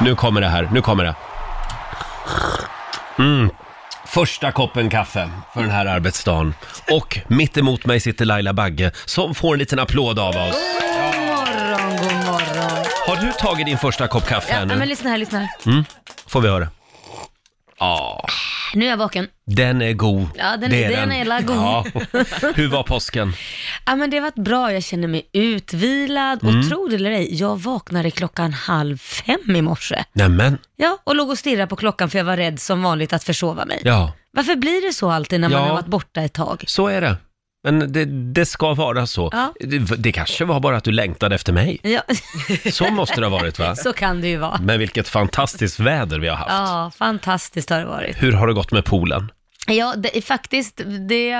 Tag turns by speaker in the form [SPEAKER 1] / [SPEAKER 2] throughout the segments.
[SPEAKER 1] Nu kommer det här, nu kommer det. Mm. Första koppen kaffe för den här arbetsdagen. Och mitt emot mig sitter Laila Bagge som får en liten applåd av oss.
[SPEAKER 2] God morgon, god morgon.
[SPEAKER 1] Har du tagit din första kopp kaffe
[SPEAKER 2] Ja,
[SPEAKER 1] ännu?
[SPEAKER 2] men lyssna här, lyssna här.
[SPEAKER 1] Mm. Får vi höra? Ja,
[SPEAKER 2] Nu är jag vaken.
[SPEAKER 1] den är god.
[SPEAKER 2] Ja, den-
[SPEAKER 1] Det
[SPEAKER 2] den är la god.
[SPEAKER 1] Ja. Hur var påsken?
[SPEAKER 2] Ja, men det har varit bra, jag känner mig utvilad
[SPEAKER 1] Mm.
[SPEAKER 2] och tro det eller ej, jag vaknade klockan halv fem i morse.
[SPEAKER 1] Nämen,
[SPEAKER 2] Ja, och låg och stirrade på klockan för jag var rädd som vanligt att försova mig.
[SPEAKER 1] ja,
[SPEAKER 2] Varför blir det så alltid när man
[SPEAKER 1] Ja.
[SPEAKER 2] har varit borta ett tag?
[SPEAKER 1] så är det. Men det, det ska vara så.
[SPEAKER 2] Ja.
[SPEAKER 1] Det, det kanske var bara att du längtade efter mig.
[SPEAKER 2] Ja.
[SPEAKER 1] Så måste det ha varit va?
[SPEAKER 2] så kan det ju vara.
[SPEAKER 1] Men vilket fantastiskt väder vi har haft.
[SPEAKER 2] Ja, fantastiskt har det varit.
[SPEAKER 1] Hur har det gått med poolen?
[SPEAKER 2] Ja, det, är faktiskt, det,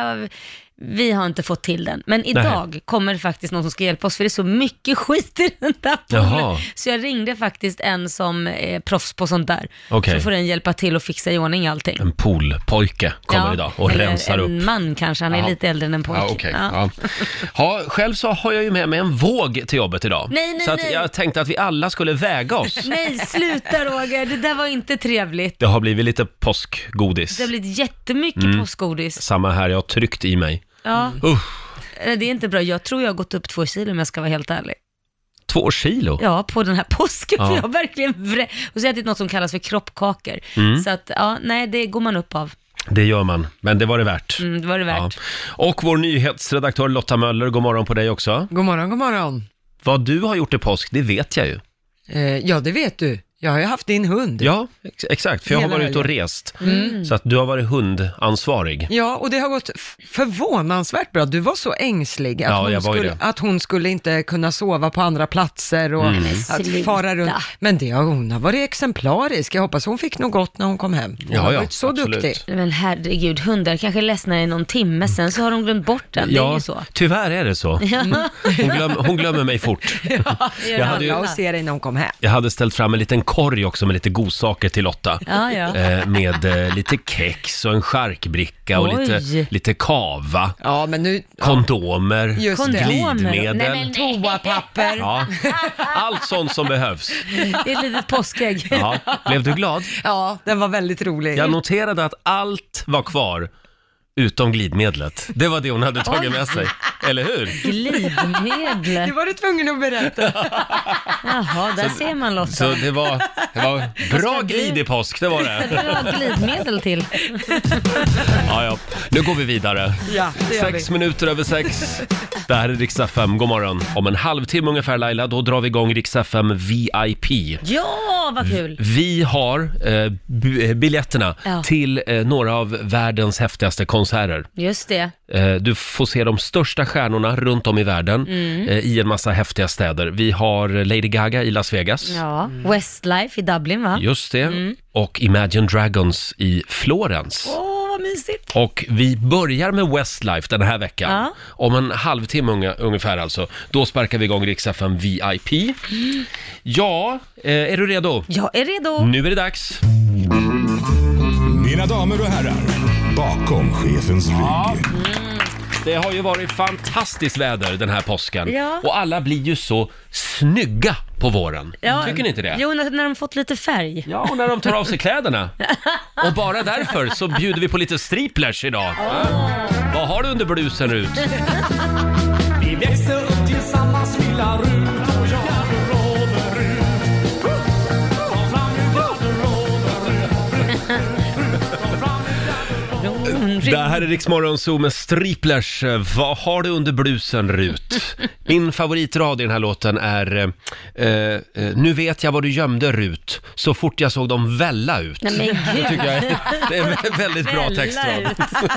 [SPEAKER 2] vi har inte fått till den. Men idag kommer det faktiskt någon som ska hjälpa oss, för det är så mycket skit i den där
[SPEAKER 1] Jaha.
[SPEAKER 2] poolen. Så jag ringde faktiskt en som är proffs på sånt där.
[SPEAKER 1] Okej.
[SPEAKER 2] Så får den hjälpa till och fixa i ordning allting.
[SPEAKER 1] En poolpojke kommer
[SPEAKER 2] Ja,
[SPEAKER 1] idag och
[SPEAKER 2] eller
[SPEAKER 1] rensar upp.
[SPEAKER 2] en man kanske, han är
[SPEAKER 1] Ja.
[SPEAKER 2] lite äldre än en pojke.
[SPEAKER 1] Ja, okej.
[SPEAKER 2] Ja.
[SPEAKER 1] ja. Ja, själv så har jag ju med mig en våg till jobbet idag.
[SPEAKER 2] Nej, nej,
[SPEAKER 1] så att
[SPEAKER 2] nej.
[SPEAKER 1] jag tänkte att vi alla skulle väga oss.
[SPEAKER 2] Nej, sluta Roger, det där var inte trevligt.
[SPEAKER 1] Det har blivit lite påskgodis.
[SPEAKER 2] Det har blivit jättemycket
[SPEAKER 1] Mm.
[SPEAKER 2] påskgodis.
[SPEAKER 1] Samma här, jag har tryckt i mig.
[SPEAKER 2] Ja,
[SPEAKER 1] Usch,
[SPEAKER 2] det är inte bra. Jag tror jag har gått upp två kilo om jag ska vara helt ärlig.
[SPEAKER 1] två kilo?
[SPEAKER 2] Ja, på den här påsken.
[SPEAKER 1] Ja.
[SPEAKER 2] För jag har verkligen vrä... Och så har jag ätit något som kallas för kroppkakor.
[SPEAKER 1] Mm.
[SPEAKER 2] Så att, ja, nej, det går man upp av.
[SPEAKER 1] Det gör man, men det var det värt.
[SPEAKER 2] Mm, det var det värt.
[SPEAKER 1] Ja. Och vår nyhetsredaktör Lotta Möller, god morgon på dig också.
[SPEAKER 3] God morgon, god morgon.
[SPEAKER 1] Vad du har gjort i påsk, det vet jag ju.
[SPEAKER 3] Eh, ja, det vet du. Jag har ju haft din hund.
[SPEAKER 1] Ja, ex- exakt, för jag har
[SPEAKER 3] Hela
[SPEAKER 1] varit ute och
[SPEAKER 3] helgen.
[SPEAKER 1] rest.
[SPEAKER 3] Mm.
[SPEAKER 1] Så att du har varit hundansvarig.
[SPEAKER 3] Ja, och det har gått f- förvånansvärt bra. Du var så ängslig att,
[SPEAKER 1] Ja, jag
[SPEAKER 3] hon,
[SPEAKER 1] var ju
[SPEAKER 3] skulle,
[SPEAKER 1] det.
[SPEAKER 3] att hon skulle inte kunna sova på andra platser och
[SPEAKER 1] Mm. Men
[SPEAKER 3] att
[SPEAKER 2] sluta.
[SPEAKER 3] fara runt. Men det har hon har varit exemplarisk. Jag hoppas hon fick något gott när hon kom hem. Hon
[SPEAKER 1] Ja,
[SPEAKER 3] har
[SPEAKER 1] ja,
[SPEAKER 3] varit så
[SPEAKER 1] absolut.
[SPEAKER 3] duktig.
[SPEAKER 2] Men herregud, hundar kanske är ledsna i någon timme, sen så har de glömt bort den. Det är ju så.
[SPEAKER 1] tyvärr är det så. Mm.
[SPEAKER 2] Ja.
[SPEAKER 1] Hon, glöm, hon glömmer mig fort. Jag hade ju-
[SPEAKER 3] Alla och se dig när hon kom hem.
[SPEAKER 1] Jag hade ställt fram en liten korg också med lite godsaker till Lotta.
[SPEAKER 2] Ja, ja.
[SPEAKER 1] Eh, med eh, lite kex och en charkbricka och
[SPEAKER 2] Oj.
[SPEAKER 1] lite, lite kava.
[SPEAKER 3] Ja, men nu...
[SPEAKER 1] Kondomer,
[SPEAKER 3] Just det.
[SPEAKER 1] glidmedel.
[SPEAKER 2] Nej, men
[SPEAKER 3] Toapapper.
[SPEAKER 1] Ja, allt sånt som behövs.
[SPEAKER 2] Det är ett litet påskägg.
[SPEAKER 1] Ja. Blev du glad?
[SPEAKER 3] Ja, den var väldigt rolig.
[SPEAKER 1] Jag noterade att allt var kvar utom glidmedlet. Det var det hon hade tagit med sig, eller hur?
[SPEAKER 2] Glidmedel.
[SPEAKER 3] Det var du tvungen att berätta.
[SPEAKER 2] Jaha, där ser man Lotta.
[SPEAKER 1] Så det var, det var bra glid i påsk, det var det.
[SPEAKER 2] Vad ska du ha glidmedel till?
[SPEAKER 1] Ja, ja. Nu går vi vidare.
[SPEAKER 3] Ja, det gör vi.
[SPEAKER 1] Sex minuter över sex. Det här är Riksdag 5, god morgon. Om en halvtimme ungefär Laila, då drar vi igång Riksdag 5 VIP.
[SPEAKER 2] Ja, vad kul!
[SPEAKER 1] Vi har eh, bu- eh, biljetterna
[SPEAKER 2] Ja.
[SPEAKER 1] till eh, några av världens häftigaste konserter.
[SPEAKER 2] Just det.
[SPEAKER 1] Eh, du får se de största stjärnorna runt om i världen
[SPEAKER 2] Mm.
[SPEAKER 1] eh, i en massa häftiga städer. Vi har Lady Gaga i Las Vegas.
[SPEAKER 2] Ja.
[SPEAKER 1] Mm.
[SPEAKER 2] Mm. Westlife i Dublin, va?
[SPEAKER 1] Just det. Och Imagine Dragons i Florens.
[SPEAKER 2] Åh, vad mysigt!
[SPEAKER 1] Och vi börjar med Westlife den här veckan.
[SPEAKER 2] Ja.
[SPEAKER 1] Om en halvtimme unga, ungefär alltså. Då sparkar vi igång riks FM VIP. Ja, eh, är du redo?
[SPEAKER 2] Mm. Jag är redo.
[SPEAKER 1] Nu är det dags.
[SPEAKER 4] Mina damer och herrar, bakom chefens rygg.
[SPEAKER 1] Det har ju varit fantastiskt väder den här påsken.
[SPEAKER 2] Ja.
[SPEAKER 1] Och alla blir ju så snygga på våren.
[SPEAKER 2] Ja.
[SPEAKER 1] Tycker ni inte det?
[SPEAKER 2] Jo, när när de fått lite färg.
[SPEAKER 1] Ja, och när de tar av sig kläderna. Och bara därför så bjuder vi på lite striplers idag. Vad har du under blusen Rut?
[SPEAKER 5] Vi växte upp tillsammans, lilla Rut och jag. Garderoberut. Kom fram nu, garderoberut.
[SPEAKER 1] Det här är Riksmorgon Zoo med striplers. Vad har du under blusen Rut? Min favoritrad i den här låten är eh, eh, Nu vet jag var du gömde Rut, så fort jag såg dem välla ut.
[SPEAKER 2] Nej, men gud.
[SPEAKER 1] Det tycker jag är, det är en väldigt bra
[SPEAKER 2] Välla
[SPEAKER 1] textrad.
[SPEAKER 2] ut.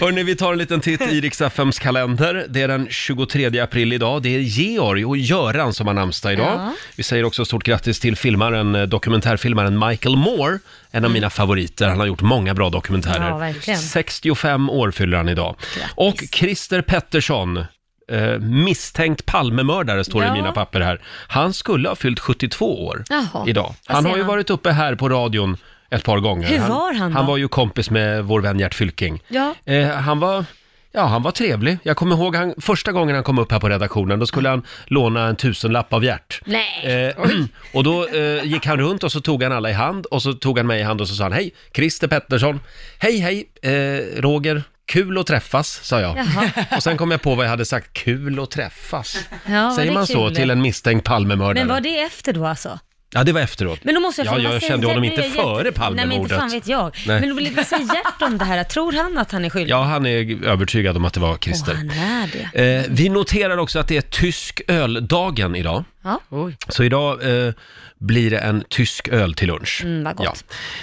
[SPEAKER 1] Hörni, vi tar en liten titt i Riks-FMs kalender. Det är den 23 april idag. Det är Georg och Göran som har namnsdag idag.
[SPEAKER 2] Ja.
[SPEAKER 1] Vi säger också stort grattis till filmaren, eh, dokumentärfilmaren Michael Moore. En av mina favoriter. Han har gjort många bra dokumentärer.
[SPEAKER 2] Mm. Ja, verkligen.
[SPEAKER 1] 65 år fyller han idag. Och Christer Pettersson. Eh, misstänkt Palmemördare står det
[SPEAKER 2] Ja.
[SPEAKER 1] i mina papper här. Han skulle ha fyllt 72 år
[SPEAKER 2] Jaha.
[SPEAKER 1] idag.
[SPEAKER 2] Vad
[SPEAKER 1] Han
[SPEAKER 2] ser
[SPEAKER 1] har ju
[SPEAKER 2] man?
[SPEAKER 1] varit uppe här på radion ett par gånger.
[SPEAKER 2] Hur var han då?
[SPEAKER 1] Han var ju kompis med vår vän Gert Fylking.
[SPEAKER 2] Ja.
[SPEAKER 1] Eh, han var Ja, han var trevlig. Jag kommer ihåg han, första gången han kom upp här på redaktionen, då skulle han låna en tusenlapp av Gert.
[SPEAKER 2] Nej.
[SPEAKER 1] Eh, och då eh, gick han runt och så tog han alla i hand och så tog han mig i hand och så sa han hej, Christer Pettersson. Hej, hej, eh, Roger. Kul att träffas, sa jag.
[SPEAKER 2] Jaha.
[SPEAKER 1] Och sen kom jag på vad jag hade sagt, kul att träffas.
[SPEAKER 2] Ja, var
[SPEAKER 1] Säger
[SPEAKER 2] det
[SPEAKER 1] man så
[SPEAKER 2] kul?
[SPEAKER 1] till en misstänkt Palmemördare?
[SPEAKER 2] Men var det efter då alltså?
[SPEAKER 1] Ja, det var efteråt.
[SPEAKER 2] Men då måste jag
[SPEAKER 1] ja,
[SPEAKER 2] fråga, vad
[SPEAKER 1] jag
[SPEAKER 2] säger
[SPEAKER 1] kände honom
[SPEAKER 2] Gert?
[SPEAKER 1] inte
[SPEAKER 2] Det är Gert-
[SPEAKER 1] före
[SPEAKER 2] Nej men inte
[SPEAKER 1] Palmemordet.
[SPEAKER 2] fan vet jag.
[SPEAKER 1] Nej.
[SPEAKER 2] Men då blir- vad säger Gert om det här? Tror han att han är skyldig?
[SPEAKER 1] Ja, han är övertygad om att det var
[SPEAKER 2] Och
[SPEAKER 1] Christer.
[SPEAKER 2] han är det.
[SPEAKER 1] Eh, vi noterar också att det är tysk öldagen idag.
[SPEAKER 2] Ja,
[SPEAKER 1] Så idag eh, blir det en tysk öl till lunch.
[SPEAKER 2] Mm, vad gott. Mm.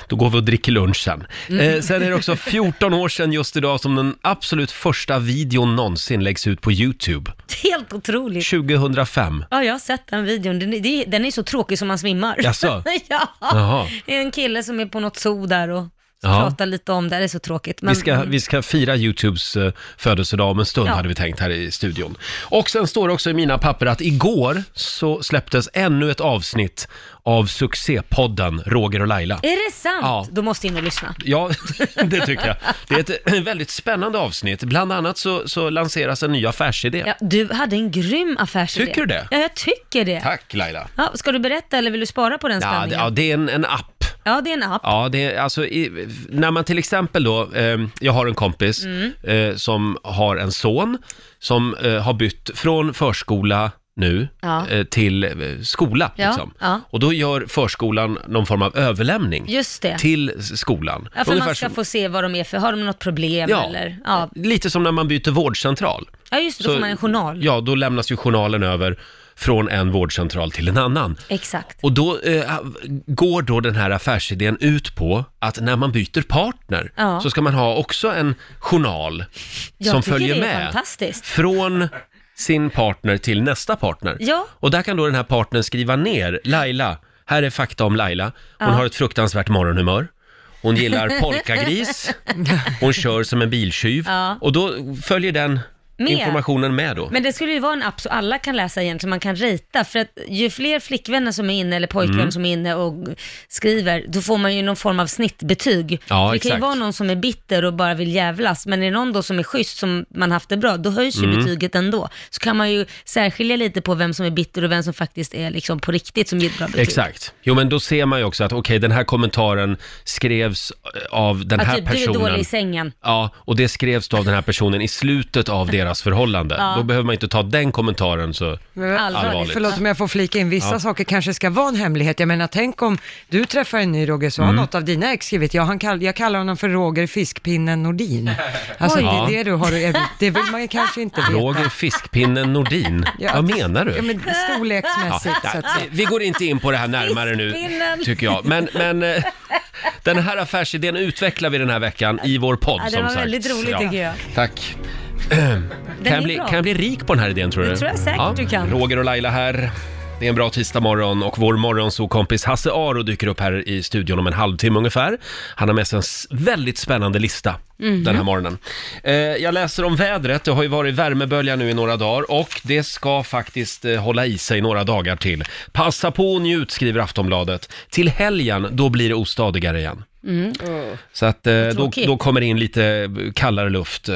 [SPEAKER 1] Då går vi och dricker lunch sen. Eh, sen är det också 14 år sedan just idag som den absolut första videon någonsin läggs ut på YouTube.
[SPEAKER 2] helt otroligt.
[SPEAKER 1] 2005.
[SPEAKER 2] Ja, jag har sett den videon. Den, det- den är så tråkig som man svimmar.
[SPEAKER 1] Jaså?
[SPEAKER 2] ja.
[SPEAKER 1] Jaha.
[SPEAKER 2] Det är en kille som är på något zoo där och
[SPEAKER 1] Ja.
[SPEAKER 2] pratar lite om det. Det är så tråkigt. Men,
[SPEAKER 1] Vi ska, vi ska fira YouTubes eh, födelsedag om en stund
[SPEAKER 2] Ja.
[SPEAKER 1] hade vi tänkt här i studion. Och sen står det också i mina papper att igår så släpptes ännu ett avsnitt av succépodden Roger och Laila.
[SPEAKER 2] Är det sant?
[SPEAKER 1] Ja.
[SPEAKER 2] Då måste jag in och lyssna.
[SPEAKER 1] Ja, det tycker jag. Det är ett eh, väldigt spännande avsnitt. Bland annat så, så lanseras en ny affärsidé.
[SPEAKER 2] Ja, du hade en grym affärsidé.
[SPEAKER 1] Tycker du det?
[SPEAKER 2] Ja, jag tycker det.
[SPEAKER 1] Tack Laila.
[SPEAKER 2] Ja, ska du berätta eller vill du spara på den
[SPEAKER 1] Ja, det,
[SPEAKER 2] spänningen?
[SPEAKER 1] ja, det är en, en app.
[SPEAKER 2] Ja, det är en app.
[SPEAKER 1] Ja, det är, alltså, i, när man till exempel då, eh, jag har en kompis
[SPEAKER 2] Mm.
[SPEAKER 1] eh, som har en son som eh, har bytt från förskola nu
[SPEAKER 2] Ja.
[SPEAKER 1] eh, till eh, skola.
[SPEAKER 2] Ja,
[SPEAKER 1] Liksom.
[SPEAKER 2] ja.
[SPEAKER 1] Och då gör förskolan någon form av överlämning
[SPEAKER 2] Just det.
[SPEAKER 1] till s- skolan.
[SPEAKER 2] Ja, för
[SPEAKER 1] Ungefär
[SPEAKER 2] man ska
[SPEAKER 1] som-
[SPEAKER 2] få se vad de är för, har de något problem eller? Ja,
[SPEAKER 1] lite som när man byter vårdcentral.
[SPEAKER 2] ja just det, då
[SPEAKER 1] Så-
[SPEAKER 2] får man en journal.
[SPEAKER 1] Ja, då lämnas ju journalen över från en vårdcentral till en annan.
[SPEAKER 2] Exakt.
[SPEAKER 1] Och då eh, går då den här affärsidén ut på att när man byter partner
[SPEAKER 2] Ja.
[SPEAKER 1] så ska man ha också en journal
[SPEAKER 2] Jag
[SPEAKER 1] som
[SPEAKER 2] tycker
[SPEAKER 1] följer
[SPEAKER 2] det är
[SPEAKER 1] med.
[SPEAKER 2] fantastiskt.
[SPEAKER 1] Från sin partner till nästa partner.
[SPEAKER 2] Ja.
[SPEAKER 1] Och där kan då den här partnern skriva ner Laila, här är fakta om Laila. Hon har ett fruktansvärt morgonhumör. Hon gillar polkagris, hon kör som en biltjuv
[SPEAKER 2] Ja.
[SPEAKER 1] och då följer den
[SPEAKER 2] Med.
[SPEAKER 1] informationen med då.
[SPEAKER 2] Men det skulle ju vara en app så alla kan läsa egentligen, man kan rita. För att ju fler flickvänner som är inne eller pojkvänner
[SPEAKER 1] Mm.
[SPEAKER 2] som är inne och skriver, då får man ju någon form av snittbetyg.
[SPEAKER 1] Ja,
[SPEAKER 2] det kan
[SPEAKER 1] exakt.
[SPEAKER 2] ju vara någon som är bitter och bara vill jävlas, men är det någon då som är schysst som man haft det bra, då höjs
[SPEAKER 1] Mm.
[SPEAKER 2] ju betyget ändå. Så kan man ju särskilja lite på vem som är bitter och vem som faktiskt är liksom på riktigt som ger ett bra betyg.
[SPEAKER 1] Exakt. Jo, men då ser man ju också att okej, den här kommentaren skrevs eh, av den
[SPEAKER 2] Att
[SPEAKER 1] här
[SPEAKER 2] typ, du är
[SPEAKER 1] personen.
[SPEAKER 2] dålig i sängen.
[SPEAKER 1] Ja, och det skrevs då av den här personen i slutet av deras förhållande. Då behöver man inte ta den kommentaren så... Mm. Allvarligt.
[SPEAKER 3] Förlåt om jag får flika in, vissa saker kanske ska vara en hemlighet. Jag menar, tänk om du träffar en ny Roger, så har
[SPEAKER 1] Mm.
[SPEAKER 3] något av dina ex skrivit, jag, han kall, jag kallar honom för Roger Fiskpinnen Nordin. Alltså
[SPEAKER 2] Oj.
[SPEAKER 3] det
[SPEAKER 1] Ja.
[SPEAKER 3] är det du har att erbjuda. det vill man ju kanske inte veta.
[SPEAKER 1] Roger Fiskpinnen Nordin.
[SPEAKER 3] Ja.
[SPEAKER 1] Vad menar du?
[SPEAKER 3] Ja, men storleksmässigt
[SPEAKER 1] Ja,
[SPEAKER 3] så att säga.
[SPEAKER 1] vi går inte in på det här närmare nu,
[SPEAKER 2] Fiskpinnen.
[SPEAKER 1] tycker jag. Men, men eh, den här affärsidén utvecklar vi den här veckan i vår podd,
[SPEAKER 2] Ja, det
[SPEAKER 1] som
[SPEAKER 2] var
[SPEAKER 1] sagt.
[SPEAKER 2] väldigt roligt, tycker jag.
[SPEAKER 1] Tack.
[SPEAKER 2] Den
[SPEAKER 1] Kan
[SPEAKER 2] är
[SPEAKER 1] jag, bli,
[SPEAKER 2] bra.
[SPEAKER 1] kan jag bli rik på den här idén tror du?
[SPEAKER 2] Det tror jag säkert du kan.
[SPEAKER 1] Roger och Laila här. Det är en bra tisdagmorgon och vår morgonsokompis Hasse Aro dyker upp här i studion om en halvtimme ungefär. Han har med sig en s- väldigt spännande lista
[SPEAKER 2] Mhm.
[SPEAKER 1] den här morgonen. Eh, jag läser om vädret, det har ju varit värmebölja nu i några dagar och det ska faktiskt eh, hålla i sig några dagar till. Passa på och njut, skriver Aftonbladet. Till helgen, då blir det ostadigare igen.
[SPEAKER 6] Mm.
[SPEAKER 1] Så att eh, då,
[SPEAKER 2] tråkigt.
[SPEAKER 1] då kommer det in lite kallare luft eh,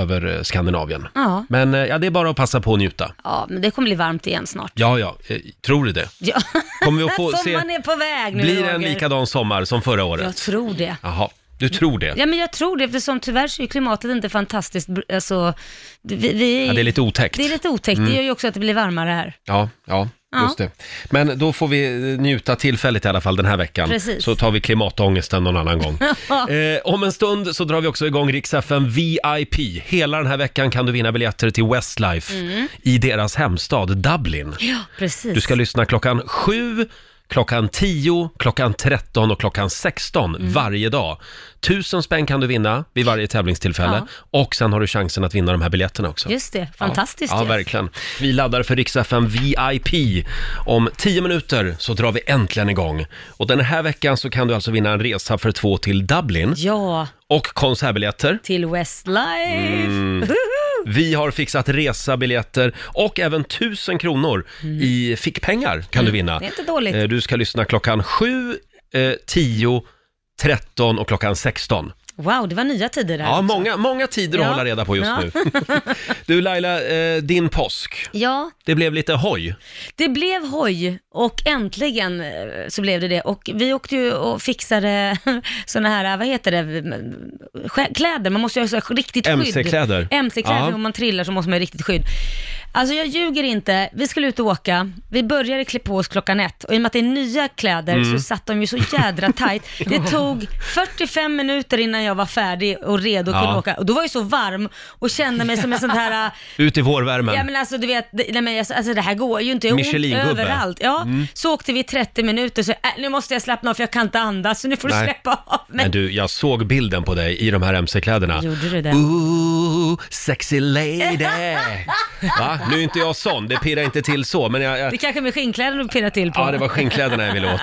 [SPEAKER 1] över eh, Skandinavien.
[SPEAKER 2] Ja.
[SPEAKER 1] Men eh, ja, det är bara att passa på och njuta.
[SPEAKER 2] Ja, men det kommer bli varmt igen snart.
[SPEAKER 1] Ja, ja, eh, tror du det?
[SPEAKER 2] Ja.
[SPEAKER 1] Kommer vi att få se-
[SPEAKER 2] Sommaren är på väg nu,
[SPEAKER 1] Blir det en
[SPEAKER 2] Roger.
[SPEAKER 1] likadan sommar som förra
[SPEAKER 2] Jag
[SPEAKER 1] året?
[SPEAKER 2] tror det.
[SPEAKER 1] Jaha, du tror det?
[SPEAKER 2] Ja, men jag tror det, eftersom tyvärr så är klimatet inte fantastiskt, br- alltså, vi, vi,
[SPEAKER 1] Ja, det är Mm. lite otäckt.
[SPEAKER 2] det är lite otäckt, det gör ju också att det blir varmare här.
[SPEAKER 1] Ja, ja,
[SPEAKER 2] Ja.
[SPEAKER 1] just det. Men då får vi eh, njuta tillfälligt i alla fall den här veckan.
[SPEAKER 2] Precis.
[SPEAKER 1] Så tar vi klimatångesten någon annan gång. eh, om en stund så drar vi också igång Rix FM VIP. Hela den här veckan kan du vinna biljetter till Westlife
[SPEAKER 2] Mm.
[SPEAKER 1] i deras hemstad Dublin.
[SPEAKER 2] Ja, precis.
[SPEAKER 1] Du ska lyssna klockan 7, klockan 10, klockan 13 och klockan 16 varje dag. Tusen spänn kan du vinna vid varje tävlingstillfälle och sen har du chansen att vinna de här biljetterna också.
[SPEAKER 2] Just det, fantastiskt
[SPEAKER 1] Ja, ja
[SPEAKER 2] ju.
[SPEAKER 1] verkligen. Vi laddar för Rix FM VIP. Om 10 minuter så drar vi äntligen igång. Och den här veckan så kan du alltså vinna en resa för två till Dublin
[SPEAKER 2] Ja,
[SPEAKER 1] och konsertbiljetter. Mm.
[SPEAKER 2] till Westlife. Woho!
[SPEAKER 1] Vi har fixat resabiljetter och även 1000 kronor i fickpengar kan du vinna.
[SPEAKER 2] Mm. Det är inte dåligt.
[SPEAKER 1] Eh, Du ska lyssna klockan 7, eh, 10, 13 och klockan 16.
[SPEAKER 2] Wow, det var nya tider där.
[SPEAKER 1] Ja, många, många tider att
[SPEAKER 2] Ja.
[SPEAKER 1] hålla reda på just
[SPEAKER 2] Ja.
[SPEAKER 1] nu. Du Laila, eh, din påsk.
[SPEAKER 2] Ja,
[SPEAKER 1] Det blev lite hoj.
[SPEAKER 2] det blev hoj och äntligen eh, så blev det det. Och vi åkte ju och fixade sådana här, vad heter det, Sk- kläder. Man måste ju ha så här riktigt skydd.
[SPEAKER 1] MC-kläder.
[SPEAKER 2] MC-kläder,
[SPEAKER 1] Ja.
[SPEAKER 2] om man trillar så måste man ha riktigt skydd. Alltså jag ljuger inte, vi skulle ut och åka, vi började klä på oss klockan ett och i och med att det är nya kläder
[SPEAKER 1] Mm.
[SPEAKER 2] så satt de ju så jädra tajt. Det tog 45 minuter innan jag var färdig och redo att kunna
[SPEAKER 1] Ja.
[SPEAKER 2] åka. Och då var jag så varm och kände mig som en sån här äh,
[SPEAKER 1] Ut i vårvärmen.
[SPEAKER 2] Ja men alltså du vet, det, nej, men, jag- alltså, det här går ju inte, jag
[SPEAKER 1] Michelin-gubbe. Mm.
[SPEAKER 2] har ont överallt. Ja, Så åkte vi i 30 minuter så äh, nu måste jag slappna av för jag kan inte andas så nu får
[SPEAKER 1] Nej.
[SPEAKER 2] du släppa av mig.
[SPEAKER 1] Men du, jag såg bilden på dig i de här mc-kläderna.
[SPEAKER 2] Gjorde du det?
[SPEAKER 1] Ooh, sexy lady! Va? Nu är inte jag sån, det pirrar inte till så, men jag...
[SPEAKER 2] Det är
[SPEAKER 1] jag...
[SPEAKER 2] kanske med skinnkläderna du pirrar till på.
[SPEAKER 1] Ja, det var skinnkläderna jag ville åt.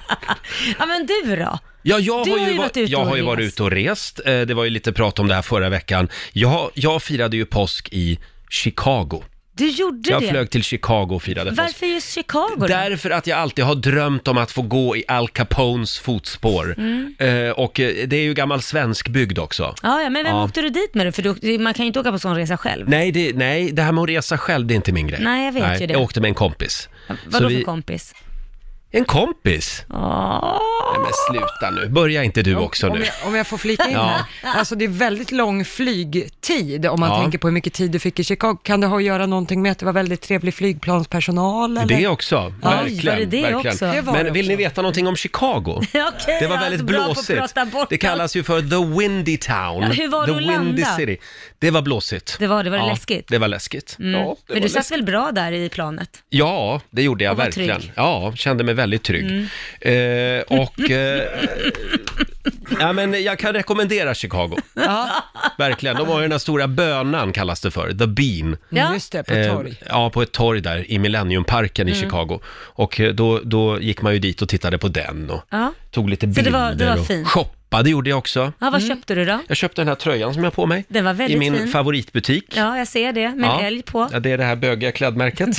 [SPEAKER 2] ja men du då?
[SPEAKER 1] Ja, jag
[SPEAKER 2] Du
[SPEAKER 1] har,
[SPEAKER 2] har
[SPEAKER 1] ju,
[SPEAKER 2] ju
[SPEAKER 1] va-
[SPEAKER 2] varit ute
[SPEAKER 1] jag
[SPEAKER 2] och
[SPEAKER 1] har ju
[SPEAKER 2] rest.
[SPEAKER 1] varit ute och rest. Eh, Det var ju lite prat om det här förra veckan. Jag, jag firade ju påsk i Chicago.
[SPEAKER 2] Du gjorde
[SPEAKER 1] Jag
[SPEAKER 2] det?
[SPEAKER 1] flög till Chicago och firade påsk.
[SPEAKER 2] Varför just Chicago då?
[SPEAKER 1] Därför att jag alltid har drömt om att få gå i Al Capones fotspår.
[SPEAKER 2] Mm.
[SPEAKER 1] Eh, och eh, det är ju gammal svensk bygd också.
[SPEAKER 2] Ja, ja, men vem
[SPEAKER 1] Ja.
[SPEAKER 2] åkte du dit med då? För du, man kan ju inte åka på sån resa själv.
[SPEAKER 1] Nej det, nej, det här med att resa själv, det är inte min grej.
[SPEAKER 2] Nej, jag vet ju det.
[SPEAKER 1] Jag åkte med en kompis. Så
[SPEAKER 2] Vadå
[SPEAKER 1] vi-
[SPEAKER 2] för kompis?
[SPEAKER 1] En kompis?
[SPEAKER 2] Åh.
[SPEAKER 1] Nej men sluta nu, börja inte du också
[SPEAKER 3] Om
[SPEAKER 1] nu.
[SPEAKER 3] jag, om jag får flika in
[SPEAKER 1] Ja.
[SPEAKER 3] här. Alltså det är väldigt lång flygtid om man
[SPEAKER 1] Ja.
[SPEAKER 3] tänker på hur mycket tid du fick i Chicago. Kan det ha att göra någonting med att det var väldigt trevlig flygplanspersonal? Eller?
[SPEAKER 1] Det också,
[SPEAKER 3] Ja,
[SPEAKER 1] verkligen.
[SPEAKER 2] var det det
[SPEAKER 1] verkligen.
[SPEAKER 2] också? Det
[SPEAKER 3] var
[SPEAKER 1] men
[SPEAKER 3] det
[SPEAKER 1] vill ni
[SPEAKER 3] också.
[SPEAKER 1] veta någonting om Chicago?
[SPEAKER 2] Okej,
[SPEAKER 1] Det var
[SPEAKER 2] jag är
[SPEAKER 1] väldigt
[SPEAKER 2] så bra på att
[SPEAKER 1] blåsigt.
[SPEAKER 2] prata bort
[SPEAKER 1] Det kallas ju för The Windy Town.
[SPEAKER 2] Ja, hur var
[SPEAKER 1] The
[SPEAKER 2] det att landa?
[SPEAKER 1] Windy City. Det var blåsigt.
[SPEAKER 2] Det var det. Var det läskigt?
[SPEAKER 1] Det var läskigt.
[SPEAKER 2] Mm.
[SPEAKER 1] Ja, det
[SPEAKER 2] men
[SPEAKER 1] var
[SPEAKER 2] du satt väl bra där i planet?
[SPEAKER 1] Ja, det gjorde jag
[SPEAKER 2] Och var
[SPEAKER 1] verkligen.
[SPEAKER 2] trygg.
[SPEAKER 1] Ja, kände mig väldigt trygg.
[SPEAKER 2] Mm.
[SPEAKER 1] Eh, och... Eh, ja, men jag kan rekommendera Chicago.
[SPEAKER 3] Ja,
[SPEAKER 1] Verkligen. De har ju den här stora bönan, kallas det för. The Bean.
[SPEAKER 2] Ja.
[SPEAKER 3] just det, på torg.
[SPEAKER 1] Eh, ja, på ett torg där i Millenniumparken
[SPEAKER 2] Mm.
[SPEAKER 1] i Chicago. Och eh, då, då gick man ju dit och tittade på den och
[SPEAKER 2] Ja.
[SPEAKER 1] tog lite
[SPEAKER 2] Ah. Så
[SPEAKER 1] bilder
[SPEAKER 2] det var- det var
[SPEAKER 1] och
[SPEAKER 2] fint.
[SPEAKER 1] shoppade gjorde jag också. Mm.
[SPEAKER 2] Ja, vad köpte du då?
[SPEAKER 1] Jag köpte den här tröjan som jag har på mig
[SPEAKER 2] Den var väldigt
[SPEAKER 1] i min
[SPEAKER 2] fin.
[SPEAKER 1] favoritbutik.
[SPEAKER 2] Ja, jag ser det. Med
[SPEAKER 1] Ja.
[SPEAKER 2] en älg på.
[SPEAKER 1] Ja, det är det här bögiga klädmärket.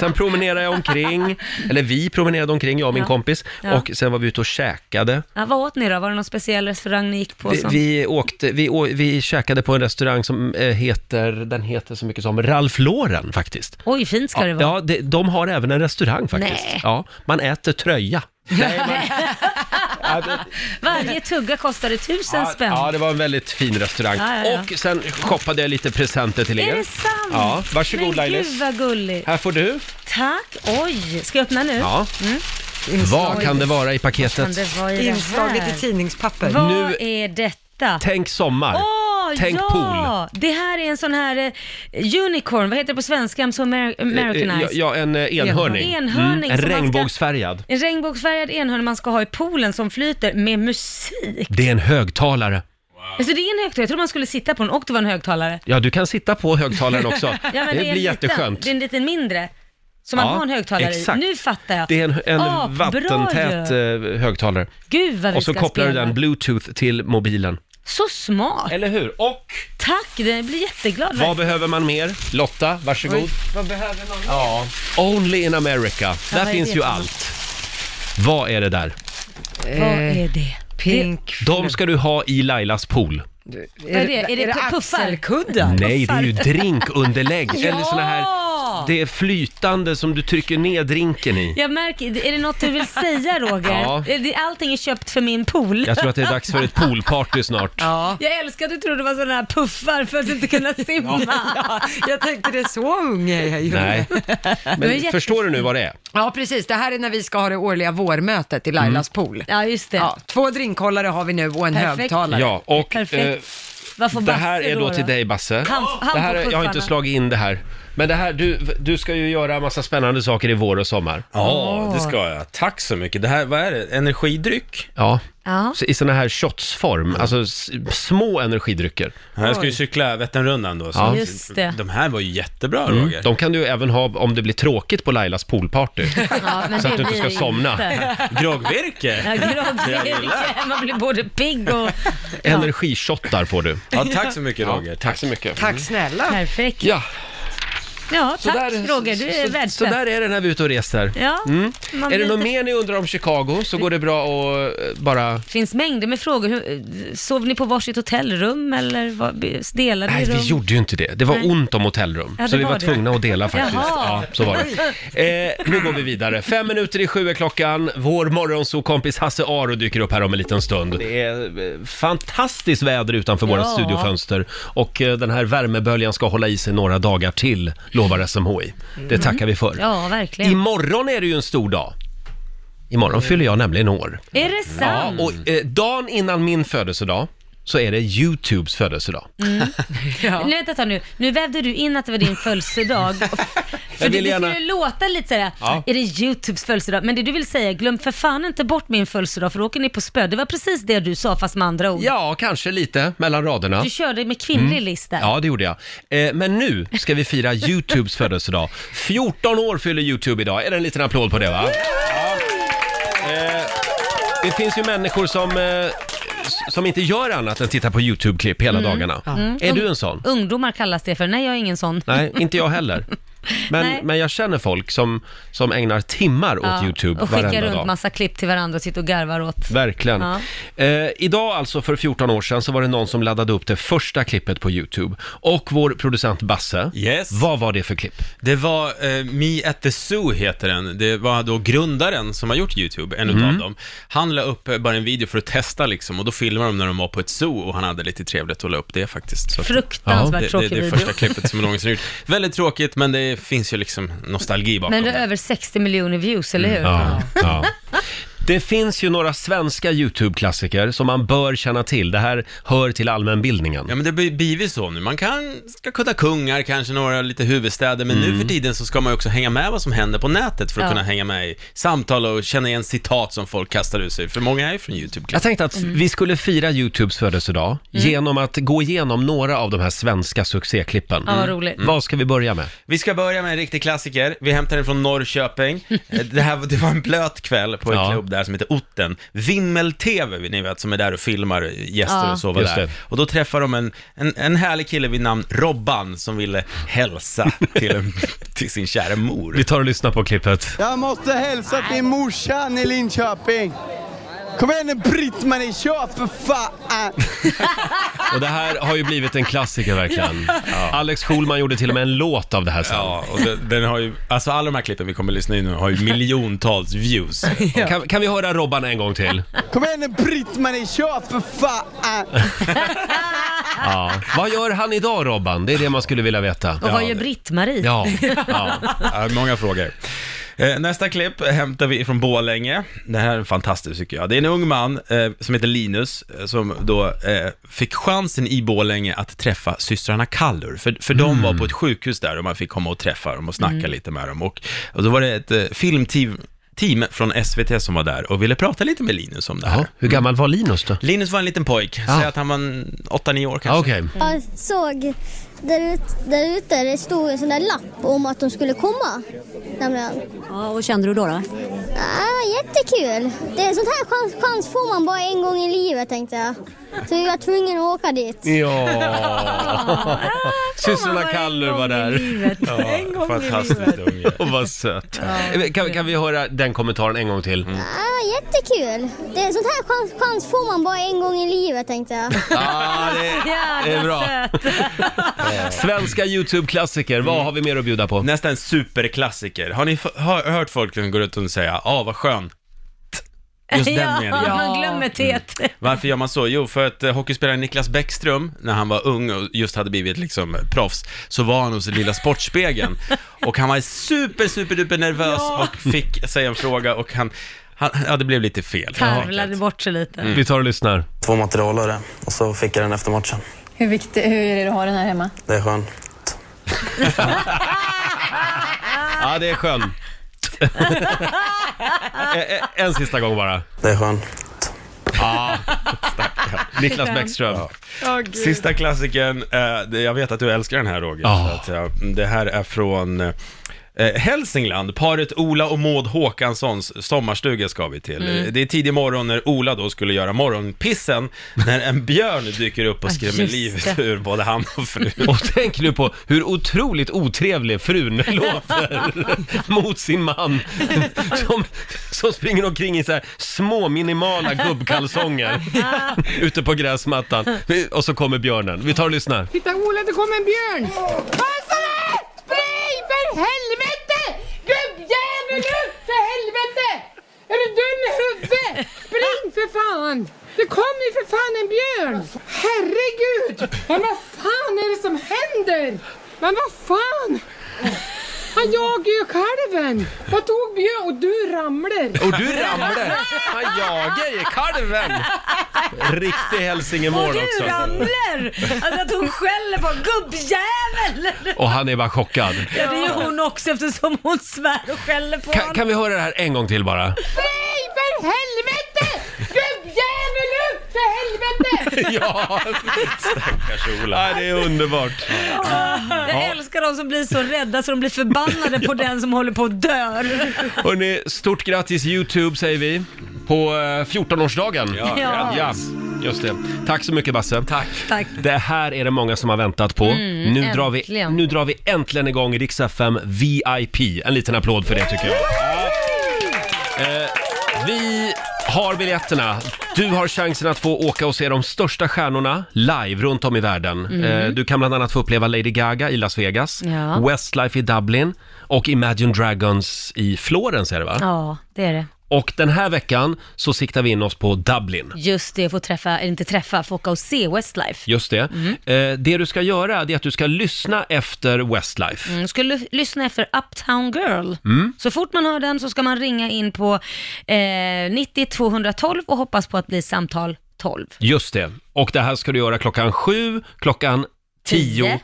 [SPEAKER 1] sen promenerade jag omkring, eller vi promenerade omkring, jag och min
[SPEAKER 2] Ja.
[SPEAKER 1] kompis.
[SPEAKER 2] Ja.
[SPEAKER 1] Och sen var vi ute och käkade.
[SPEAKER 2] Ja, vad åt ni då? Var det någon speciell restaurang ni gick på?
[SPEAKER 1] Vi,
[SPEAKER 2] som...
[SPEAKER 1] vi, åkte, vi, å- vi käkade på en restaurang som eh, heter, den heter så mycket som Ralph Lauren faktiskt.
[SPEAKER 2] Oj, fint ska det vara.
[SPEAKER 1] Ja, det, de har även en restaurang faktiskt.
[SPEAKER 2] Nej.
[SPEAKER 1] Ja, man äter tröja. Nej, man, Ja, det-
[SPEAKER 2] Varje tugga kostade tusen spänn.
[SPEAKER 1] Ja, det var en väldigt fin restaurang.
[SPEAKER 2] Ja, ja, ja.
[SPEAKER 1] Och sen shoppade jag lite presenter till er.
[SPEAKER 2] Är det sant?
[SPEAKER 1] Ja, varsågod
[SPEAKER 2] Men
[SPEAKER 1] Lailis.
[SPEAKER 2] gud vad gulligt.
[SPEAKER 1] Här får du.
[SPEAKER 2] Tack. Oj, ska jag öppna nu?
[SPEAKER 1] Ja. Mm. Vad kan det vara i
[SPEAKER 2] Kan
[SPEAKER 1] paketet?
[SPEAKER 2] det vara i det här?
[SPEAKER 3] Inslaget i tidningspapper.
[SPEAKER 2] Vad
[SPEAKER 1] Nu-
[SPEAKER 2] är detta?
[SPEAKER 1] Tänk sommar.
[SPEAKER 2] Åh,
[SPEAKER 1] Tänk pool.
[SPEAKER 2] ja! Det här är en sån här eh, unicorn, vad heter det på svenska? I'm so Amer-
[SPEAKER 1] Eh, Ja,
[SPEAKER 2] Americanized.
[SPEAKER 1] ja, en eh, enhörning.
[SPEAKER 2] Enhörning
[SPEAKER 1] en
[SPEAKER 2] som man ska-
[SPEAKER 1] regnbågsfärgad.
[SPEAKER 2] En regnbågsfärgad enhörning man ska ha i poolen som flyter med musik.
[SPEAKER 1] Det är en högtalare.
[SPEAKER 2] Alltså det är en högtalare, jag trodde man skulle sitta på den och det var en högtalare.
[SPEAKER 1] Ja, du kan sitta på högtalaren också.
[SPEAKER 2] Ja, men
[SPEAKER 1] det,
[SPEAKER 2] är en
[SPEAKER 1] blir
[SPEAKER 2] liten-
[SPEAKER 1] jätteskönt.
[SPEAKER 2] Det är en liten mindre. Som man
[SPEAKER 1] Ja,
[SPEAKER 2] har en högtalare
[SPEAKER 1] exakt.
[SPEAKER 2] i. Nu fattar jag.
[SPEAKER 1] Det är en, en
[SPEAKER 2] Ah, bra
[SPEAKER 1] vattentät
[SPEAKER 2] ju.
[SPEAKER 1] eh, högtalare.
[SPEAKER 2] Gud vad vi
[SPEAKER 1] Och så
[SPEAKER 2] ska
[SPEAKER 1] kopplar du
[SPEAKER 2] spela.
[SPEAKER 1] den bluetooth till mobilen.
[SPEAKER 2] Så smart.
[SPEAKER 1] Eller hur? Och
[SPEAKER 2] Tack, jag blir jätteglad.
[SPEAKER 1] vad behöver man mer? Lotta, varsågod.
[SPEAKER 3] Vad behöver man?
[SPEAKER 1] Ja. Only in America. där
[SPEAKER 2] vad är
[SPEAKER 1] finns
[SPEAKER 2] det
[SPEAKER 1] ju
[SPEAKER 2] för
[SPEAKER 1] allt. Vad är det där?
[SPEAKER 2] Vad är det?
[SPEAKER 3] Eh, Pink.
[SPEAKER 1] De ska du ha i Lailas pool.
[SPEAKER 2] är det? Är det puffar?
[SPEAKER 3] axelkuddar?
[SPEAKER 1] Nej, det är ju drinkunderlägg. Eller såna här...
[SPEAKER 2] Ja!
[SPEAKER 1] Det är flytande som du trycker ner drinken i.
[SPEAKER 2] Jag märker, är det något du vill säga Roger?
[SPEAKER 1] Ja.
[SPEAKER 2] Är det- Allting är köpt för min pool.
[SPEAKER 1] Jag tror att det är dags för ett poolparty snart.
[SPEAKER 3] Ja.
[SPEAKER 2] Jag älskar att du trodde det var sådana här puffar för att inte kunna simma.
[SPEAKER 3] Jag tänkte det, är så ung är jag ju.
[SPEAKER 1] Nej,
[SPEAKER 2] Det var
[SPEAKER 1] men
[SPEAKER 2] jätte-
[SPEAKER 1] förstår du nu vad det är?
[SPEAKER 3] Ja, precis. Det här är när vi ska ha det årliga vårmötet i
[SPEAKER 1] Mm.
[SPEAKER 3] Lailas pool.
[SPEAKER 2] Ja, just det.
[SPEAKER 3] Ja, två drinkhållare har vi nu och en
[SPEAKER 2] Perfekt.
[SPEAKER 3] högtalare.
[SPEAKER 1] Ja, och eh,
[SPEAKER 2] Perfekt. Vad får
[SPEAKER 1] det här
[SPEAKER 2] Basse
[SPEAKER 1] är då till dig Basse.
[SPEAKER 2] Han- han
[SPEAKER 1] Det här,
[SPEAKER 2] får
[SPEAKER 1] är- jag har inte
[SPEAKER 2] puffarna.
[SPEAKER 1] slagit in det här. Men det här, du, du ska ju göra massa spännande saker i vår och sommar.
[SPEAKER 6] Ja, det ska jag. Tack så mycket. Det här, vad är det? Energidryck?
[SPEAKER 1] Ja,
[SPEAKER 2] Ja.
[SPEAKER 1] Så i såna här shotsform, alltså s- små energidrycker.
[SPEAKER 6] Ja, jag ska ju cykla Vätternrundan då. Så
[SPEAKER 1] Ja. Mm.
[SPEAKER 2] Just det.
[SPEAKER 6] De här var ju jättebra, Roger.
[SPEAKER 1] De kan du ju även ha om det blir tråkigt på Lailas poolparty.
[SPEAKER 2] Ja, men
[SPEAKER 1] Så
[SPEAKER 2] det
[SPEAKER 1] att du inte
[SPEAKER 2] blir
[SPEAKER 1] ska somna.
[SPEAKER 2] inte. Ja,
[SPEAKER 6] Groggvirke!
[SPEAKER 2] groggvirke. Man blir både pigg och... Ja,
[SPEAKER 1] Energishottar får du.
[SPEAKER 6] Ja, tack så mycket, Roger.
[SPEAKER 1] Tack så mycket.
[SPEAKER 3] Tack snälla.
[SPEAKER 2] perfekt.
[SPEAKER 1] Ja,
[SPEAKER 2] Ja,
[SPEAKER 1] Så
[SPEAKER 2] tack
[SPEAKER 1] där-
[SPEAKER 2] Roger, du är
[SPEAKER 1] Så där
[SPEAKER 2] världsbäst.
[SPEAKER 1] är det när vi är ute och reser. Mm.
[SPEAKER 2] Ja, man
[SPEAKER 1] Är
[SPEAKER 2] blir
[SPEAKER 1] det något
[SPEAKER 2] lite-
[SPEAKER 1] mer ni undrar om Chicago så går det bra att eh, bara...
[SPEAKER 2] Det finns mängder med frågor. Hur- Sov ni på varsitt hotellrum eller vad- delade ni
[SPEAKER 1] Nej,
[SPEAKER 2] rum?
[SPEAKER 1] vi gjorde ju inte det. Det var
[SPEAKER 2] Nej.
[SPEAKER 1] ont om hotellrum,
[SPEAKER 2] Ja, det
[SPEAKER 1] så vi var,
[SPEAKER 2] var det.
[SPEAKER 1] tvungna att dela faktiskt.
[SPEAKER 2] Jaha.
[SPEAKER 1] Ja, så var det. Eh, nu går vi vidare. Fem minuter i sju är klockan. Vår morgonsokompis Hasse Aro dyker upp här om en liten stund. Det är eh, fantastiskt väder utanför våra
[SPEAKER 2] Ja.
[SPEAKER 1] studiofönster och eh, den här värmeböljan ska hålla i sig några dagar till, lovar SMHI. Det tackar vi för.
[SPEAKER 2] Mm. Ja, verkligen.
[SPEAKER 1] Imorgon är det ju en stor dag. Imorgon fyller jag nämligen år.
[SPEAKER 2] Är det
[SPEAKER 1] Ja,
[SPEAKER 2] sant?
[SPEAKER 1] och eh, dagen innan min födelsedag så är det Youtubes födelsedag.
[SPEAKER 2] Mm. Nu, vänta ett tag nu. Nu vävde du in att det var din födelsedag. Och- För
[SPEAKER 1] Jag
[SPEAKER 2] det,
[SPEAKER 1] vill
[SPEAKER 2] det
[SPEAKER 1] gärna-
[SPEAKER 2] skulle låta lite sådär,
[SPEAKER 1] Ja.
[SPEAKER 2] är det Youtubes födelsedag? Men det du vill säga, glöm för fan inte bort min födelsedag för då åker ni på spö. Det var precis det du sa fast med andra ord.
[SPEAKER 1] Ja, kanske lite mellan raderna.
[SPEAKER 2] Oh. Du körde med kvinnlig lista.
[SPEAKER 1] Mm. Ja, det gjorde jag. Eh, men nu ska vi fira Youtubes födelsedag. 14 år fyller Youtube idag. Är det en liten applåd på det va? Ja. Eh, det finns ju människor som, eh, s- som inte gör annat än titta på Youtube-klipp hela dagarna.
[SPEAKER 2] Mm.
[SPEAKER 1] Är du en sån?
[SPEAKER 2] Ungdomar kallas det för. Nej, jag är ingen sån.
[SPEAKER 1] Nej, inte jag heller. Men,
[SPEAKER 2] Nej.
[SPEAKER 1] men jag känner folk som, som ägnar timmar åt
[SPEAKER 2] Ja,
[SPEAKER 1] Youtube
[SPEAKER 2] och skickar
[SPEAKER 1] varenda
[SPEAKER 2] runt
[SPEAKER 1] dag.
[SPEAKER 2] massa klipp till varandra och sitter och garvar åt.
[SPEAKER 1] Verkligen.
[SPEAKER 2] Ja.
[SPEAKER 1] Eh, idag alltså för 14 år sedan så var det någon som laddade upp det första klippet på Youtube. Och vår producent Basse,
[SPEAKER 6] Yes.
[SPEAKER 1] vad var det för klipp?
[SPEAKER 6] Det var eh, Me at the Zoo heter den. Det var då grundaren som har gjort YouTube, en
[SPEAKER 1] Mm.
[SPEAKER 6] utav dem. Han la upp eh, bara en video för att testa liksom och då filmade de när de var på ett zoo och han hade lite trevligt att la upp det faktiskt. Så att-
[SPEAKER 2] Fruktansvärt
[SPEAKER 6] det, det,
[SPEAKER 2] tråkig
[SPEAKER 6] det är
[SPEAKER 2] video.
[SPEAKER 6] första klippet som någonsin gjort. Väldigt tråkigt, men det finns ju liksom nostalgi bakom.
[SPEAKER 2] Men det
[SPEAKER 6] det.
[SPEAKER 2] är över 60 miljoner views, eller hur?
[SPEAKER 1] Mm. Ja, ja. Det finns ju några svenska Youtube-klassiker som man bör känna till. Det här hör till allmänbildningen.
[SPEAKER 6] Ja men det blir blivit så nu, man kan, ska kunna kungar, kanske några lite huvudstäder, men
[SPEAKER 1] Mm.
[SPEAKER 6] nu för tiden så ska man ju också hänga med vad som händer på nätet för att
[SPEAKER 2] Ja.
[SPEAKER 6] kunna hänga med i samtal och känna igen citat som folk kastar ur sig, för många är ju från YouTube.
[SPEAKER 1] Jag tänkte att vi skulle fira Youtubes födelsedag
[SPEAKER 2] Mm.
[SPEAKER 1] genom att gå igenom några av de här svenska succéklippen. Mm.
[SPEAKER 2] Ja, vad roligt.
[SPEAKER 1] Vad ska vi börja med?
[SPEAKER 6] Vi ska börja med en riktig klassiker. Vi hämtar den från Norrköping. Eh, Det, här, det var en blöt kväll på en
[SPEAKER 1] Ja.
[SPEAKER 6] klubb där som heter Otten. Vimmel-TV, ni vet, som är där och filmar gäster
[SPEAKER 2] Ja.
[SPEAKER 6] och så var
[SPEAKER 1] Just
[SPEAKER 6] där.
[SPEAKER 1] det.
[SPEAKER 6] Och då träffar de en, en, en härlig kille vid namn Robban som ville hälsa till, en, till sin kära mor.
[SPEAKER 1] Vi tar och lyssnar på klippet.
[SPEAKER 7] Jag måste hälsa till morsan i Linköping. Kom igen nu Britt-Marie, kör för fan!
[SPEAKER 1] Och det här har ju blivit en klassiker verkligen. Alex Schulman gjorde till och med en låt av det här sen.
[SPEAKER 6] Ja, och den, den har ju, alltså alla de här klippen vi kommer att lyssna in nu har ju miljontals views.
[SPEAKER 1] Kan, kan vi höra Robban en gång till?
[SPEAKER 7] Kom igen nu Britt-Marie, kör för fan!
[SPEAKER 1] Ja. Vad gör han idag Robban? Det är det man skulle vilja veta.
[SPEAKER 2] Och vad
[SPEAKER 6] Ja,
[SPEAKER 2] gör
[SPEAKER 6] det-
[SPEAKER 2] Britt-Marie?
[SPEAKER 1] Ja, ja.
[SPEAKER 6] Ja, många frågor. Eh, Nästa klipp hämtar vi från Borlänge. Det här är fantastiskt tycker jag. Det är en ung man eh, som heter Linus eh, som då eh, fick chansen i Borlänge att träffa systrarna Kallur. För, för de
[SPEAKER 1] Mm.
[SPEAKER 6] var på ett sjukhus där och man fick komma och träffa dem och snacka lite med dem. Och, och då var det ett eh, filmteam team från SVT som var där och ville prata lite med Linus om det här.
[SPEAKER 1] ja. Hur gammal var Linus då?
[SPEAKER 6] Linus var en liten pojk,
[SPEAKER 1] Ja.
[SPEAKER 6] säg att han var 8-9 år
[SPEAKER 1] Ja,
[SPEAKER 6] kanske.
[SPEAKER 1] Okej.
[SPEAKER 8] Jag såg där ute, där ute det stod en sån där lapp om att de skulle komma. Nämligen.
[SPEAKER 9] Ja, och kände du då? då?
[SPEAKER 8] Ah, jättekul! Det är sånt här chans, chans får man bara en gång i livet tänkte jag. Så vi var tvungna att åka dit.
[SPEAKER 1] Mm. Ja. Systrarna Kallur var där.
[SPEAKER 6] en gång Fantastiskt unge.
[SPEAKER 1] Och vad söt. Kan, kan vi höra den kommentaren en gång till?
[SPEAKER 6] Mm.
[SPEAKER 8] Ah, jättekul! Det är sånt här chans, chans får man bara en gång i livet tänkte jag.
[SPEAKER 1] Ja, det
[SPEAKER 2] Jävla
[SPEAKER 1] Det är bra.
[SPEAKER 2] söt.
[SPEAKER 1] är svenska YouTube-klassiker. Vad har vi mer att bjuda på?
[SPEAKER 6] Nästa en Mm. superklassiker. Har ni f- hör, hört folk som går ut och säger ”Ah, vad skön”? Just den
[SPEAKER 2] ja,
[SPEAKER 6] meningen. Mm.
[SPEAKER 2] man glömmer teet.
[SPEAKER 6] Varför gör man så? Jo, för att eh, hockeyspelaren Niklas Bäckström, när han var ung och just hade blivit liksom proffs, så var han hos Lilla Sportspegeln. och han var super, super, duper nervös och fick säga en fråga och han, han, ja det blev lite fel.
[SPEAKER 2] Tarvlade bort sig lite.
[SPEAKER 6] Mm.
[SPEAKER 1] Vi tar och lyssnar.
[SPEAKER 10] Två materialare och så fick jag den efter matchen.
[SPEAKER 9] Hur, viktig, hur är det att ha den här hemma?
[SPEAKER 10] Det är skönt.
[SPEAKER 1] Ja, det är skönt. E- e- en sista gång bara.
[SPEAKER 10] Det är skönt.
[SPEAKER 1] Niklas Bäckström.
[SPEAKER 6] Sista
[SPEAKER 1] Ah.
[SPEAKER 6] klassiken, eh, det- jag vet att du älskar den här Roger.
[SPEAKER 1] Ja.
[SPEAKER 6] Så att, ja, det här är från eh, Eh, Hälsingland, paret Ola och Maud Håkanssons sommarstuga ska vi till.
[SPEAKER 11] Mm.
[SPEAKER 6] Eh, Det är tidig morgon när Ola då skulle göra morgonpissen, när en björn dyker upp och
[SPEAKER 1] Ja,
[SPEAKER 6] skrämmer
[SPEAKER 1] just
[SPEAKER 6] livet
[SPEAKER 1] det.
[SPEAKER 6] ur både han och frun.
[SPEAKER 1] Och tänk nu på hur otroligt otrevlig frun låter mot sin man som, som springer omkring i så här små minimala gubbkalsonger
[SPEAKER 5] Ah.
[SPEAKER 1] ute på gräsmattan. Och så kommer björnen. Vi tar och lyssnar.
[SPEAKER 5] Titta Ola, det kommer en björn! Passa dig! Spring för helvete! Gubbjävel upp för helvete! Är du dum i huvudet? Spring för fan! Det kommer ju för fan en björn! Herregud! Men vad fan är det som händer? Men vad fan? Han jagar ju kalven och tog björn och du ramlar.
[SPEAKER 1] Och du ramlar. Han jagar ju kalven. Riktig hälsingemål
[SPEAKER 2] Och
[SPEAKER 1] också.
[SPEAKER 2] du ramlar! Alltså att hon skäller på gubbjävel!
[SPEAKER 1] Och han är bara chockad.
[SPEAKER 2] Ja, det är ju hon också eftersom hon svär och skäller på
[SPEAKER 1] Kan,
[SPEAKER 2] honom.
[SPEAKER 1] kan vi höra det här en gång till bara?
[SPEAKER 5] Spring för helvete! Gubbjävel upp för helvete!
[SPEAKER 1] Ja,
[SPEAKER 6] stackars Ola.
[SPEAKER 1] det är underbart.
[SPEAKER 2] Jag älskar de som blir så rädda så de blir förbannade på den som håller på att dö.
[SPEAKER 1] Hörrni, stort grattis YouTube säger vi på eh, 14-årsdagen.
[SPEAKER 2] Ja, Ja. grattis.
[SPEAKER 1] just det. Tack så mycket Basse. Tack.
[SPEAKER 2] Tack.
[SPEAKER 1] Det här är det många som har väntat på.
[SPEAKER 2] Mm,
[SPEAKER 1] nu, drar vi,
[SPEAKER 2] äntligen.
[SPEAKER 1] nu drar vi äntligen igång Rix FM VIP. En liten applåd för det tycker jag. Eh, vi har biljetterna. Du har chansen att få åka och se de största stjärnorna live runt om i världen.
[SPEAKER 2] Mm.
[SPEAKER 1] Eh, du kan bland annat få uppleva Lady Gaga i Las Vegas,
[SPEAKER 2] Ja.
[SPEAKER 1] Westlife i Dublin och Imagine Dragons i Florens är det va?
[SPEAKER 2] Ja, det är det.
[SPEAKER 1] Och den här veckan så siktar vi in oss på Dublin.
[SPEAKER 2] Just det, få träffa, eller inte träffa, få åka och se Westlife.
[SPEAKER 1] Just det.
[SPEAKER 2] Mm.
[SPEAKER 1] Eh, det du ska göra det är att du ska lyssna efter Westlife.
[SPEAKER 2] Mm, skulle l- lyssna efter Uptown Girl.
[SPEAKER 1] Mm.
[SPEAKER 2] Så fort man hör den så ska man ringa in på eh, 90 212 och hoppas på att bli samtal 12.
[SPEAKER 1] Just det. Och det här ska du göra klockan sju, klockan tio.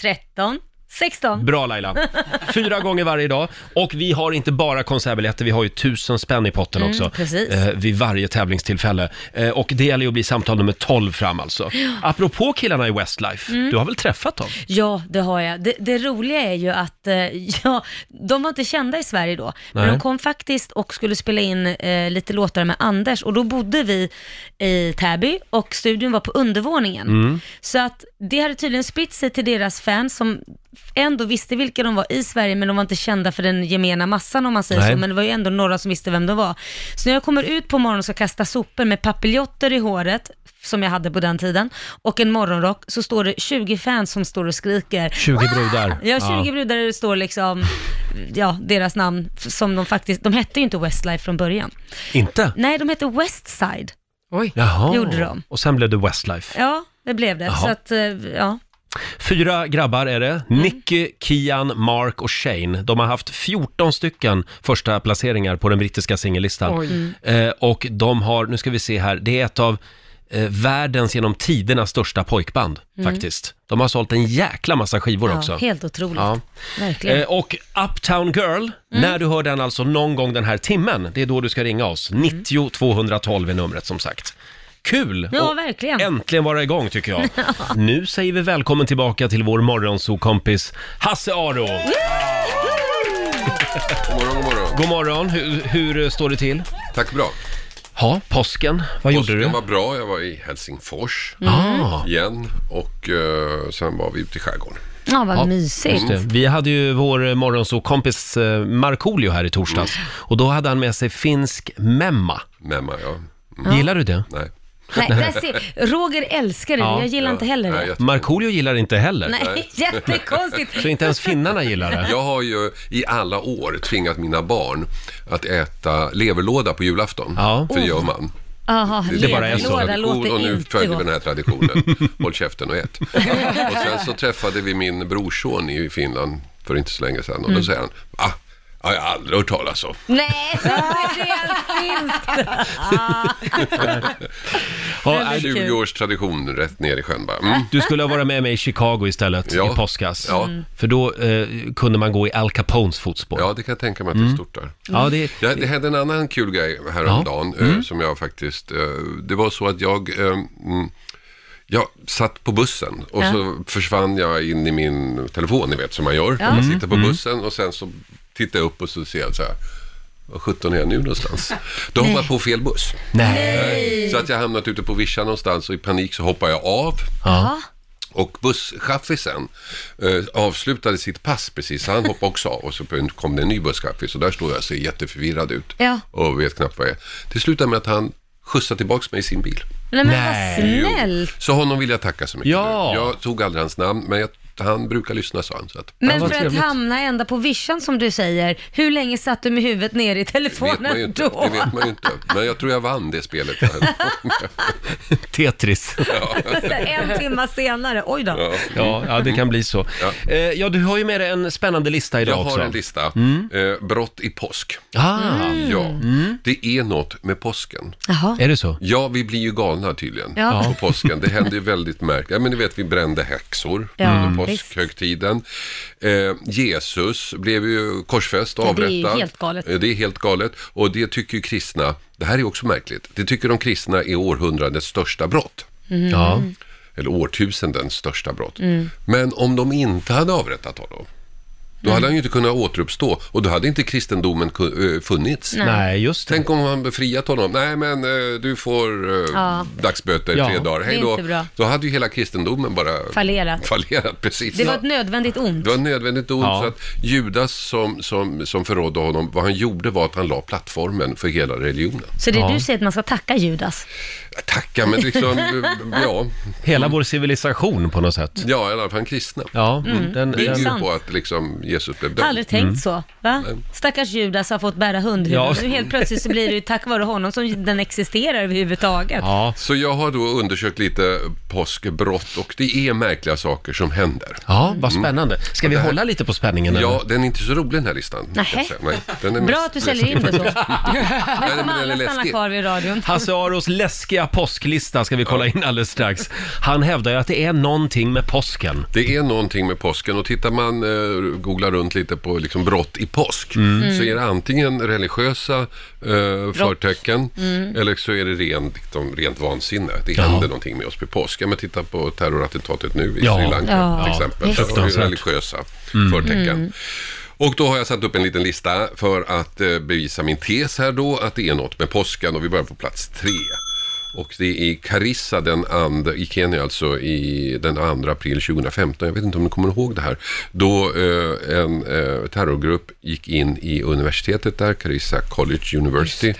[SPEAKER 2] 13, 16.
[SPEAKER 1] Bra Laila! Fyra gånger varje dag. Och vi har inte bara konsertbiljetter, vi har ju tusen spänn i potten
[SPEAKER 2] Mm,
[SPEAKER 1] också.
[SPEAKER 2] precis.
[SPEAKER 1] eh, vid varje tävlingstillfälle. Eh, och det gäller ju att bli samtal nummer 12 fram alltså. Apropå killarna i Westlife,
[SPEAKER 2] Mm.
[SPEAKER 1] du har väl träffat dem?
[SPEAKER 2] Ja, det har jag. Det, det roliga är ju att eh, ja, de var inte kända i Sverige då, men
[SPEAKER 1] Nej.
[SPEAKER 2] de kom faktiskt och skulle spela in eh, lite låtar med Anders och då bodde vi i Täby och studion var på undervåningen.
[SPEAKER 5] Mm.
[SPEAKER 2] Så att det hade tydligen spritt sig till deras fans som ändå visste vilka de var i Sverige, men de var inte kända för den gemena massan om man säger
[SPEAKER 5] Nej.
[SPEAKER 2] så, men det var ju ändå några som visste vem de var. Så när jag kommer ut på morgonen och ska kasta sopor med papiljotter i håret, som jag hade på den tiden, och en morgonrock, så står det 20 fans som står och skriker.
[SPEAKER 1] 20 brudar.
[SPEAKER 2] Ja, 20 brudar där det står liksom, ja, deras namn, f- som de faktiskt, de hette ju inte Westlife från början.
[SPEAKER 1] Inte?
[SPEAKER 2] Nej, de hette Westside.
[SPEAKER 3] Oj.
[SPEAKER 1] Jaha.
[SPEAKER 2] Gjorde de.
[SPEAKER 1] Och sen blev det Westlife.
[SPEAKER 2] Ja, det blev det.
[SPEAKER 1] Jaha.
[SPEAKER 2] Så att, eh, ja.
[SPEAKER 1] Fyra grabbar är det.
[SPEAKER 2] Mm.
[SPEAKER 1] Nicky, Kian, Mark och Shane. De har haft 14 stycken första placeringar på den brittiska singellistan.
[SPEAKER 5] Oj. Mm.
[SPEAKER 1] Eh, och de har, nu ska vi se här, det är ett av eh, världens genom tiderna största pojkband
[SPEAKER 2] Mm.
[SPEAKER 1] faktiskt. De har sålt en jäkla massa skivor
[SPEAKER 2] ja
[SPEAKER 1] också.
[SPEAKER 2] Helt otroligt.
[SPEAKER 1] Ja.
[SPEAKER 2] Verkligen. Mm.
[SPEAKER 1] Eh, och Uptown Girl, när du hör den alltså någon gång den här timmen, det är då du ska ringa oss.
[SPEAKER 2] Mm.
[SPEAKER 1] 90 212 är numret som sagt. Kul!
[SPEAKER 2] Ja,
[SPEAKER 1] Och
[SPEAKER 2] verkligen.
[SPEAKER 1] Äntligen vara igång tycker jag. Nu säger vi välkommen tillbaka till vår morgonsokompis Hasse Aro.
[SPEAKER 12] God morgon, god morgon.
[SPEAKER 1] God morgon, hur, hur står det till?
[SPEAKER 12] Tack bra.
[SPEAKER 1] Ja, påsken, vad gjorde du?
[SPEAKER 12] Påsken var bra. Jag var i Helsingfors
[SPEAKER 1] Mm. Ah.
[SPEAKER 12] igen och eh, sen var vi ute i skärgården.
[SPEAKER 2] Ja, vad
[SPEAKER 1] Ja,
[SPEAKER 2] mysigt.
[SPEAKER 1] just det. Vi hade ju vår eh, morgonsokompis eh, Markoolio här i torsdags
[SPEAKER 2] Mm.
[SPEAKER 1] och då hade han med sig finsk memma.
[SPEAKER 12] Memma, ja.
[SPEAKER 2] Mm.
[SPEAKER 1] Gillar du det?
[SPEAKER 12] Nej.
[SPEAKER 2] Nej, där ser, Roger älskar det, jag gillar inte heller det.
[SPEAKER 1] Markoolio gillar inte heller.
[SPEAKER 2] Nej, jättekonstigt.
[SPEAKER 1] Så inte ens finnarna gillar det?
[SPEAKER 12] Jag har ju i alla år tvingat mina barn att äta leverlåda på julafton. För det gör man.
[SPEAKER 2] Jaha, Ah, leverlåda
[SPEAKER 12] tradition
[SPEAKER 2] låter
[SPEAKER 12] och nu
[SPEAKER 2] inte
[SPEAKER 12] följer vi
[SPEAKER 2] gott.
[SPEAKER 12] den här traditionen. Håll käften och ät. Och sen så träffade vi min brorson i Finland för inte så länge sedan och då
[SPEAKER 2] Mm.
[SPEAKER 12] säger han, ah, jag har aldrig hört talas om.
[SPEAKER 2] Nej, så det är helt finskt. Ah.
[SPEAKER 1] Ja,
[SPEAKER 12] 20 års tradition rätt ner i sjön bara. Mm.
[SPEAKER 1] Äh, Du skulle ha varit med mig i Chicago istället i påskas.
[SPEAKER 12] Ja. Mm.
[SPEAKER 1] För då eh, kunde man gå i Al Capones fotspår.
[SPEAKER 12] Ja, det kan jag tänka mig att det är
[SPEAKER 1] Mm.
[SPEAKER 12] stort där.
[SPEAKER 1] Ja, det-
[SPEAKER 12] det, hände en annan kul grej häromdagen
[SPEAKER 1] Ja.
[SPEAKER 12] eh,
[SPEAKER 1] Mm.
[SPEAKER 12] som jag faktiskt... eh, Det var så att jag... eh, mm, Jag satt på bussen och
[SPEAKER 11] Ja.
[SPEAKER 12] så försvann jag in i min telefon, ni vet som man gör.
[SPEAKER 11] Ja.
[SPEAKER 12] Man
[SPEAKER 11] Mm,
[SPEAKER 12] sitter på
[SPEAKER 11] mm.
[SPEAKER 12] bussen och sen så tittar jag upp och så ser jag så här, vad sjutton är jag nu någonstans? Då hoppade jag på fel buss.
[SPEAKER 1] Nej.
[SPEAKER 12] Så att jag hamnat ute på vischan någonstans och i panik så hoppar jag av.
[SPEAKER 1] Ja.
[SPEAKER 12] Och busschaffisen eh, avslutade sitt pass precis, så han hoppade också av och så kom det en ny busschaffis och där står jag och ser jätteförvirrad ut
[SPEAKER 2] Ja.
[SPEAKER 12] och vet knappt vad jag är. Det slutade med att han skjutsade tillbaka mig i sin bil.
[SPEAKER 2] Nej men vad snällt.
[SPEAKER 12] Så honom vill jag tacka så mycket. Ja. Jag tog aldrig hans namn, men jag, han brukar lyssna sa han. Så att,
[SPEAKER 2] Men för att hamna ända på vischan som du säger, hur länge satt du med huvudet nere i
[SPEAKER 12] vet man ju
[SPEAKER 2] telefonen
[SPEAKER 12] inte,
[SPEAKER 2] då?
[SPEAKER 12] det vet man ju inte. Men jag tror jag vann det spelet.
[SPEAKER 1] Tetris.
[SPEAKER 2] en timme senare, oj då.
[SPEAKER 1] Ja, ja, det kan bli så. Eh, ja, du har ju med dig en spännande lista idag
[SPEAKER 12] jag
[SPEAKER 1] också. Mm.
[SPEAKER 12] har en lista. Eh, brott i påsk.
[SPEAKER 1] Ah. Mm.
[SPEAKER 12] Ja, det är något med påsken.
[SPEAKER 2] Jaha.
[SPEAKER 1] Är det så?
[SPEAKER 12] Ja, vi blir ju galna tydligen
[SPEAKER 1] Ja.
[SPEAKER 12] på påsken. Det händer ju väldigt märkligt. Ja, men ni vet, vi brände häxor
[SPEAKER 11] Ja,
[SPEAKER 12] under påskhögtiden. Eh, Jesus blev ju korsfäst och
[SPEAKER 11] Ja, det är
[SPEAKER 12] avrättad.
[SPEAKER 11] ju helt galet.
[SPEAKER 12] Eh, Det är helt galet. Och det tycker ju kristna, det här är också märkligt, det tycker de kristna är århundradets största brott.
[SPEAKER 11] Mm. Ja.
[SPEAKER 12] Eller årtusendens största brott.
[SPEAKER 11] Mm.
[SPEAKER 12] Men om de inte hade avrättat honom, då
[SPEAKER 2] Mm.
[SPEAKER 12] hade han ju inte kunnat återuppstå och då hade inte kristendomen ku- eh, funnits.
[SPEAKER 11] Nej. Nej,
[SPEAKER 1] just
[SPEAKER 12] Tänk om han befriat honom. Nej, men eh, du får eh,
[SPEAKER 2] Ja.
[SPEAKER 12] dagsböter i
[SPEAKER 2] Ja.
[SPEAKER 12] tre dagar.
[SPEAKER 2] Det är
[SPEAKER 12] Hej då.
[SPEAKER 2] inte bra.
[SPEAKER 12] Då hade ju hela kristendomen bara
[SPEAKER 2] Fallerat.
[SPEAKER 12] fallerat precis.
[SPEAKER 2] Det var ett nödvändigt ont.
[SPEAKER 12] Det var ett nödvändigt ont
[SPEAKER 2] Ja.
[SPEAKER 12] så att Judas som, som, som förrådde honom, vad han gjorde var att han la plattformen för hela religionen.
[SPEAKER 2] Så det du säger att man ska tacka Judas?
[SPEAKER 12] Tacka, men liksom, ja.
[SPEAKER 1] Hela vår civilisation på något sätt.
[SPEAKER 12] Ja, i alla fall kristna.
[SPEAKER 1] Ja, Mm.
[SPEAKER 2] Mm, den-
[SPEAKER 12] bygger ju
[SPEAKER 2] den-
[SPEAKER 12] på att liksom Jesus blev död.
[SPEAKER 2] Har aldrig tänkt så, va? Stackars Judas har fått bära hundhuvuden.
[SPEAKER 12] Mm. Ja.
[SPEAKER 2] Nu helt plötsligt så blir det ju tack vare honom som den existerar överhuvudtaget.
[SPEAKER 12] Så jag har då undersökt lite påskbrott och det är märkliga saker som händer.
[SPEAKER 1] Ja, vad spännande. Ska
[SPEAKER 12] Och
[SPEAKER 1] vi
[SPEAKER 12] det här-
[SPEAKER 1] hålla lite på spänningen? eller?
[SPEAKER 12] Ja, den är inte så rolig den här listan.
[SPEAKER 2] Nähä.
[SPEAKER 12] kan jag säga. Nej, den är
[SPEAKER 2] Bra
[SPEAKER 12] mest
[SPEAKER 2] att du säljer in det så.
[SPEAKER 12] läskig
[SPEAKER 2] Nu
[SPEAKER 12] faktiskt. men den
[SPEAKER 2] kommer
[SPEAKER 12] är
[SPEAKER 2] alla stanna
[SPEAKER 12] läskig.
[SPEAKER 2] kvar vid radion.
[SPEAKER 1] Hasse Aros läskiga påsklista ska vi kolla in alldeles strax. Han hävdar ju att det är någonting med påsken.
[SPEAKER 12] Det är någonting med påsken och tittar man, eh, googlar runt lite på liksom brott i påsk
[SPEAKER 11] Mm.
[SPEAKER 12] så är det antingen religiösa eh, förtecken
[SPEAKER 11] Mm.
[SPEAKER 12] eller så är det rent, liksom, rent vansinne. Det händer någonting med oss på påsk. Ja, men titta på terrorattentatet nu i
[SPEAKER 11] Ja.
[SPEAKER 12] Sri Lanka
[SPEAKER 11] Ja. Ja,
[SPEAKER 12] till exempel. Det är
[SPEAKER 11] fruktansvärt.
[SPEAKER 12] religiösa
[SPEAKER 11] Mm.
[SPEAKER 12] förtecken.
[SPEAKER 11] Mm.
[SPEAKER 12] Och då har jag satt upp en liten lista för att eh, bevisa min tes här då, att det är något med påskan och vi börjar på plats tre. Och det är i Karissa den and, i Kenya alltså, i den 2 april 2015. Jag vet inte om ni kommer ihåg det här. Då eh, en eh, terrorgrupp gick in i universitetet där, Karissa College University.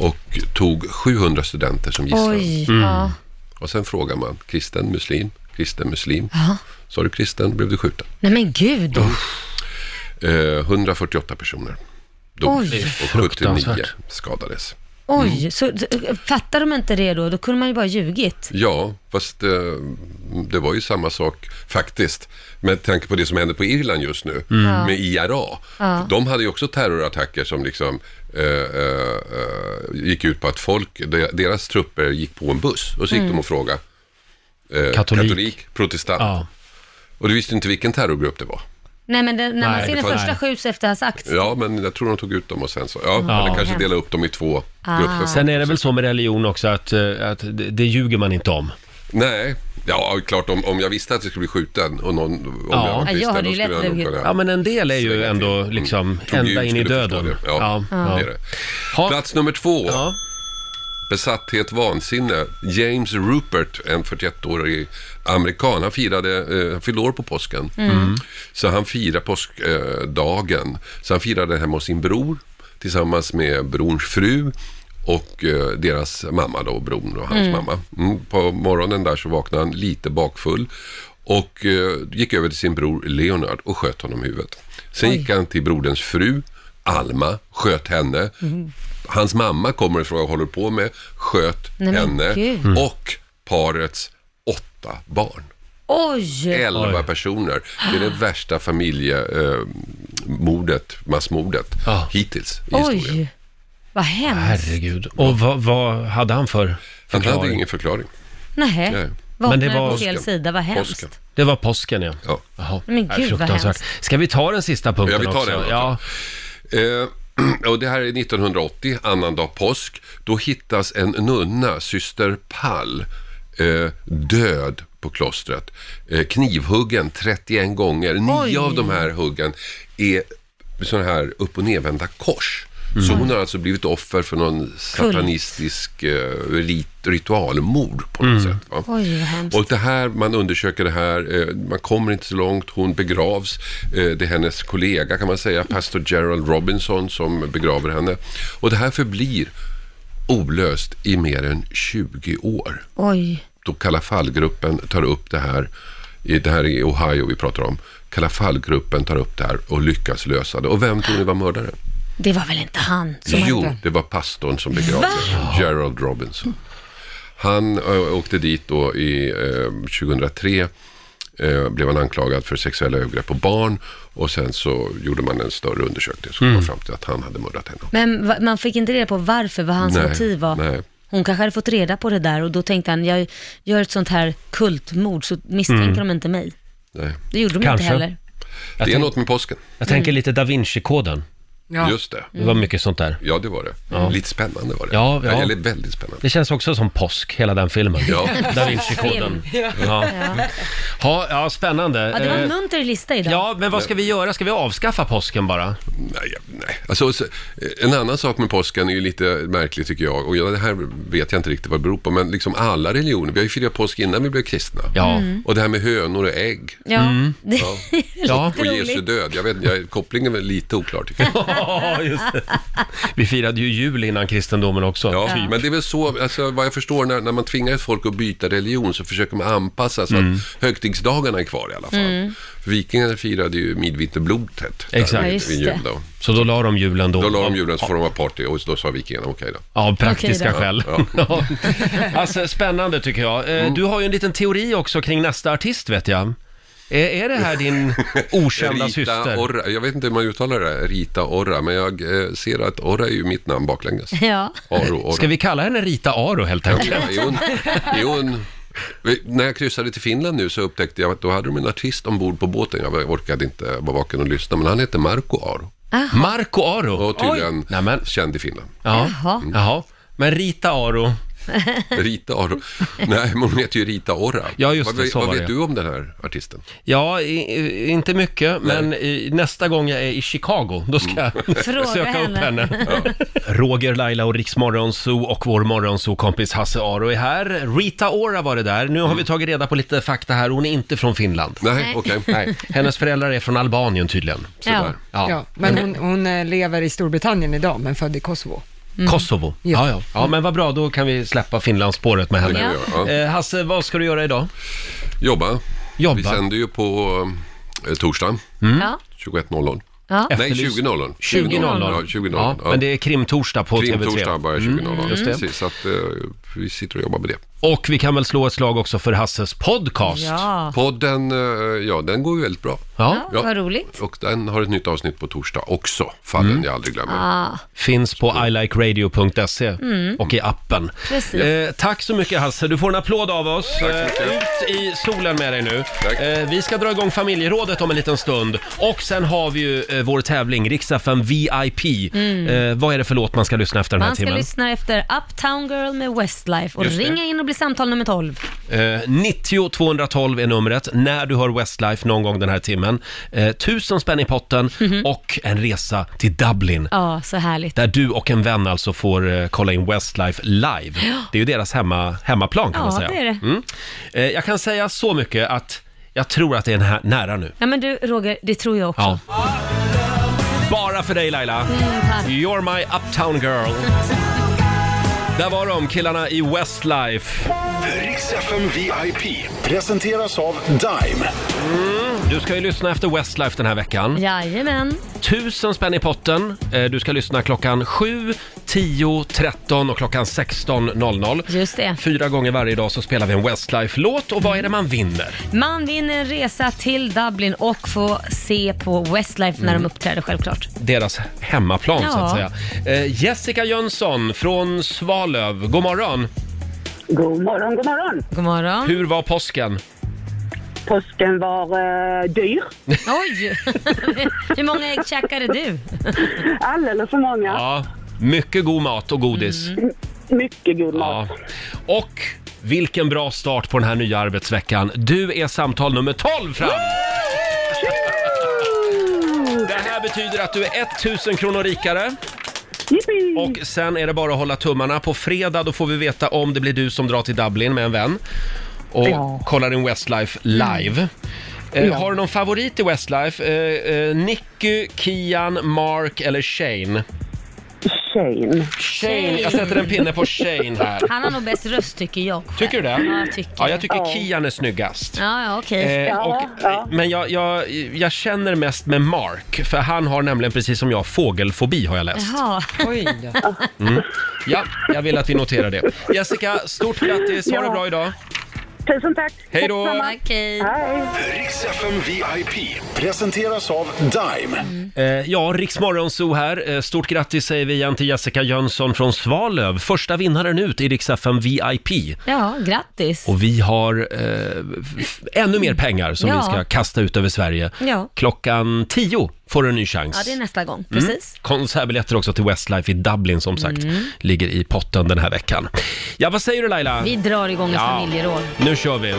[SPEAKER 12] Och tog 700 studenter som gisslan.
[SPEAKER 2] Oj, ja.
[SPEAKER 12] Och sen frågar man, kristen, muslim, kristen, muslim.
[SPEAKER 2] Ja.
[SPEAKER 12] Sa du kristen blev du skjuten.
[SPEAKER 2] Nej men gud.
[SPEAKER 12] Eh, 148 personer dog
[SPEAKER 2] Oj.
[SPEAKER 12] och 79
[SPEAKER 1] Fruktansvärt.
[SPEAKER 12] skadades. Mm.
[SPEAKER 2] Oj, så, så fattar de inte det då? Då kunde man ju bara ljugit.
[SPEAKER 12] Ja, fast eh, det var ju samma sak faktiskt. Med tanke på det som händer på Irland just nu
[SPEAKER 11] Mm. Ja.
[SPEAKER 12] med IRA.
[SPEAKER 11] Ja.
[SPEAKER 12] De hade ju också terrorattacker som liksom eh, eh, eh, gick ut på att folk, de, deras trupper gick på en buss och så gick
[SPEAKER 11] Mm.
[SPEAKER 12] de och frågade eh,
[SPEAKER 1] Katolik.
[SPEAKER 12] protestant.
[SPEAKER 1] Ja.
[SPEAKER 12] Och du visste inte vilken terrorgrupp det var.
[SPEAKER 2] Nej men det, när man
[SPEAKER 12] Nej,
[SPEAKER 2] ser
[SPEAKER 12] det
[SPEAKER 2] den
[SPEAKER 12] får-
[SPEAKER 2] första
[SPEAKER 12] nej.
[SPEAKER 2] skjuts efter att ha sagt.
[SPEAKER 12] Ja, men jag tror de tog ut dem och sen så, ja,
[SPEAKER 2] Ja.
[SPEAKER 12] eller kanske delade upp dem i två
[SPEAKER 2] Ah.
[SPEAKER 12] grupper.
[SPEAKER 1] Sen är det väl så med religion också att, eh, att det, det ljuger man inte om.
[SPEAKER 12] Nej, ja klart om, om jag visste att jag skulle bli skjuten och någon, om
[SPEAKER 1] Ja.
[SPEAKER 12] jag var
[SPEAKER 1] Ja, jag
[SPEAKER 12] kristen,
[SPEAKER 1] hade
[SPEAKER 12] då
[SPEAKER 1] ju
[SPEAKER 12] skulle
[SPEAKER 1] lätt
[SPEAKER 12] jag nog
[SPEAKER 1] blivit-
[SPEAKER 12] kunna... Mm.
[SPEAKER 1] Ja, men en del är ju ändå liksom
[SPEAKER 12] Tror
[SPEAKER 1] ända
[SPEAKER 12] Gud
[SPEAKER 1] in i
[SPEAKER 12] skulle
[SPEAKER 1] döden.
[SPEAKER 12] förstå det. Ja,
[SPEAKER 1] Ja.
[SPEAKER 12] det är det. Plats nummer två. Besatthet, vansinne. James Rupert, en 41-årig amerikan, han firade, eh, han fyllde år på påsken.
[SPEAKER 11] Mm.
[SPEAKER 12] Så han firar påskdagen. Så han firade hemma hos sin bror tillsammans med brorns fru och eh, deras mamma då, bron och hans
[SPEAKER 11] Mm.
[SPEAKER 12] mamma. Mm, på morgonen där så vaknade han lite bakfull och eh, gick över till sin bror Leonard och sköt honom i huvudet. Sen gick han till broderns fru, Alma, sköt henne. Hans mamma kommer och frågar vad håller du på med, sköt
[SPEAKER 2] Nej, men
[SPEAKER 12] henne
[SPEAKER 2] gud. Mm.
[SPEAKER 12] och parets åtta barn.
[SPEAKER 2] Oj!
[SPEAKER 12] Elva personer. Det är det värsta familjemordet, massmordet, hittills i historien.
[SPEAKER 2] Oj, vad hemskt.
[SPEAKER 1] Herregud. Och vad, vad hade han för
[SPEAKER 12] Han
[SPEAKER 1] förklaring?
[SPEAKER 12] hade ingen förklaring.
[SPEAKER 2] Nähä.
[SPEAKER 1] Nej. Men det
[SPEAKER 2] Vaknade
[SPEAKER 1] var-
[SPEAKER 2] på fel sida, vad hemskt.
[SPEAKER 1] Det var påsken ja.
[SPEAKER 12] ja.
[SPEAKER 1] Jaha.
[SPEAKER 2] Men gud, vad
[SPEAKER 1] Fruktansvärt.
[SPEAKER 2] hemskt.
[SPEAKER 1] Ska vi ta den sista punkten
[SPEAKER 12] Ja, vi tar
[SPEAKER 1] också?
[SPEAKER 12] den också.
[SPEAKER 1] Ja.
[SPEAKER 12] Eh, och det här är 1980, annandag påsk. Då hittas en nunna, syster Pall, eh, död på klostret. Eh, knivhuggen 31 gånger.
[SPEAKER 11] Oj.
[SPEAKER 12] Nio av de här huggen är sådana här upp och nedvända kors. Så
[SPEAKER 11] Mm.
[SPEAKER 12] hon har alltså blivit offer för någon satanistisk eh, rit, ritualmord på
[SPEAKER 1] Mm.
[SPEAKER 12] något sätt. Va?
[SPEAKER 2] Oj, vad hemskt.
[SPEAKER 12] Och det här, man undersöker det här, eh, man kommer inte så långt, hon begravs. Eh, Det är hennes kollega kan man säga, pastor Gerald Robinson som begraver henne. Och det här förblir olöst i mer än 20 år.
[SPEAKER 2] Oj.
[SPEAKER 12] Då Kalla fallgruppen tar upp det här, i- det här är i Ohio vi pratar om, Kalla fallgruppen tar upp det här och lyckas lösa det. Och vem tror ni var mördare?
[SPEAKER 2] Det var väl inte han som
[SPEAKER 12] Jo,
[SPEAKER 2] hette-
[SPEAKER 12] det var pastorn som begravde Gerald Robinson. Han ö, åkte dit då i eh, 2003. Eh, blev han anklagad för sexuella övergrepp på barn och sen så gjorde man en större undersökning som
[SPEAKER 1] Mm.
[SPEAKER 12] kom fram till att han hade mördat henne.
[SPEAKER 2] Men va- man fick inte reda på varför, vad hans
[SPEAKER 12] Nej,
[SPEAKER 2] motiv var.
[SPEAKER 12] Nej.
[SPEAKER 2] Hon kanske hade fått reda på det där och då tänkte han, jag gör ett sånt här kultmord så misstänker
[SPEAKER 1] Mm.
[SPEAKER 2] de inte mig.
[SPEAKER 12] Nej.
[SPEAKER 2] Det gjorde de
[SPEAKER 1] Kanske.
[SPEAKER 2] inte heller. Mm.
[SPEAKER 12] Det är
[SPEAKER 1] tänk-
[SPEAKER 12] något med påsken.
[SPEAKER 1] Jag tänker lite da Vinci-koden.
[SPEAKER 2] Ja.
[SPEAKER 12] Just det.
[SPEAKER 1] Det var mycket sånt där.
[SPEAKER 12] Ja, det var det. Lite spännande var det.
[SPEAKER 1] Ja, ja.
[SPEAKER 12] Eller väldigt spännande.
[SPEAKER 1] Det känns också som påsk, hela den filmen.
[SPEAKER 12] Ja.
[SPEAKER 1] Da
[SPEAKER 2] Film.
[SPEAKER 1] Vinci-koden. Ja.
[SPEAKER 2] Ja.
[SPEAKER 1] Ja, ja, spännande.
[SPEAKER 2] Ja, det var en
[SPEAKER 1] Eh,
[SPEAKER 2] munter lista idag.
[SPEAKER 1] Ja, men vad ska vi göra? Ska vi avskaffa påsken bara?
[SPEAKER 12] Nej, nej. Alltså, så- en annan sak med påsken är ju lite märklig tycker jag. Och jag, det här vet jag inte riktigt vad det beror på. Men liksom alla religioner, vi har ju firat påsk innan vi blev kristna.
[SPEAKER 1] Ja. Mm.
[SPEAKER 12] Och det här med hönor och ägg.
[SPEAKER 2] Ja, Mm. det är lite
[SPEAKER 12] Och
[SPEAKER 2] roligt.
[SPEAKER 12] Jesu död. Jag vet, jag, kopplingen är väl lite oklar tycker jag.
[SPEAKER 1] Ja, just det. Vi firade ju jul innan kristendomen också.
[SPEAKER 12] Ja,
[SPEAKER 1] typ.
[SPEAKER 12] men det är väl så, alltså, vad jag förstår, när, när man tvingar ett folk att byta religion så försöker man anpassa så
[SPEAKER 1] Mm.
[SPEAKER 12] att högtidsdagarna är kvar i alla fall.
[SPEAKER 2] Mm.
[SPEAKER 12] För vikingarna firade ju midvinterblodet. där
[SPEAKER 1] Exakt.
[SPEAKER 12] vid-
[SPEAKER 1] Ja, just
[SPEAKER 12] vid jul
[SPEAKER 2] det.
[SPEAKER 12] då.
[SPEAKER 1] Så då la de julen då?
[SPEAKER 12] Då la de julen så får de vara party och då sa vikingarna okej då.
[SPEAKER 1] Av praktiska
[SPEAKER 12] Okej då.
[SPEAKER 1] skäl.
[SPEAKER 12] Ja, Mm.
[SPEAKER 1] Ja. Alltså, spännande tycker jag. Eh, Du har ju en liten teori också kring nästa artist, vet jag. Är, är det här din okända
[SPEAKER 12] Rita
[SPEAKER 1] syster?
[SPEAKER 12] Orra, jag vet inte hur man uttalar det, Rita Orra, men jag eh, ser att Orra är ju mitt namn baklänges.
[SPEAKER 2] Ja.
[SPEAKER 12] Aro Orra.
[SPEAKER 1] Ska vi kalla henne Rita Aro helt enkelt?
[SPEAKER 12] Ja, jo, en- jo, en- vi- När jag kryssade till Finland nu så upptäckte jag att då hade de en artist ombord på båten. Jag var- orkade inte vara vaken och lyssna, men han hette Marco Aro.
[SPEAKER 1] Marco Aro?
[SPEAKER 12] Och tydligen känd i Finland. Mm.
[SPEAKER 1] Ja.
[SPEAKER 2] Jaha.
[SPEAKER 1] Jaha. Men Rita Aro?
[SPEAKER 12] Rita Aro. Nej, men hon heter ju Rita Orra.
[SPEAKER 1] Ja, just
[SPEAKER 12] vad,
[SPEAKER 1] det,
[SPEAKER 12] vet-
[SPEAKER 1] så
[SPEAKER 12] Vad
[SPEAKER 1] var
[SPEAKER 12] vet
[SPEAKER 1] det.
[SPEAKER 12] du om den här artisten?
[SPEAKER 1] Ja, i, i, inte mycket, men i, nästa gång jag är i Chicago, då ska jag
[SPEAKER 2] Fråga
[SPEAKER 1] söka upp
[SPEAKER 2] henne.
[SPEAKER 1] henne. Roger, Laila och Riks Morgonzoo och vår morgonzoo-kompis Hasse Aro är här. Rita Ora var det där. Nu har vi tagit reda på lite fakta här. Hon är inte från Finland.
[SPEAKER 12] Mm. Nej, okej.
[SPEAKER 1] Nej. Hennes föräldrar är från Albanien tydligen.
[SPEAKER 3] Ja.
[SPEAKER 1] Ja.
[SPEAKER 3] Ja, men hon, hon eh, lever i Storbritannien idag, men född i Kosovo.
[SPEAKER 1] Kosovo. Ja, ja. ja, men vad bra. Då kan vi släppa Finlandsspåret med henne.
[SPEAKER 12] Det kan vi göra,
[SPEAKER 1] Eh, Hasse, vad ska du göra idag?
[SPEAKER 12] Jobba.
[SPEAKER 1] Jobba. Mm.
[SPEAKER 12] Vi sänder ju på eh, torsdag,
[SPEAKER 2] Ja.
[SPEAKER 12] 21.00.
[SPEAKER 2] Ja.
[SPEAKER 12] Nej,
[SPEAKER 1] Efterlyst.
[SPEAKER 12] 20.00.
[SPEAKER 1] 20.00.
[SPEAKER 12] Ja, 20.00.
[SPEAKER 1] Ja, Men det är krimtorsdag på TV3.
[SPEAKER 12] Krimtorsdag börjar 20.00.
[SPEAKER 1] Mm, just det.
[SPEAKER 12] Precis, så att eh, vi sitter och jobbar med det.
[SPEAKER 1] Och vi kan väl slå ett slag också för Hasses podcast.
[SPEAKER 2] Ja.
[SPEAKER 12] Podden, eh, ja den går ju väldigt bra.
[SPEAKER 1] Ja.
[SPEAKER 12] Ja.
[SPEAKER 2] Vad roligt.
[SPEAKER 12] Och den har ett nytt avsnitt på torsdag också, fallen
[SPEAKER 1] Mm.
[SPEAKER 12] jag aldrig glömmer.
[SPEAKER 2] Ah,
[SPEAKER 1] Finns på
[SPEAKER 12] Mm.
[SPEAKER 1] ilikeradio.se
[SPEAKER 2] Mm.
[SPEAKER 1] och i appen.
[SPEAKER 2] precis.
[SPEAKER 1] Eh, tack så mycket Hasse, du får en applåd av oss.
[SPEAKER 12] Tack så mycket.
[SPEAKER 1] Eh, ut i solen med dig nu. Eh, vi ska dra igång familjerådet om en liten stund. Och sen har vi ju eh, vår tävling, Riksdagen VIP.
[SPEAKER 2] Mm.
[SPEAKER 1] Eh, vad är det för låt man ska lyssna efter den här
[SPEAKER 2] Man ska
[SPEAKER 1] timmen?
[SPEAKER 2] lyssna efter Uptown Girl med Westlife och
[SPEAKER 1] Just det.
[SPEAKER 2] ringa in och bli samtal nummer 12.
[SPEAKER 1] Eh, 90 212 är numret när du hör Westlife någon gång den här timmen. Eh, tusen spänn i potten
[SPEAKER 2] Mhm.
[SPEAKER 1] och en resa till Dublin.
[SPEAKER 2] Ja, så härligt.
[SPEAKER 1] Där du och en vän alltså får eh, kolla in Westlife live.
[SPEAKER 2] Ja.
[SPEAKER 1] Det är ju deras hemma, hemmaplan kan
[SPEAKER 2] Ja,
[SPEAKER 1] man säga.
[SPEAKER 2] det är det.
[SPEAKER 1] Mm. Eh, jag kan säga så mycket att jag tror att det är nä- nära nu.
[SPEAKER 2] Ja men du Roger, det tror jag också.
[SPEAKER 1] Ja. Bara för dig Laila. You're my uptown girl. Där var de, killarna i Westlife.
[SPEAKER 13] Riks FM VIP presenteras av Dime.
[SPEAKER 1] Mm, du ska ju lyssna efter Westlife den här veckan.
[SPEAKER 2] Jajamän.
[SPEAKER 1] Tusen spänn i potten. Eh, Du ska lyssna klockan 7, 10, 13 och klockan 16.00.
[SPEAKER 2] Just det.
[SPEAKER 1] Fyra gånger varje dag så spelar vi en Westlife-låt och vad är det man vinner?
[SPEAKER 2] Man vinner en resa till Dublin och får se på Westlife
[SPEAKER 1] Mm.
[SPEAKER 2] när de uppträder självklart.
[SPEAKER 1] Deras hemmaplan så att
[SPEAKER 2] Ja.
[SPEAKER 1] säga. Eh, Jessica Jönsson från Svalöv, god morgon!
[SPEAKER 14] God morgon, god morgon.
[SPEAKER 2] God morgon.
[SPEAKER 1] Hur var påsken?
[SPEAKER 14] Påsken var eh, dyr.
[SPEAKER 2] Oj! Hur många ägg käkade du?
[SPEAKER 14] Alldeles för många.
[SPEAKER 2] Mm.
[SPEAKER 1] Ja, mycket god mat och godis.
[SPEAKER 14] Mycket god mat.
[SPEAKER 1] Ja. Och Vilken bra start på den här nya arbetsveckan. Du är samtal nummer 12 fram! Det här betyder att du är 1000 kronor rikare. Och sen är det bara att hålla tummarna. På fredag då får vi veta om det blir du som drar till Dublin med en vän och
[SPEAKER 11] Ja. Mm.
[SPEAKER 1] kollar in Westlife live. Eh,
[SPEAKER 11] Ja.
[SPEAKER 1] Har du någon favorit i Westlife? Eh, eh, Nicky, Kian, Mark eller Shane?
[SPEAKER 14] Shane.
[SPEAKER 1] Shane. Jag sätter en pinne på Shane här.
[SPEAKER 2] Han har nog bäst röst tycker jag.
[SPEAKER 1] Tycker du det?
[SPEAKER 2] Ja, jag tycker
[SPEAKER 1] ja, jag
[SPEAKER 2] det.
[SPEAKER 1] tycker Kian är snyggast.
[SPEAKER 2] Ja, ja okej.
[SPEAKER 1] Eh, och, Men jag, jag, jag känner mest med Mark, för han har nämligen precis som jag fågelfobi har jag läst.
[SPEAKER 2] Jaha. Oj
[SPEAKER 1] Mm. Ja, jag vill att vi noterar det. Jessica, stort grattis! Ha det
[SPEAKER 14] Ja.
[SPEAKER 1] bra idag!
[SPEAKER 14] Tusen tack.
[SPEAKER 1] Hej då.
[SPEAKER 14] Detsamma.
[SPEAKER 2] Okej.
[SPEAKER 13] Riks FM VIP presenteras av Dime.
[SPEAKER 1] Eh, ja, Riksmorgonzoo här. Eh, Stort grattis säger vi igen till Jessica Jönsson från Svalöv. Första vinnaren ut i Rix FM VIP.
[SPEAKER 2] Ja, grattis.
[SPEAKER 1] Och vi har eh, f- ännu mer pengar som
[SPEAKER 2] Ja.
[SPEAKER 1] vi ska kasta ut över Sverige.
[SPEAKER 2] Ja.
[SPEAKER 1] Klockan tio får du en ny chans.
[SPEAKER 2] Ja, det är nästa gång.
[SPEAKER 1] Mm.
[SPEAKER 2] Precis. Mm.
[SPEAKER 1] Konsertbiljetter också till Westlife i Dublin som sagt. Ligger i potten den här veckan. Ja, vad säger du Laila?
[SPEAKER 2] Vi drar igång ett
[SPEAKER 1] Ja.
[SPEAKER 2] familjeråd.
[SPEAKER 1] Nu kör vi!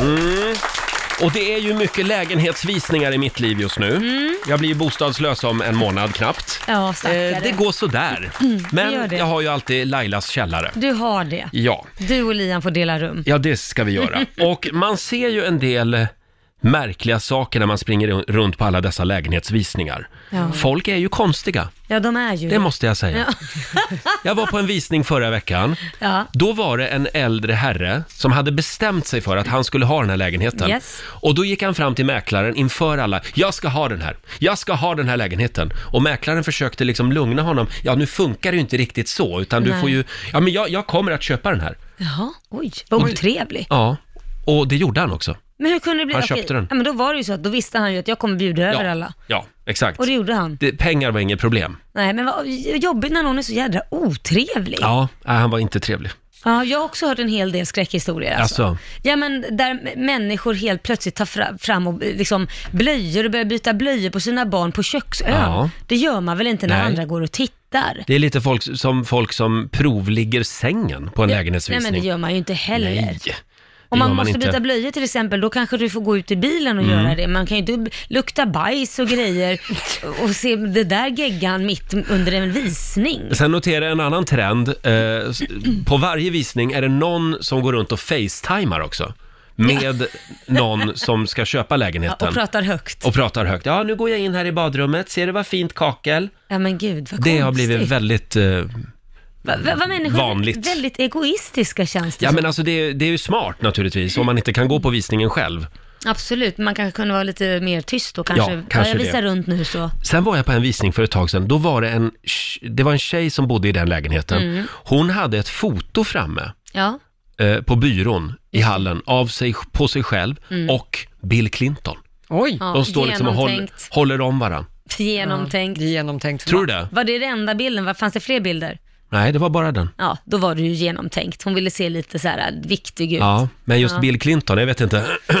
[SPEAKER 1] Mm. Och det är ju mycket lägenhetsvisningar i mitt liv just nu. Jag blir ju bostadslös om en månad knappt.
[SPEAKER 2] Mm. Ja, stackare.
[SPEAKER 1] Eh, det går sådär.
[SPEAKER 2] Mm, det gör
[SPEAKER 1] Men
[SPEAKER 2] det.
[SPEAKER 1] jag har ju alltid Lailas källare.
[SPEAKER 2] Du har det.
[SPEAKER 1] Ja.
[SPEAKER 2] Du och Lian får dela rum.
[SPEAKER 1] Ja, det ska vi göra. Och man ser ju en del eh, märkliga saker när man springer ru- runt på alla dessa lägenhetsvisningar.
[SPEAKER 2] Ja.
[SPEAKER 1] Folk är ju konstiga,
[SPEAKER 2] Ja, de är ju
[SPEAKER 1] det måste jag säga.
[SPEAKER 2] Ja.
[SPEAKER 1] Jag var på en visning förra veckan.
[SPEAKER 2] Ja.
[SPEAKER 1] Då var det en äldre herre som hade bestämt sig för att han skulle ha den här lägenheten.
[SPEAKER 2] Yes.
[SPEAKER 1] Och då gick han fram till mäklaren inför alla. Jag ska ha den här. Jag ska ha den här lägenheten. Och mäklaren försökte liksom lugna honom. Ja, nu funkar det ju inte riktigt så, utan du
[SPEAKER 2] Nej.
[SPEAKER 1] får ju... Ja, men jag, jag kommer att köpa den här.
[SPEAKER 2] Jaha, oj, vad otrevlig.
[SPEAKER 1] Ja, och det gjorde han också.
[SPEAKER 2] Men hur kunde det bli?
[SPEAKER 1] Han
[SPEAKER 2] Okej,
[SPEAKER 1] köpte den.
[SPEAKER 2] Ja, men då var det ju så att då visste han ju att jag kommer bjuda över alla.
[SPEAKER 1] Ja, exakt.
[SPEAKER 2] Och det gjorde han.
[SPEAKER 1] Det, pengar var inget problem.
[SPEAKER 2] Nej, men vad jobbigt när någon är så jädra otrevlig.
[SPEAKER 1] Ja, nej, han var inte trevlig.
[SPEAKER 2] Ja, jag har också hört en hel del skräckhistorier. Alltså.
[SPEAKER 1] Alltså.
[SPEAKER 2] Ja, men där m- människor helt plötsligt tar fra- fram och, eh, liksom, blöjor och börjar byta blöjor på sina barn på köksön.
[SPEAKER 1] Ja.
[SPEAKER 2] Det gör man väl inte när
[SPEAKER 1] Nej.
[SPEAKER 2] andra går och tittar?
[SPEAKER 1] Det är lite folk, som folk som provligger sängen på en
[SPEAKER 2] Nej,
[SPEAKER 1] lägenhetsvisning.
[SPEAKER 2] men det gör man ju inte heller.
[SPEAKER 1] Nej, det
[SPEAKER 2] Om
[SPEAKER 1] gör
[SPEAKER 2] man måste
[SPEAKER 1] inte.
[SPEAKER 2] byta blöjor till exempel, då kanske du får gå ut i bilen och
[SPEAKER 1] Mm.
[SPEAKER 2] göra det. Man kan ju inte b- lukta bajs och grejer och se det där geggan mitt under en visning.
[SPEAKER 1] Sen noterar jag en annan trend. Eh, s- på varje visning är det någon som går runt och facetimar också. Med någon som ska köpa lägenheten.
[SPEAKER 2] Ja, och pratar högt.
[SPEAKER 1] Och pratar högt. Ja, nu går jag in här i badrummet. Ser du vad fint kakel?
[SPEAKER 2] Ja men gud, vad
[SPEAKER 1] Det har
[SPEAKER 2] konstigt.
[SPEAKER 1] blivit väldigt eh,
[SPEAKER 2] Va, va, vad människor
[SPEAKER 1] vanligt.
[SPEAKER 2] är väldigt egoistiska känns det
[SPEAKER 1] Ja,
[SPEAKER 2] som.
[SPEAKER 1] men alltså det, är- det är ju smart naturligtvis, om man inte kan gå på visningen själv.
[SPEAKER 2] Absolut, man kanske kunde vara lite mer tyst då kanske.
[SPEAKER 1] Ja, kanske
[SPEAKER 2] jag visar
[SPEAKER 1] det.
[SPEAKER 2] runt nu så.
[SPEAKER 1] Sen var jag på en visning för ett tag sedan. Då var det en, tj- det var en tjej som bodde i den lägenheten.
[SPEAKER 2] Mm.
[SPEAKER 1] Hon hade ett foto framme
[SPEAKER 2] Ja.
[SPEAKER 1] eh, på byrån i hallen av sig, på sig själv
[SPEAKER 2] Mm.
[SPEAKER 1] och Bill Clinton.
[SPEAKER 3] Oj!
[SPEAKER 2] Ja,
[SPEAKER 1] De står liksom och håller,
[SPEAKER 2] genomtänkt.
[SPEAKER 1] håller om varandra.
[SPEAKER 2] Genomtänkt.
[SPEAKER 3] genomtänkt.
[SPEAKER 1] Tror du det?
[SPEAKER 2] Var det den enda bilden? Var, fanns det fler bilder?
[SPEAKER 1] Nej, det var bara den.
[SPEAKER 2] Ja, då var det ju genomtänkt. Hon ville se lite så här viktig ut.
[SPEAKER 1] Ja, men just
[SPEAKER 2] Ja.
[SPEAKER 1] Bill Clinton, jag vet inte.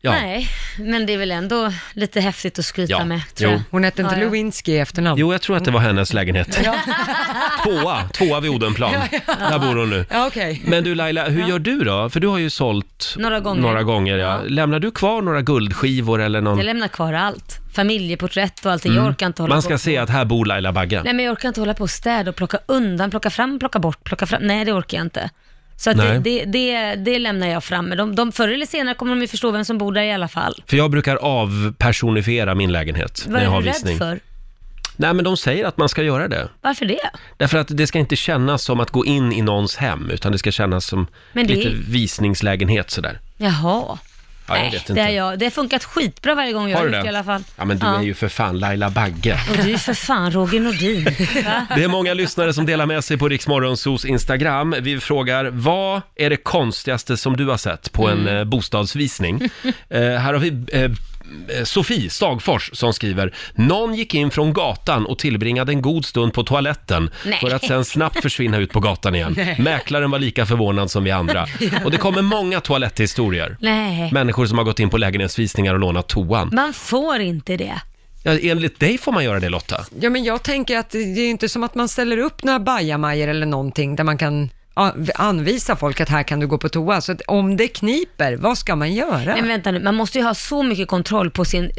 [SPEAKER 1] ja.
[SPEAKER 2] Nej, men det är väl ändå lite häftigt att skryta
[SPEAKER 1] Ja,
[SPEAKER 2] med. Tror
[SPEAKER 1] jo.
[SPEAKER 2] jag.
[SPEAKER 3] Hon hette inte
[SPEAKER 2] Ja, ja.
[SPEAKER 3] Lewinsky i efternamn.
[SPEAKER 1] Jo, jag tror att det var hennes lägenhet.
[SPEAKER 3] Ja.
[SPEAKER 1] Tvåa, tvåa vid Odenplan.
[SPEAKER 3] Ja, ja.
[SPEAKER 1] Där bor hon nu.
[SPEAKER 3] Ja, okej.
[SPEAKER 1] Men du Laila, hur
[SPEAKER 3] Ja.
[SPEAKER 1] gör du då? För du har ju sålt
[SPEAKER 2] Några gånger.
[SPEAKER 1] Några gånger ja. Lämnar du kvar några guldskivor eller någon...
[SPEAKER 2] Jag lämnar kvar allt. Familjeporträtt och allt. det. Jag
[SPEAKER 1] Mm.
[SPEAKER 2] orkar inte hålla på.
[SPEAKER 1] Man ska se att här bor Laila Bagge.
[SPEAKER 2] Nej, men jag orkar inte hålla på och städa och plocka undan, plocka fram, plocka bort, plocka fram. Nej, det orkar jag inte. Så att det,
[SPEAKER 1] Nej.
[SPEAKER 2] det, det, det lämnar jag fram. Men de, de, förr eller senare kommer de ju förstå vem som bor där i alla fall.
[SPEAKER 1] För jag brukar avpersonifiera min lägenhet
[SPEAKER 2] Vad
[SPEAKER 1] när jag
[SPEAKER 2] är
[SPEAKER 1] har
[SPEAKER 2] du
[SPEAKER 1] visning.
[SPEAKER 2] rädd för?
[SPEAKER 1] Nej, men de säger att man ska göra det.
[SPEAKER 2] Varför det?
[SPEAKER 1] Därför att det ska inte kännas som att gå in i någons hem, utan det ska kännas som
[SPEAKER 2] Men det är-
[SPEAKER 1] lite visningslägenhet sådär.
[SPEAKER 2] Jaha.
[SPEAKER 1] Ja, jag
[SPEAKER 2] Nej,
[SPEAKER 1] vet
[SPEAKER 2] Det,
[SPEAKER 1] inte.
[SPEAKER 2] har jag, det har funkat skitbra varje gång jag har,
[SPEAKER 1] Har du
[SPEAKER 2] gjort det
[SPEAKER 1] det?
[SPEAKER 2] i alla fall.
[SPEAKER 1] Ja, men du är ju för fan Laila Bagge.
[SPEAKER 2] Och du är för fan Roger Nordin. Va?
[SPEAKER 1] Det är många lyssnare som delar med sig på Riksmorgonsos Instagram. Vi frågar, vad är det konstigaste som du har sett på en eh, bostadsvisning? eh, här har vi eh, eh, Sofie Stagfors som skriver Någon gick in från gatan och tillbringade en god stund på toaletten
[SPEAKER 11] Nej.
[SPEAKER 1] för att sen snabbt försvinna ut på gatan igen.
[SPEAKER 11] Nej.
[SPEAKER 1] Mäklaren var lika förvånad som vi andra. Och det kommer många toaletthistorier.
[SPEAKER 2] Nej.
[SPEAKER 1] Människor som har gått in på lägenhetsvisningar och lånat toan.
[SPEAKER 2] Man får inte det.
[SPEAKER 1] Ja, enligt dig får man göra det Lotta.
[SPEAKER 3] Ja, men jag tänker att det är ju inte som att man ställer upp några bajamajor eller någonting där man kan ja, anvisa folk att här kan du gå på toa. Så att om det kniper, vad ska man göra?
[SPEAKER 2] Men vänta nu, man måste ju ha så mycket kontroll på sin eh,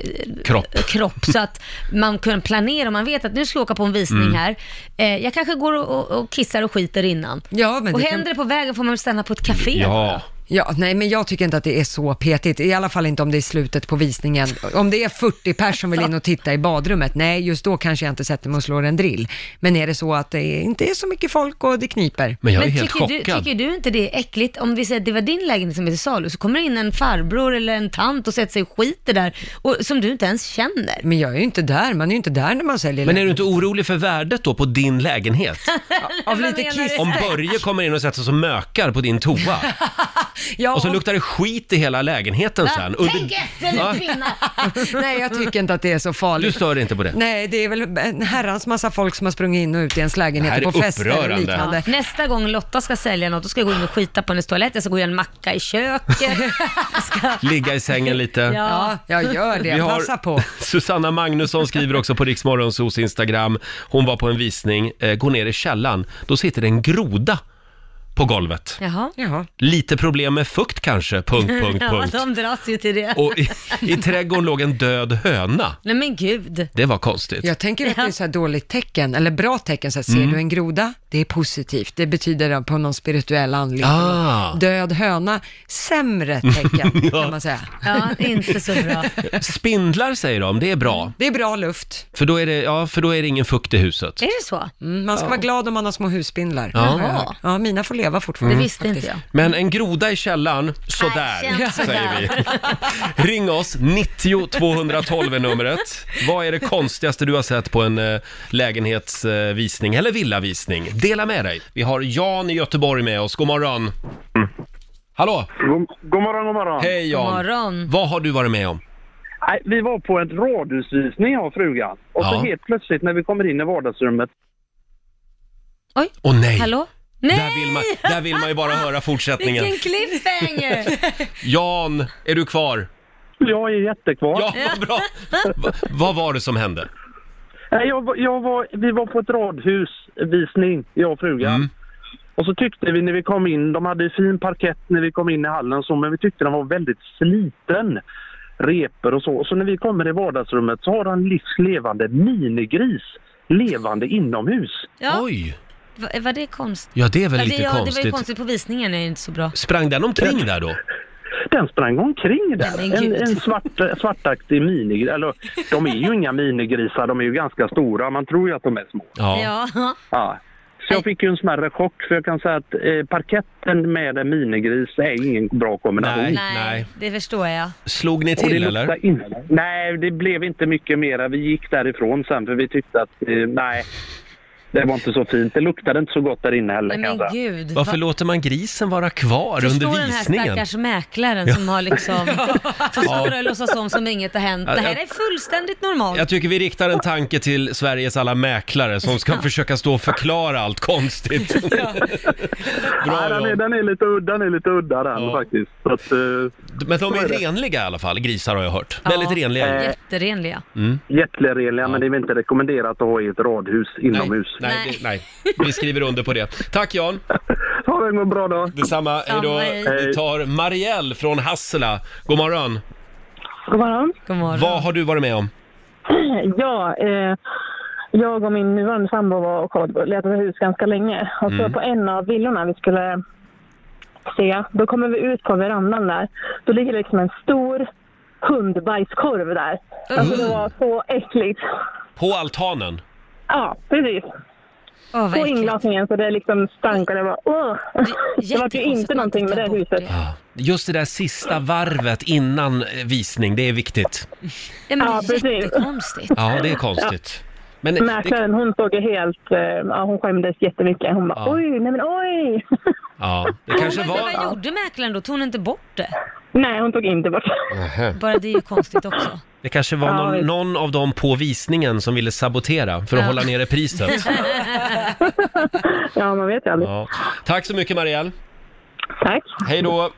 [SPEAKER 1] Kropp.
[SPEAKER 2] kropp så att man kan planera. Om Man vet att nu ska jag åka på en visning
[SPEAKER 1] Mm.
[SPEAKER 2] här. Eh, jag kanske går och, och, och kissar och skiter innan.
[SPEAKER 3] Ja,
[SPEAKER 2] och
[SPEAKER 3] det kan-
[SPEAKER 2] händer det på vägen får man väl stanna på ett café. bara.
[SPEAKER 3] Ja, nej men jag tycker inte att det är så petigt, i alla fall inte om det är slutet på visningen. Om det är 40 personer som vill in och titta i badrummet, nej just då kanske jag inte sätter mig och slår en drill. Men är det så att det inte är så mycket folk och det kniper.
[SPEAKER 2] tycker Du, tycker du inte det är äckligt? Om vi säger att det var din lägenhet som är till salu, så kommer det in en farbror eller en tant och sätter sig och skiter där, och, som du inte ens känner.
[SPEAKER 3] Men jag är ju inte där, man är ju inte där när man säljer
[SPEAKER 1] Men är du inte orolig för värdet då på din lägenhet?
[SPEAKER 3] Av lite kiss.
[SPEAKER 1] Om Börje kommer in och sätter sig som mökar på din toa
[SPEAKER 3] Ja,
[SPEAKER 1] och så luktar det skit i hela lägenheten sen. Under... Ja.
[SPEAKER 3] Nej, jag tycker inte att det är så farligt.
[SPEAKER 1] Du stör dig inte på det?
[SPEAKER 3] Nej, det är väl en herrans massa folk som har sprungit in och ut i ens
[SPEAKER 1] Det här
[SPEAKER 3] lägenheter
[SPEAKER 1] är
[SPEAKER 3] på fester
[SPEAKER 1] upprörande.
[SPEAKER 3] och liknande.
[SPEAKER 2] Ja, nästa gång Lotta ska sälja något, då ska jag gå in och skita på hennes toalett, jag ska gå och göra en macka i köket. Jag ska...
[SPEAKER 1] Ligga i sängen lite.
[SPEAKER 2] Ja.
[SPEAKER 3] Ja, jag gör det.
[SPEAKER 1] Vi har-
[SPEAKER 3] Passa på.
[SPEAKER 1] Susanna Magnusson skriver också på Riksmorgonsos Instagram. Hon var på en visning, eh, går ner i källan. Då sitter det en groda på golvet.
[SPEAKER 2] Jaha.
[SPEAKER 3] Jaha.
[SPEAKER 1] Lite problem med fukt kanske, punkt, punkt,
[SPEAKER 2] ja,
[SPEAKER 1] punkt.
[SPEAKER 2] de dras ju till det.
[SPEAKER 1] Och i, i trädgården låg en död höna.
[SPEAKER 2] Nej men gud.
[SPEAKER 1] Det var konstigt.
[SPEAKER 3] Jag tänker att det är så här dåligt tecken, eller bra tecken, så här, ser
[SPEAKER 1] Mm.
[SPEAKER 3] du en groda? Det är positivt, det betyder det på någon spirituell anledning.
[SPEAKER 1] Ah.
[SPEAKER 3] Död höna, sämre tecken
[SPEAKER 1] Ja.
[SPEAKER 3] kan man säga.
[SPEAKER 2] Ja, inte så bra.
[SPEAKER 1] Spindlar säger de, det är bra.
[SPEAKER 3] Det är bra luft.
[SPEAKER 1] För då är det, ja, för då är det ingen fukt i huset.
[SPEAKER 2] Är det så?
[SPEAKER 3] Mm, man ska
[SPEAKER 1] Ja.
[SPEAKER 3] vara glad om man har små husspindlar.
[SPEAKER 1] Ja.
[SPEAKER 3] har jag hört. ja mina får leva fortfarande.
[SPEAKER 1] Det visste
[SPEAKER 3] faktiskt.
[SPEAKER 2] inte
[SPEAKER 1] Men en groda i källaren, sådär,
[SPEAKER 3] känns
[SPEAKER 1] säger vi.
[SPEAKER 3] sådär.
[SPEAKER 1] Ring oss, 90 212 är numret. Vad är det konstigaste du har sett på en eh, lägenhetsvisning eller villavisning? Dela med dig. Vi har Jan i Göteborg med oss. God morgon. Hallå!
[SPEAKER 15] Mm. God, morgon, god morgon.
[SPEAKER 1] Hej Jan!
[SPEAKER 15] God
[SPEAKER 1] Vad har du varit med om?
[SPEAKER 15] Nej, vi var på en radhusvisning jag och frugan. Och så
[SPEAKER 1] Ja.
[SPEAKER 15] helt plötsligt när vi kommer in i vardagsrummet.
[SPEAKER 2] Oj!
[SPEAKER 1] Åh nej!
[SPEAKER 2] Hallå?
[SPEAKER 1] Där, vill man, där vill man ju bara höra fortsättningen.
[SPEAKER 2] Vilken cliffhanger!
[SPEAKER 1] Jan, är du kvar?
[SPEAKER 15] Jag är jättekvar.
[SPEAKER 1] Ja, vad bra! Va, vad var det som hände?
[SPEAKER 15] Nej, jag, var- jag var, vi var på ett radhusvisning, jag och frugan.
[SPEAKER 1] Mm.
[SPEAKER 15] Och så tyckte vi när vi kom in, de hade fin parkett när vi kom in i hallen så, men vi tyckte den var väldigt sliten. Repor och så. Så när vi kommer i vardagsrummet så har han livs levande minigris levande inomhus.
[SPEAKER 2] Ja.
[SPEAKER 1] Oj!
[SPEAKER 2] Va, var det konstigt?
[SPEAKER 1] Ja, det är väl lite
[SPEAKER 2] ja, Det var ju
[SPEAKER 1] konstigt.
[SPEAKER 2] konstigt på visningen, är det inte så bra.
[SPEAKER 1] Sprang den omkring där då?
[SPEAKER 15] Den sprang omkring där.
[SPEAKER 2] Nej, men
[SPEAKER 15] en
[SPEAKER 2] gud.
[SPEAKER 15] en svart, eh, svartaktig minigris. Eller, de är ju inga minigrisar, de är ju ganska stora. Man tror ju att de är små.
[SPEAKER 2] Ja.
[SPEAKER 15] Ja. Så jag fick ju en smärre chock, för jag kan säga att eh, parketten med en minigris är ingen bra kombination.
[SPEAKER 2] det förstår jag.
[SPEAKER 1] Slog ni
[SPEAKER 15] Och det
[SPEAKER 1] till
[SPEAKER 15] luktar
[SPEAKER 1] eller?
[SPEAKER 15] inte- Nej, det blev inte mycket mera. Vi gick därifrån sen, för vi tyckte att eh, nej, det var inte så fint. Det luktade inte så gott där inne heller,
[SPEAKER 2] Nej,
[SPEAKER 15] kan
[SPEAKER 2] men
[SPEAKER 15] jag säga.
[SPEAKER 2] gud.
[SPEAKER 1] Varför låter man grisen vara kvar
[SPEAKER 2] Förstår
[SPEAKER 1] under
[SPEAKER 2] den här
[SPEAKER 1] visningen?
[SPEAKER 2] stackars mäklaren
[SPEAKER 1] Ja.
[SPEAKER 2] som har liksom... Förstår och låtsas som som inget har hänt.
[SPEAKER 1] Ja,
[SPEAKER 2] Det här
[SPEAKER 1] jag-
[SPEAKER 2] är fullständigt normalt.
[SPEAKER 1] Jag tycker vi riktar en tanke till Sveriges alla mäklare som ska försöka stå och förklara allt konstigt.
[SPEAKER 15] Nej, den, är, den, är lite, udda- den är lite udda den faktiskt. Så att, eh,
[SPEAKER 1] Men de
[SPEAKER 15] så
[SPEAKER 1] är
[SPEAKER 15] det.
[SPEAKER 1] renliga i alla fall, grisar har jag hört.
[SPEAKER 2] Ja. Eh,
[SPEAKER 1] Väldigt renliga.
[SPEAKER 2] Jätterenliga.
[SPEAKER 1] Mm.
[SPEAKER 15] Jätterenliga, men det är väl inte rekommenderat att ha i ett radhus inomhus.
[SPEAKER 1] Nej, det, nej, vi skriver under på det. Tack Jan!
[SPEAKER 15] Ha en bra dag!
[SPEAKER 1] Detsamma, hej
[SPEAKER 15] Samma,
[SPEAKER 1] då.
[SPEAKER 15] hej.
[SPEAKER 1] Vi tar Marielle från Hassela. God morgon.
[SPEAKER 16] God morgon.
[SPEAKER 1] Vad har du varit med om?
[SPEAKER 16] Ja, eh, jag och min nuvarande sambo var och kollade på, letade hus ganska länge. Och så
[SPEAKER 17] Mm.
[SPEAKER 16] på en av villorna vi skulle se, då kommer vi ut på verandan där. Då ligger liksom en stor hundbajskorv där. Alltså det var så äckligt.
[SPEAKER 1] På altanen?
[SPEAKER 16] Ja, precis.
[SPEAKER 2] Oh,
[SPEAKER 16] på inglasningen så det liksom stank och det var åh. Det var ju inte någonting med det huset.
[SPEAKER 1] Just det där sista varvet innan eh, visning, det är viktigt.
[SPEAKER 2] Ja, men det är jättekonstigt.
[SPEAKER 1] Ja, det är konstigt. Men det-
[SPEAKER 16] Mäklaren hon såg ju helt, eh, ja, hon skämdes jättemycket. Hon bara
[SPEAKER 1] Ja.
[SPEAKER 16] oj, nej men oj.
[SPEAKER 1] Ja, det kanske
[SPEAKER 2] Men
[SPEAKER 1] var...
[SPEAKER 2] vad gjorde mäklaren då? Tog hon inte bort det?
[SPEAKER 16] Nej, hon tog inte bort.
[SPEAKER 2] Bara det är ju konstigt också.
[SPEAKER 1] Det kanske var
[SPEAKER 2] Ja,
[SPEAKER 1] någon,
[SPEAKER 2] visst.
[SPEAKER 1] någon av dem på visningen som ville sabotera för att
[SPEAKER 2] Ja.
[SPEAKER 1] hålla nere priset.
[SPEAKER 16] ja, man vet ju aldrig.
[SPEAKER 1] Ja. Tack så mycket Marielle.
[SPEAKER 16] Tack.
[SPEAKER 1] Hej då.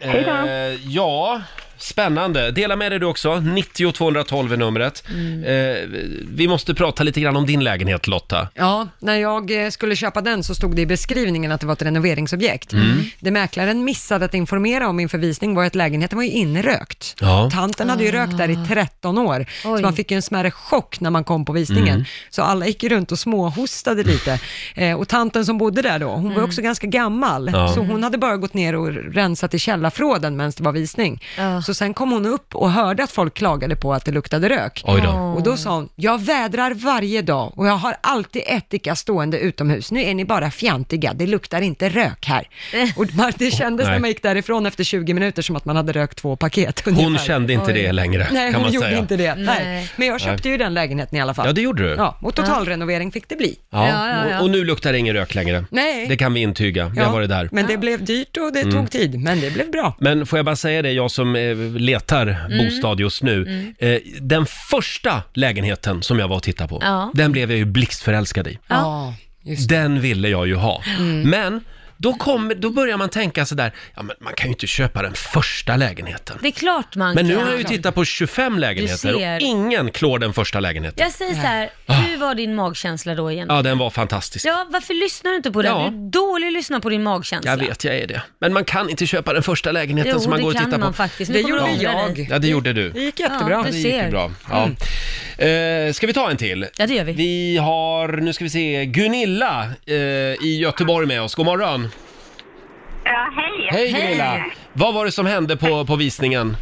[SPEAKER 16] Hej då.
[SPEAKER 1] Eh, ja, spännande. Dela med dig du också. 90 212 är numret. Eh, vi måste prata lite grann om din lägenhet Lotta.
[SPEAKER 3] Ja, när jag eh, skulle köpa den så stod det i beskrivningen att det var ett renoveringsobjekt.
[SPEAKER 1] Mm.
[SPEAKER 3] Det mäklaren missade att informera om inför visning var att lägenheten var ju inrökt.
[SPEAKER 1] Ja.
[SPEAKER 3] Tanten hade ju rökt där i 13 år, så man fick ju en smärre chock när man kom på visningen.
[SPEAKER 11] Mm.
[SPEAKER 3] Så alla gick ju runt och småhostade lite. Eh, och tanten som bodde där då, hon var också ganska gammal,
[SPEAKER 11] Ja.
[SPEAKER 3] så hon hade bara gått ner och rensat i källarförråden medan det var visning. Så sen kom hon upp och hörde att folk klagade på att det luktade rök.
[SPEAKER 11] Oj då. Åh.
[SPEAKER 3] Och då sa hon, jag vädrar varje dag och jag har alltid ättika stående utomhus. Nu är ni bara fjantiga, det luktar inte rök här. Och man- det kändes när
[SPEAKER 1] nej.
[SPEAKER 3] man gick därifrån efter 20 minuter som att man hade rökt två paket.
[SPEAKER 1] Hon
[SPEAKER 3] Ungefär.
[SPEAKER 1] kände inte det längre,
[SPEAKER 3] Nej,
[SPEAKER 1] kan
[SPEAKER 3] hon
[SPEAKER 1] man
[SPEAKER 3] gjorde
[SPEAKER 1] säga.
[SPEAKER 3] inte det. Nej.
[SPEAKER 11] Nej.
[SPEAKER 3] Men jag köpte
[SPEAKER 1] Nej.
[SPEAKER 3] ju den lägenheten i alla fall.
[SPEAKER 1] Ja, det gjorde du.
[SPEAKER 3] Ja, och totalrenovering fick det bli.
[SPEAKER 1] Ja. Och, och nu luktar det ingen rök längre.
[SPEAKER 3] Nej.
[SPEAKER 1] Det kan vi intyga. Vi har
[SPEAKER 3] Ja,
[SPEAKER 1] varit där.
[SPEAKER 3] Men det blev dyrt och det
[SPEAKER 1] Mm.
[SPEAKER 3] tog tid, men det blev bra.
[SPEAKER 1] Men får jag bara säga det, jag som eh, letar bostad just nu.
[SPEAKER 3] Mm.
[SPEAKER 1] Eh, den första lägenheten som jag var och tittade på,
[SPEAKER 11] Ja.
[SPEAKER 1] den blev jag ju blixtförälskad i.
[SPEAKER 3] Ja.
[SPEAKER 1] Den ville jag ju ha.
[SPEAKER 11] Mm.
[SPEAKER 1] Men då, kommer, då börjar man tänka sådär, ja men man kan ju inte köpa den första lägenheten.
[SPEAKER 2] Det är klart man
[SPEAKER 1] Men nu
[SPEAKER 2] kan.
[SPEAKER 1] har jag ju tittat på 25 lägenheter
[SPEAKER 2] ser.
[SPEAKER 1] och ingen klår den första lägenheten.
[SPEAKER 2] Jag säger så här, hur var din magkänsla då igen?
[SPEAKER 1] Ah. Ja, den var fantastisk.
[SPEAKER 2] Ja, varför lyssnar du inte på det?
[SPEAKER 1] Ja.
[SPEAKER 2] Du är dålig att lyssna på din magkänsla.
[SPEAKER 1] Jag vet, jag är det. Men man kan inte köpa den första lägenheten
[SPEAKER 2] Jo,
[SPEAKER 1] som man
[SPEAKER 2] det
[SPEAKER 1] går och
[SPEAKER 2] kan
[SPEAKER 1] tittar
[SPEAKER 2] man
[SPEAKER 1] på.
[SPEAKER 2] faktiskt. Nu Det kommer gjorde du ångra jag. dig.
[SPEAKER 1] Ja, det gjorde du.
[SPEAKER 2] Det gick jättebra. Ja, du
[SPEAKER 1] det
[SPEAKER 2] ser. Mm.
[SPEAKER 1] gick ju bra. Ja. Eh, ska vi ta en till?
[SPEAKER 2] Ja, det gör vi.
[SPEAKER 1] Vi har, nu ska vi se, Gunilla eh, i Göteborg med oss. God morgon.
[SPEAKER 17] Ja, hej!
[SPEAKER 1] Hej Gunilla! Vad var det som hände på, på visningen?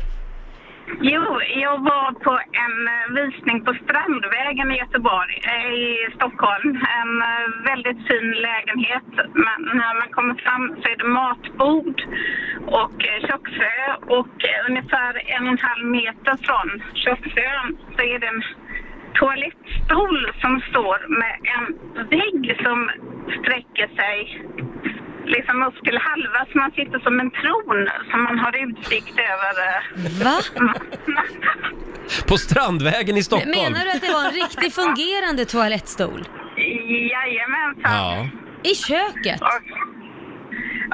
[SPEAKER 17] Jo, jag var på en eh, visning på Strandvägen i Göteborg, eh, i Stockholm. En eh, väldigt fin lägenhet, men när man kommer fram så är det matbord och eh, köksö och eh, ungefär en och en halv meter från köksön så är det en toalettstol som står med en vägg som sträcker sig liksom upp till halva så man sitter som en tron som man har utsikt över. eh,
[SPEAKER 2] Va?
[SPEAKER 1] På Strandvägen i Stockholm?
[SPEAKER 2] Menar du att det var en riktigt fungerande toalettstol?
[SPEAKER 17] Jajamensan.
[SPEAKER 1] Ja.
[SPEAKER 2] I köket?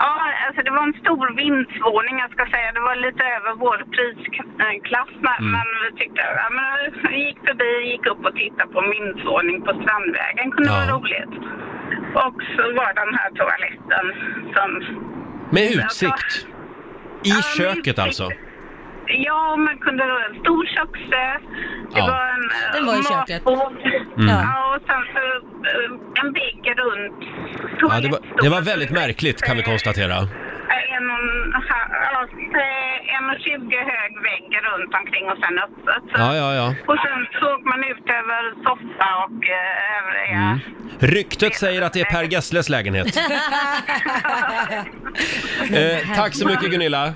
[SPEAKER 17] Ja, alltså det var en stor vindsvåning jag ska säga. Det var lite över vår prisklass men,
[SPEAKER 1] Mm.
[SPEAKER 17] men vi tyckte, ja men vi gick förbi, gick upp och tittade på en vindsvåning på Strandvägen. Kunde
[SPEAKER 1] Ja.
[SPEAKER 17] vara roligt. Och så var den här toaletten som...
[SPEAKER 1] Med
[SPEAKER 17] Alltså,
[SPEAKER 1] utsikt. I
[SPEAKER 17] Ja, med
[SPEAKER 1] köket
[SPEAKER 17] utsikt.
[SPEAKER 1] alltså.
[SPEAKER 17] Ja, man kunde ha en stor köksö. Det
[SPEAKER 1] Ja.
[SPEAKER 17] var en eh,
[SPEAKER 2] Den var i köket.
[SPEAKER 17] matbord.
[SPEAKER 1] Mm.
[SPEAKER 17] Ja, och sen så eh, en vägg runt.
[SPEAKER 1] Ja, det, var, det var väldigt märkligt kan vi konstatera.
[SPEAKER 17] Eh, En, och en halv- ja, eh, en och tjugo hög vägg runt omkring och sen öppet. Så-
[SPEAKER 1] Ja, ja, ja.
[SPEAKER 17] Och sen såg man ut över soffa och eh, övriga.
[SPEAKER 1] Mm. Ryktet säger att det är Per Gessles lägenhet. Eh, tack så mycket Gunilla.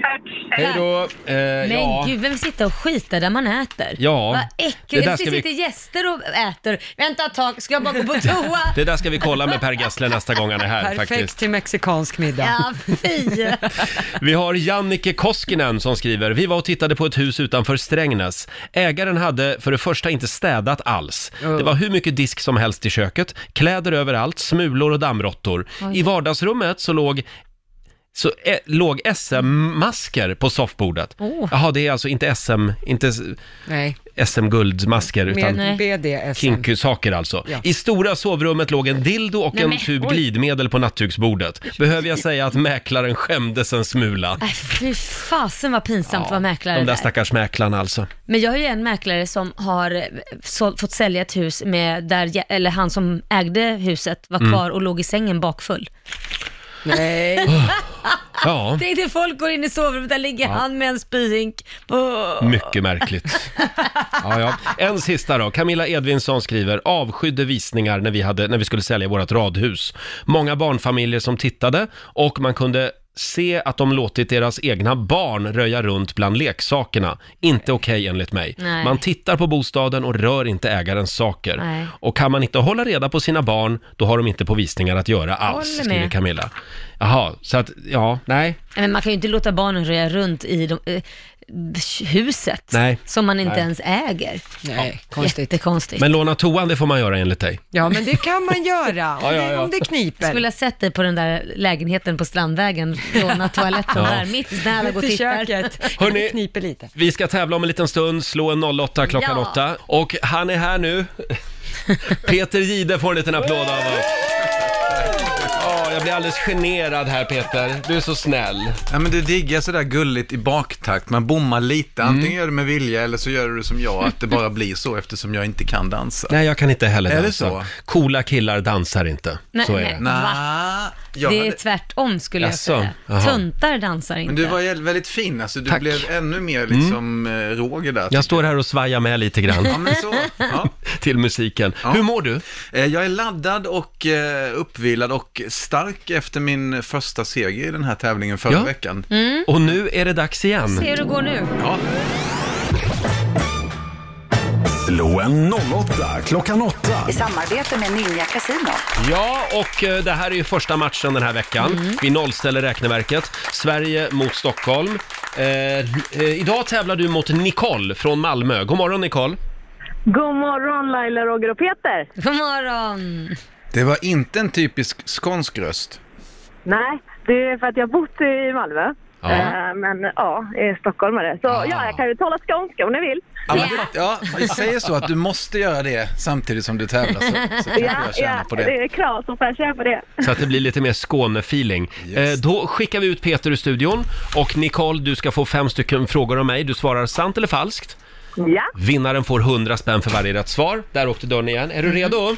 [SPEAKER 17] tack.
[SPEAKER 1] Hej då. Eh,
[SPEAKER 2] Men
[SPEAKER 1] ja.
[SPEAKER 2] gud, vem sitter och skiter där man äter?
[SPEAKER 1] Ja.
[SPEAKER 2] Vad
[SPEAKER 1] Det
[SPEAKER 2] äckligt.
[SPEAKER 1] där
[SPEAKER 2] Det
[SPEAKER 1] ska vi-
[SPEAKER 2] sitter gäster och äter. Vänta ett tag, ska jag bara gå på toa?
[SPEAKER 1] Det där ska vi kolla med Per Gessle nästa gång han är här
[SPEAKER 3] Perfekt
[SPEAKER 1] faktiskt.
[SPEAKER 3] till mexikansk middag.
[SPEAKER 2] Ja, fy.
[SPEAKER 1] Vi har Jannike Koskinen som skriver, vi var och tittade på ett hus utanför Strängnäs. Ägaren hade för det första inte städat alls. Det var hur mycket disk som helst i köket, kläder överallt, smulor och dammråttor.
[SPEAKER 11] Oj.
[SPEAKER 1] I vardagsrummet så låg så ä, låg SM-masker på soffbordet.
[SPEAKER 3] Åh.
[SPEAKER 1] Jaha, det är alltså inte SM, inte s-
[SPEAKER 3] Nej,
[SPEAKER 1] SM-guldmasker utan
[SPEAKER 3] med BDSM.
[SPEAKER 1] kinky-saker alltså.
[SPEAKER 3] Ja.
[SPEAKER 1] I stora sovrummet låg en dildo och
[SPEAKER 2] Nej,
[SPEAKER 1] en
[SPEAKER 2] men-
[SPEAKER 1] tub
[SPEAKER 2] oj.
[SPEAKER 1] glidmedel på nattduksbordet. Behöver jag säga att mäklaren skämdes en smula.
[SPEAKER 2] Äh, fy fasen vad pinsamt att vara mäklare
[SPEAKER 1] De där
[SPEAKER 2] där.
[SPEAKER 1] stackars mäklarna alltså.
[SPEAKER 2] Men jag har ju en mäklare som har eh, sålt, fått sälja ett hus med, där, jä- eller han som ägde huset var
[SPEAKER 1] Mm.
[SPEAKER 2] kvar och låg i sängen bakfull.
[SPEAKER 3] Nej.
[SPEAKER 1] Ja,
[SPEAKER 2] Tänk dig folk går in i sovrummet, där ligger
[SPEAKER 1] Ja.
[SPEAKER 2] han med en spyhink. Åh.
[SPEAKER 1] mycket märkligt. Ja, ja. En sista då. Camilla Edvinsson skriver, avskydde visningar när vi, hade, när vi skulle sälja vårt radhus. Många barnfamiljer som tittade och man kunde se att de låtit deras egna barn röja runt bland leksakerna. Inte okej enligt mig.
[SPEAKER 11] Nej.
[SPEAKER 1] Man tittar på bostaden och rör inte ägarens saker.
[SPEAKER 11] Nej.
[SPEAKER 1] Och kan man inte hålla reda på sina barn, då har de inte på visningar att göra alls,
[SPEAKER 2] Håller med.
[SPEAKER 1] skriver Camilla. Jaha, så att, ja, nej.
[SPEAKER 2] Nej, Men man kan ju inte låta barnen röja runt i de, eh, huset
[SPEAKER 1] Nej.
[SPEAKER 2] som man inte
[SPEAKER 1] Nej.
[SPEAKER 2] ens äger.
[SPEAKER 3] Nej,
[SPEAKER 2] konstigt. Jättekonstigt.
[SPEAKER 1] Men låna toan, det får man göra enligt dig.
[SPEAKER 3] Ja, men det kan man göra om,
[SPEAKER 1] Ja, ja,
[SPEAKER 3] Det,
[SPEAKER 1] ja.
[SPEAKER 3] om det
[SPEAKER 2] Jag
[SPEAKER 3] kniper.
[SPEAKER 2] skulle ha sett dig på den där lägenheten på Strandvägen, låna toaletten
[SPEAKER 1] Ja.
[SPEAKER 2] där, mitt när alla går och
[SPEAKER 3] Mitt i
[SPEAKER 2] tittar.
[SPEAKER 1] Hörrni,
[SPEAKER 3] kniper lite.
[SPEAKER 1] Vi ska tävla om en liten stund, slå en 08 klockan
[SPEAKER 2] Ja.
[SPEAKER 1] 8. Och han är här nu. Peter Gide får en liten applåd av oss. Ja, jag blir alldeles generad här Peter. Du är så snäll.
[SPEAKER 18] Ja, men du diggar sådär gulligt i baktakt. Man bommar lite.
[SPEAKER 13] Mm.
[SPEAKER 18] Antingen gör du med vilja eller så gör du som jag, att det bara blir så eftersom jag inte kan dansa.
[SPEAKER 1] Nej, jag kan inte heller
[SPEAKER 18] Är det
[SPEAKER 1] dansa.
[SPEAKER 18] så?
[SPEAKER 1] Coola killar dansar inte.
[SPEAKER 2] Nej,
[SPEAKER 1] så är
[SPEAKER 2] nej,
[SPEAKER 1] det.
[SPEAKER 2] va?
[SPEAKER 18] jag
[SPEAKER 2] det är
[SPEAKER 18] hade-
[SPEAKER 2] tvärtom skulle jag
[SPEAKER 1] Jaså,
[SPEAKER 2] säga.
[SPEAKER 1] jaha.
[SPEAKER 2] Tuntar dansar inte.
[SPEAKER 18] Men du var ju väldigt fin, alltså du
[SPEAKER 1] Tack.
[SPEAKER 18] blev ännu mer liksom mm. Roger där.
[SPEAKER 1] Jag står här och svajar med lite grann.
[SPEAKER 18] Ja, men så. Ja.
[SPEAKER 1] Till musiken. Hur mår du?
[SPEAKER 18] Jag är laddad och eh, uppvilad och stark efter min första seger i den här tävlingen förra
[SPEAKER 1] Ja.
[SPEAKER 18] veckan.
[SPEAKER 2] Mm.
[SPEAKER 1] Och nu är det dags igen.
[SPEAKER 2] Se hur det går nu.
[SPEAKER 18] Ja.
[SPEAKER 13] Slå en 08 klockan 8.
[SPEAKER 19] I samarbete med Ninja Casino.
[SPEAKER 1] Ja, och eh, det här är ju första matchen den här veckan.
[SPEAKER 19] Mm.
[SPEAKER 1] Vi nollställer räkneverket. Sverige mot Stockholm. Eh, eh, idag tävlar du mot Nicole från Malmö. God morgon Nicole!
[SPEAKER 16] God morgon Laila, Roger och Peter.
[SPEAKER 2] God morgon.
[SPEAKER 18] Det var inte en typisk skånsk röst.
[SPEAKER 16] Nej, det är för att jag har bott i Malmö.
[SPEAKER 18] Ja.
[SPEAKER 16] Eh, Men ja, jag är stockholmare. Så ja, jag kan ju tala skånska om ni vill.
[SPEAKER 18] Ja, men, det- ja, vi säger så att du måste göra det samtidigt som du tävlar så, så kanske jag tjänar på det.
[SPEAKER 16] är krav som får jag tjäna på det.
[SPEAKER 1] Så att det blir lite mer Skåne-feeling. Eh, då skickar vi ut Peter ur studion och Nicole, du ska få fem stycken frågor av mig. Du svarar sant eller falskt.
[SPEAKER 16] Ja,
[SPEAKER 1] Vinnaren får 100 spänn för varje rätt svar. Där åkte dörren igen. Är du
[SPEAKER 18] Mm.
[SPEAKER 1] redo?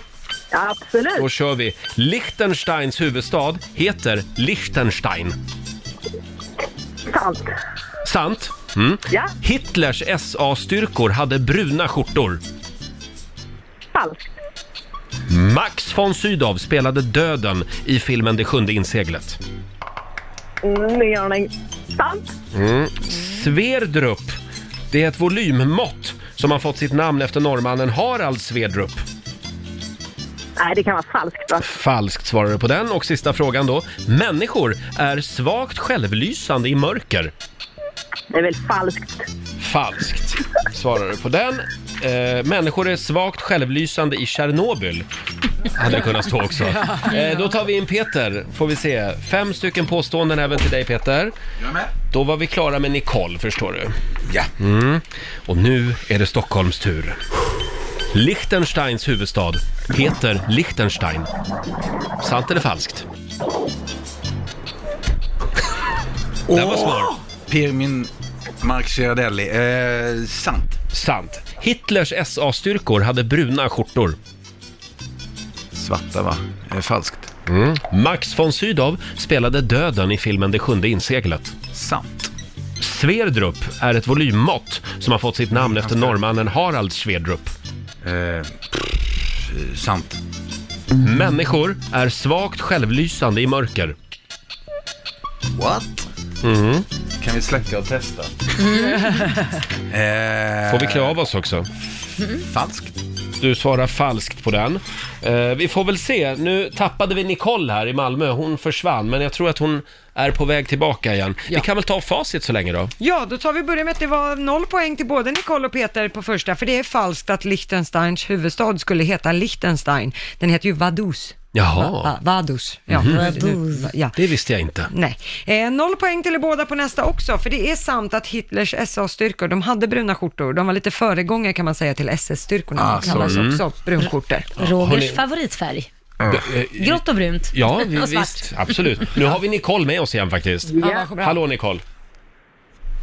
[SPEAKER 16] absolut.
[SPEAKER 1] Då kör vi. Liechtensteins huvudstad heter Liechtenstein.
[SPEAKER 16] Sant.
[SPEAKER 1] Sant? Mm.
[SPEAKER 16] Ja.
[SPEAKER 1] Hitlers SA-styrkor hade bruna skjortor.
[SPEAKER 16] Falskt.
[SPEAKER 1] Max von Sydow spelade döden i filmen Det sjunde inseglet.
[SPEAKER 16] Mm, Ingen aning. Sant.
[SPEAKER 1] Mm. Sverdrup. Det är ett volymmått som har fått sitt namn efter norrmannen Harald Sverdrup.
[SPEAKER 16] Nej, det kan vara falskt va?
[SPEAKER 1] Falskt svarar du på den. Och sista frågan då. Människor är svagt självlysande i mörker.
[SPEAKER 16] Det är väl falskt.
[SPEAKER 1] Falskt svarar du på den. Eh, människor är svagt självlysande i Tjernobyl. Hade det kunnat stå också. Eh, då tar vi in Peter, får vi se. Fem stycken påståenden även till dig Peter.
[SPEAKER 18] Jag är med.
[SPEAKER 1] Då var vi klara med Nicole, förstår du.
[SPEAKER 18] Ja.
[SPEAKER 1] Mm. Och nu är det Stockholms tur. Liechtensteins huvudstad heter Liechtenstein. Sant eller falskt? Den var svår.
[SPEAKER 18] Pirmin Mark Girardelli. Eh, sant.
[SPEAKER 1] Sant. Hitlers SA-styrkor hade bruna skjortor.
[SPEAKER 18] Svarta va? Eh, falskt.
[SPEAKER 1] Mm. Max von Sydow spelade döden i filmen Det sjunde inseglet.
[SPEAKER 18] Sant.
[SPEAKER 1] Sverdrup är ett volymmått som har fått sitt
[SPEAKER 18] Mm,
[SPEAKER 1] namn efter norrmannen Harald Sverdrup.
[SPEAKER 18] Eh, sant.
[SPEAKER 1] Människor är svagt självlysande i mörker.
[SPEAKER 18] What?
[SPEAKER 1] Mm.
[SPEAKER 18] Kan vi släcka och testa? Mm. Eh,
[SPEAKER 1] Får vi klä av oss också?
[SPEAKER 18] Falskt.
[SPEAKER 1] Du svarar falskt på den. Eh, vi får väl se. Nu tappade vi Nicole här i Malmö. Hon försvann, men jag tror att hon är på väg tillbaka igen.
[SPEAKER 3] Ja.
[SPEAKER 1] Vi kan väl ta facit så länge då?
[SPEAKER 3] Ja, då tar vi börja med att det var noll poäng till både Nicole och Peter på första, för det är falskt att Liechtensteins huvudstad skulle heta Liechtenstein. Den heter ju Vaduz.
[SPEAKER 1] Jaha.
[SPEAKER 3] Va- va- Vaduz. Ja.
[SPEAKER 1] Mhm.
[SPEAKER 3] Nu- Ja.
[SPEAKER 1] Det visste jag inte.
[SPEAKER 3] Nej. Eh, noll poäng till er båda på nästa också, för det är sant att Hitlers SA-styrkor, de hade bruna skjortor. De var lite föregångare kan man säga till SS-styrkorna.
[SPEAKER 1] Ah,
[SPEAKER 3] de kallas
[SPEAKER 1] sorry.
[SPEAKER 3] också
[SPEAKER 1] Mm.
[SPEAKER 3] brunskjortor.
[SPEAKER 1] Har ni-
[SPEAKER 2] Rogers favoritfärg. Grått och brunt.
[SPEAKER 1] eh, Ja, vi,
[SPEAKER 2] Och svart.
[SPEAKER 1] visst. Absolut. Nu har vi Nicole med oss igen faktiskt.
[SPEAKER 2] Ja, vad bra.
[SPEAKER 1] Hallå Nicole.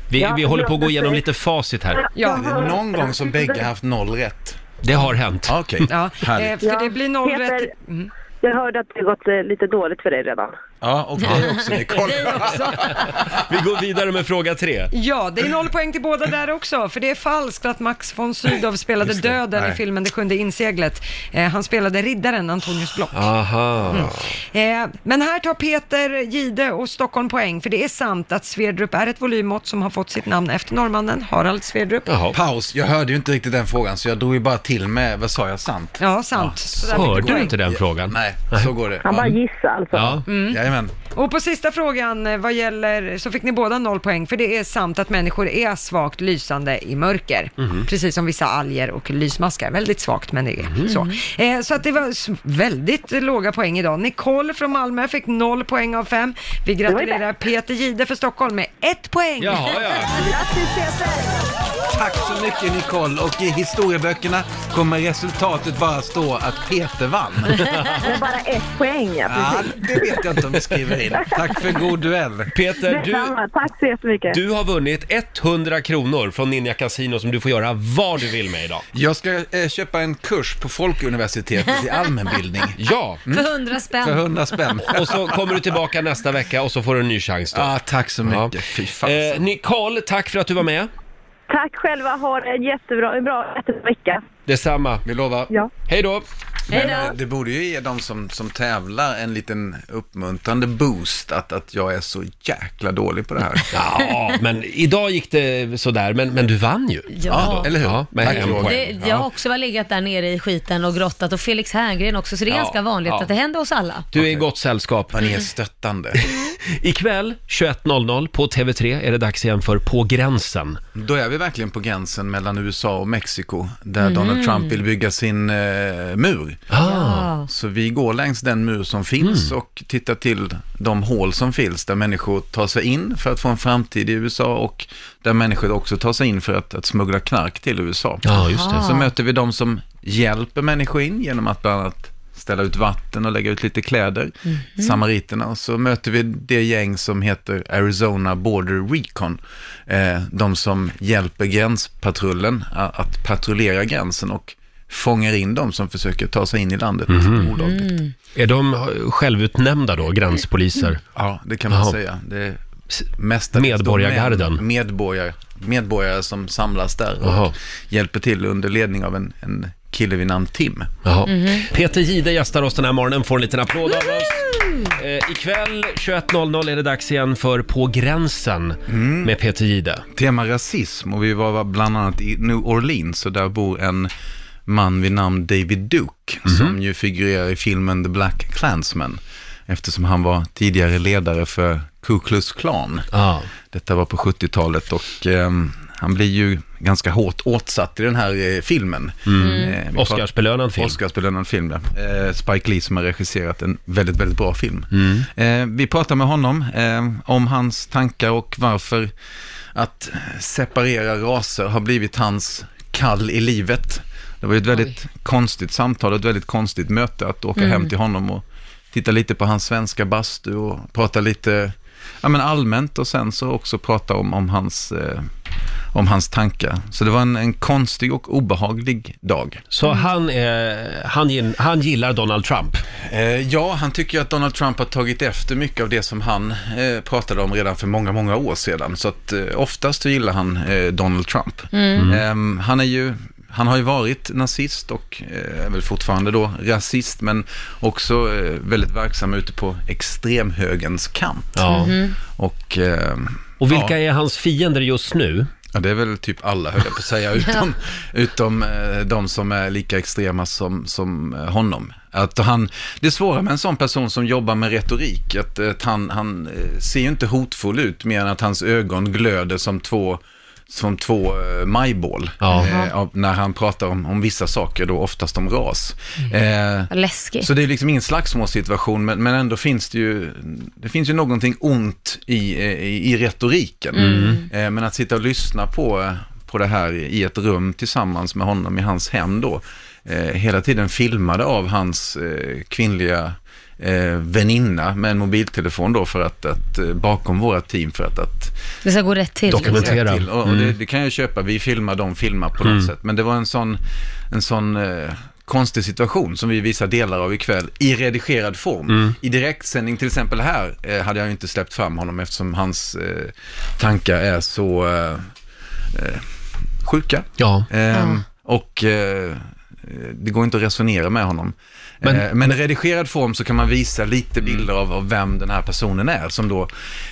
[SPEAKER 1] Vi,
[SPEAKER 18] Ja,
[SPEAKER 1] vi håller på att gå
[SPEAKER 18] jag-
[SPEAKER 1] igenom lite facit här.
[SPEAKER 3] Ja.
[SPEAKER 18] Är det någon gång som bägge haft noll rätt?
[SPEAKER 1] Det har hänt.
[SPEAKER 18] Okej,
[SPEAKER 3] Ja, eh,
[SPEAKER 18] härligt.
[SPEAKER 3] för det blir noll
[SPEAKER 16] Peter,
[SPEAKER 3] rätt. Mm.
[SPEAKER 16] Jag hörde att det gått eh, lite dåligt för dig redan.
[SPEAKER 6] Ja, och
[SPEAKER 3] dig också, Nicole. Dig också.
[SPEAKER 1] Vi går vidare med fråga tre.
[SPEAKER 3] Ja, det är noll poäng till båda där också, för det är falskt att Max von Sydow spelade
[SPEAKER 1] Just det.
[SPEAKER 3] döden
[SPEAKER 1] Nej.
[SPEAKER 3] i filmen Det sjunde inseglet. Eh, han spelade riddaren Antonius Block.
[SPEAKER 1] Aha.
[SPEAKER 3] Eh, men här tar Peter Gide och Stockholm poäng, för det är sant att Sverdrup är ett volymmått som har fått sitt namn efter norrmannen Harald Sverdrup.
[SPEAKER 18] Paus, jag hörde ju inte riktigt den frågan så jag drog ju bara till med, vad sa jag, sant?
[SPEAKER 3] Ja, sant. Så där fick du
[SPEAKER 18] Hörde
[SPEAKER 3] poäng.
[SPEAKER 18] inte den frågan? Nej, så går det.
[SPEAKER 14] Han bara gissar alltså.
[SPEAKER 18] Ja,
[SPEAKER 3] Mm.
[SPEAKER 18] jajamän.
[SPEAKER 3] Och på sista frågan eh, vad gäller, så fick ni båda noll poäng, för det är sant att människor är svagt lysande i mörker.
[SPEAKER 5] Mhm.
[SPEAKER 3] Precis som vissa alger och lysmaskar. Väldigt svagt, men det är
[SPEAKER 5] Mhm.
[SPEAKER 3] så. Eh, så att det var s- väldigt låga poäng idag. Nicole från Malmö fick noll poäng av fem. Vi
[SPEAKER 5] Det var ju
[SPEAKER 3] gratulerar Peter Gide för Stockholm med ett poäng.
[SPEAKER 18] Jaha, ja.
[SPEAKER 5] Grattis
[SPEAKER 18] Tack så mycket Nicole och i historieböckerna kommer resultatet bara stå att Peter vann.
[SPEAKER 14] Det är bara ett poäng, ja,
[SPEAKER 18] Ja,
[SPEAKER 14] precis.
[SPEAKER 18] det vet jag inte om vi skriver in. Tack för god duell.
[SPEAKER 1] Peter, du,
[SPEAKER 14] Detsamma. Tack så jättemycket.
[SPEAKER 1] du har vunnit 100 kronor från Ninja Casino som du får göra vad du vill med idag.
[SPEAKER 18] Jag ska eh, köpa en kurs på Folkuniversitetet i allmänbildning.
[SPEAKER 1] Ja.
[SPEAKER 2] För hundra spänn.
[SPEAKER 18] För 100 spänn.
[SPEAKER 1] Och så kommer du tillbaka nästa vecka och så får du en ny chans då.
[SPEAKER 18] Ja, tack så mycket. Fy fan. alltså.
[SPEAKER 1] Eh, Nicole, tack för att du var med.
[SPEAKER 14] Tack själva. Ha en jättebra, en bra, jättebra vecka.
[SPEAKER 1] Detsamma.
[SPEAKER 18] Vi lovar.
[SPEAKER 14] Ja.
[SPEAKER 1] Hej då.
[SPEAKER 14] Hej då.
[SPEAKER 18] Men, eh, det borde ju ge de som, som tävlar en liten uppmuntrande boost att, att jag är så jäkla dålig på det här.
[SPEAKER 1] Ja, men idag gick det sådär, men, men du vann ju.
[SPEAKER 2] Ja.
[SPEAKER 18] eller hur?
[SPEAKER 1] med
[SPEAKER 18] Tack,
[SPEAKER 1] en
[SPEAKER 18] Roger.
[SPEAKER 1] poäng.
[SPEAKER 2] Det, jag har också varit legat där nere i skiten och grottat och Felix Herngren också, så det är
[SPEAKER 1] Ja,
[SPEAKER 2] ganska vanligt
[SPEAKER 1] ja.
[SPEAKER 2] att det händer oss alla.
[SPEAKER 1] Du är i gott sällskap.
[SPEAKER 18] Han är stöttande.
[SPEAKER 1] Ikväll 21.00 på TV3 är det dags igen för På gränsen.
[SPEAKER 18] Då är vi verkligen på gränsen mellan USA och Mexiko, där
[SPEAKER 1] Mhm.
[SPEAKER 14] Mm.
[SPEAKER 18] Donald Trump vill bygga sin eh, mur.
[SPEAKER 1] Ah.
[SPEAKER 18] Så vi går längs den mur som finns
[SPEAKER 1] Mm.
[SPEAKER 18] och tittar till de hål som finns där människor tar sig in för att få en framtid i USA och där människor också tar sig in för att, att smuggla knark till USA.
[SPEAKER 1] Ja, just det.
[SPEAKER 18] Så möter vi de som hjälper människor in genom att bland annat ställa ut vatten och lägga ut lite kläder,
[SPEAKER 1] Mm.
[SPEAKER 5] Mhm.
[SPEAKER 18] samariterna. Och så möter vi det gäng som heter Arizona Border Recon. Eh, de som hjälper gränspatrullen a- att patrullera gränsen och fångar in de som försöker ta sig in i landet
[SPEAKER 1] Mhm.
[SPEAKER 18] olagligt.
[SPEAKER 2] Mm.
[SPEAKER 1] Är de eh, självutnämnda då, gränspoliser?
[SPEAKER 18] Mm. Ja, det kan man
[SPEAKER 1] Jaha.
[SPEAKER 18] säga. Det är mestadels
[SPEAKER 1] Medborgargarden.
[SPEAKER 18] de män- Medborgare, medborgare som samlas där och
[SPEAKER 1] Jaha.
[SPEAKER 18] hjälper till under ledning av en, en kille vid namn Tim.
[SPEAKER 1] Jaha.
[SPEAKER 5] Mhm.
[SPEAKER 1] Peter Jihde gästar oss den här morgonen, får en liten applåd av oss. Eh, ikväll 21.00 är det dags igen för På gränsen med Peter Jihde.
[SPEAKER 18] Mm. Tema rasism och vi var bland annat i New Orleans och där bor en man vid namn David Duke
[SPEAKER 1] Mhm.
[SPEAKER 18] som ju figurerar i filmen The Black Klansman eftersom han var tidigare ledare för Ku Klux Klan. Detta var på 70-talet och ehm, han blir ju ganska hårt åtsatt i den här eh, filmen.
[SPEAKER 1] Mm.
[SPEAKER 18] Eh, vi
[SPEAKER 1] Oscarsbelönad film.
[SPEAKER 18] Oscarsbelönad film, ja. Eh, Spike Lee som har regisserat en väldigt, väldigt bra film. Eh, vi pratar med honom eh, om hans tankar och varför att separera raser har blivit hans kall i livet. Det var ju ett väldigt konstigt samtal och ett väldigt konstigt möte att åka
[SPEAKER 11] Mm.
[SPEAKER 18] hem till honom och titta lite på hans svenska bastu och prata lite ja, men allmänt och sen så också prata om, om, hans, eh, om hans tankar. Så det var en, en konstig och obehaglig dag.
[SPEAKER 1] Så han, är, han, gin- han gillar Donald Trump?
[SPEAKER 18] Eh, ja, han tycker ju att Donald Trump har tagit efter mycket av det som han eh, pratade om redan för många, många år sedan. Så att eh, oftast så gillar han eh, Donald Trump.
[SPEAKER 5] Mm.
[SPEAKER 18] Ehm, han är ju han har ju varit nazist och eh, är väl fortfarande då rasist, men också eh, väldigt verksam ute på extremhögerns kant.
[SPEAKER 1] Ja. Mhm.
[SPEAKER 18] Och, ehm,
[SPEAKER 1] Och vilka är hans fiender just nu?
[SPEAKER 18] Ja, det är väl typ alla, höll jag på att säga, utom, utom eh, de som är lika extrema som, som eh, honom. Att han, det svåra med en sån person som jobbar med retorik, att, att han, han eh, ser ju inte hotfull ut, mer än att hans ögon glöder som två som två eh, majbål, eh, av- när han pratar om, om vissa saker, då oftast om ras.
[SPEAKER 1] Mm.
[SPEAKER 18] Eh,
[SPEAKER 2] Vad läskigt.
[SPEAKER 18] så det är liksom ingen slagsmålssituation, men, men ändå finns det ju, det finns ju någonting ont i, eh, i, i retoriken.
[SPEAKER 5] Mm.
[SPEAKER 18] Eh, Men att sitta och lyssna på, eh, på det här i ett rum tillsammans med honom i hans hem då, eh, hela tiden filmade av hans eh, kvinnliga eh, väninna med en mobiltelefon då för att, att eh, bakom våra team för att, att
[SPEAKER 2] Det ska gå rätt till.
[SPEAKER 18] Dokumentera. Till. Och, och
[SPEAKER 1] Mm.
[SPEAKER 18] det, det kan jag köpa, vi filmar, de filmar på något
[SPEAKER 1] Mm.
[SPEAKER 18] sätt. Men det var en sån, en sån eh, konstig situation som vi visar delar av ikväll i redigerad form.
[SPEAKER 1] Mm.
[SPEAKER 18] I direktsändning till exempel här eh, hade jag ju inte släppt fram honom eftersom hans eh, tankar är så eh, eh, sjuka.
[SPEAKER 1] Ja.
[SPEAKER 18] Ehm, och eh, det går inte att resonera med honom. Men, eh, men i redigerad form så kan man visa lite
[SPEAKER 1] Mm.
[SPEAKER 18] bilder av, av vem den här personen är som då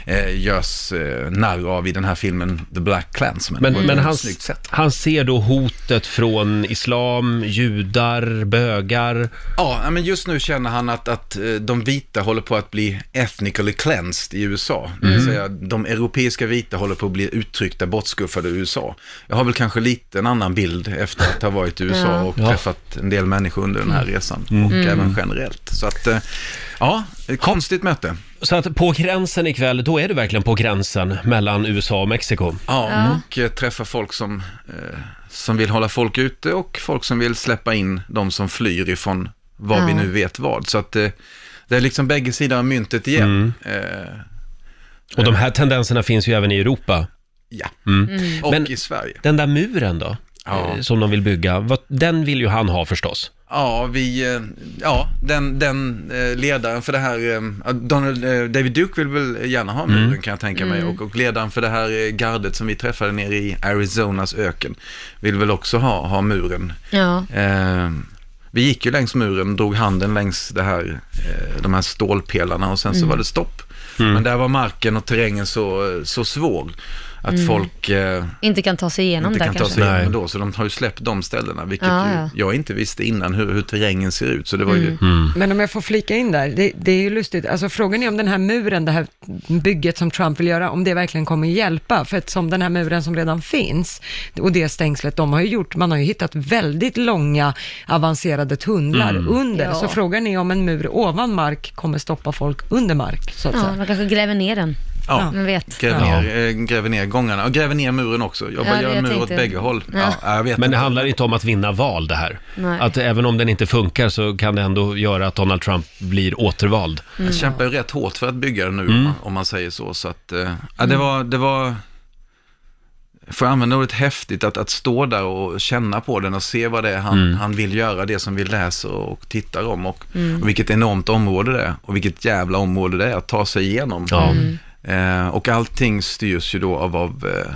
[SPEAKER 18] eh, görs eh, narr av i den här filmen The Black Clansman.
[SPEAKER 1] Men,
[SPEAKER 18] på ett
[SPEAKER 1] men
[SPEAKER 18] väldigt
[SPEAKER 1] han,
[SPEAKER 18] snyggt sätt.
[SPEAKER 1] han ser då hotet från islam, judar, bögar.
[SPEAKER 18] Ja, ja, men just nu känner han att, att eh, de vita håller på att bli ethnically cleansed i USA. Det vill
[SPEAKER 1] Mm.
[SPEAKER 18] säga, de europeiska vita håller på att bli uttryckta, bortskuffade i USA. Jag har väl kanske lite en annan bild efter att ha varit i USA
[SPEAKER 1] Ja.
[SPEAKER 18] och
[SPEAKER 1] Ja.
[SPEAKER 18] träffat en del människor under den här resan och
[SPEAKER 1] Mm.
[SPEAKER 18] även generellt. Så att, eh, ja, ett konstigt möte.
[SPEAKER 1] Så att på gränsen ikväll, då är du verkligen på gränsen mellan USA och Mexiko.
[SPEAKER 18] Ja,
[SPEAKER 1] Mm.
[SPEAKER 18] och eh, träffa folk som, eh, som vill hålla folk ute och folk som vill släppa in de som flyr ifrån vad
[SPEAKER 1] Ja.
[SPEAKER 18] vi nu vet vad. Så att eh, det är liksom bägge sidor av myntet igen.
[SPEAKER 1] Mm.
[SPEAKER 18] Eh,
[SPEAKER 1] Och de här tendenserna finns ju även i Europa.
[SPEAKER 18] Ja,
[SPEAKER 1] Mm.
[SPEAKER 18] Mm. Och
[SPEAKER 1] Men
[SPEAKER 18] i Sverige.
[SPEAKER 1] den där muren då, eh, som de vill bygga, vad- den vill ju han ha förstås.
[SPEAKER 18] Ja, vi, eh, ja den, den eh, ledaren för det här, eh, ja, Donald, eh, David Duke vill väl gärna ha muren
[SPEAKER 1] Mm.
[SPEAKER 18] kan jag tänka mig.
[SPEAKER 1] Mm.
[SPEAKER 18] Och, och ledaren för det här eh, gardet som vi träffade nere i Arizonas öken vill väl också ha, ha muren.
[SPEAKER 2] Ja.
[SPEAKER 18] Eh, vi gick ju längs muren, drog handen längs det här, eh, de här stålpelarna och sen så
[SPEAKER 1] Mm.
[SPEAKER 18] var det stopp. Men där var marken och terrängen så, eh, så svår att
[SPEAKER 2] Mm.
[SPEAKER 18] folk eh,
[SPEAKER 2] Inte kan ta sig igenom
[SPEAKER 18] inte
[SPEAKER 2] där
[SPEAKER 18] kan ta
[SPEAKER 2] kanske.
[SPEAKER 18] sig igenom då, så de har ju släppt de ställena, vilket
[SPEAKER 3] Ja,
[SPEAKER 18] ju,
[SPEAKER 3] ja.
[SPEAKER 18] jag inte visste innan hur, hur terrängen ser ut. Så det var ju...
[SPEAKER 3] Men om jag får flika in där, det, det är ju lustigt. Alltså frågan är om den här muren, det här bygget som Trump vill göra, om det verkligen kommer hjälpa. För att som den här muren som redan finns och det stängslet de har ju gjort, man har ju hittat väldigt långa avancerade tunnlar
[SPEAKER 2] Mm.
[SPEAKER 3] under.
[SPEAKER 2] Ja.
[SPEAKER 3] Så frågan är om en mur ovan mark kommer stoppa folk under mark, så att
[SPEAKER 2] Ja,
[SPEAKER 3] säga.
[SPEAKER 2] de kanske gräver ner den.
[SPEAKER 18] Ja,
[SPEAKER 2] Man vet.
[SPEAKER 18] Gräver, ner, eh, gräver ner gångarna och gräver ner muren också. Jag
[SPEAKER 2] Ja,
[SPEAKER 18] bara
[SPEAKER 2] det
[SPEAKER 18] gör en
[SPEAKER 2] jag
[SPEAKER 18] mur åt
[SPEAKER 2] tänkte.
[SPEAKER 18] bägge håll.
[SPEAKER 2] Ja.
[SPEAKER 18] Ja, jag vet
[SPEAKER 1] Men det
[SPEAKER 18] inte.
[SPEAKER 1] handlar inte om att vinna val det här.
[SPEAKER 18] Nej.
[SPEAKER 1] Att även om den inte funkar så kan det ändå göra att Donald Trump blir återvald.
[SPEAKER 2] Mm.
[SPEAKER 18] Jag kämpar ju rätt hårt för att bygga den nu, om, man, om man säger så. så att, eh, ja, det,
[SPEAKER 1] Mm.
[SPEAKER 18] var, det var, får jag använda ordet häftigt, att, att stå där och känna på den och se vad det är han,
[SPEAKER 1] Mm.
[SPEAKER 18] han vill göra, det som vi läser och tittar om och,
[SPEAKER 1] Mm.
[SPEAKER 18] och vilket enormt område det är och vilket jävla område det är att ta sig igenom.
[SPEAKER 1] Ja.
[SPEAKER 2] Mm.
[SPEAKER 18] Eh, och allting styrs ju då av, av eh,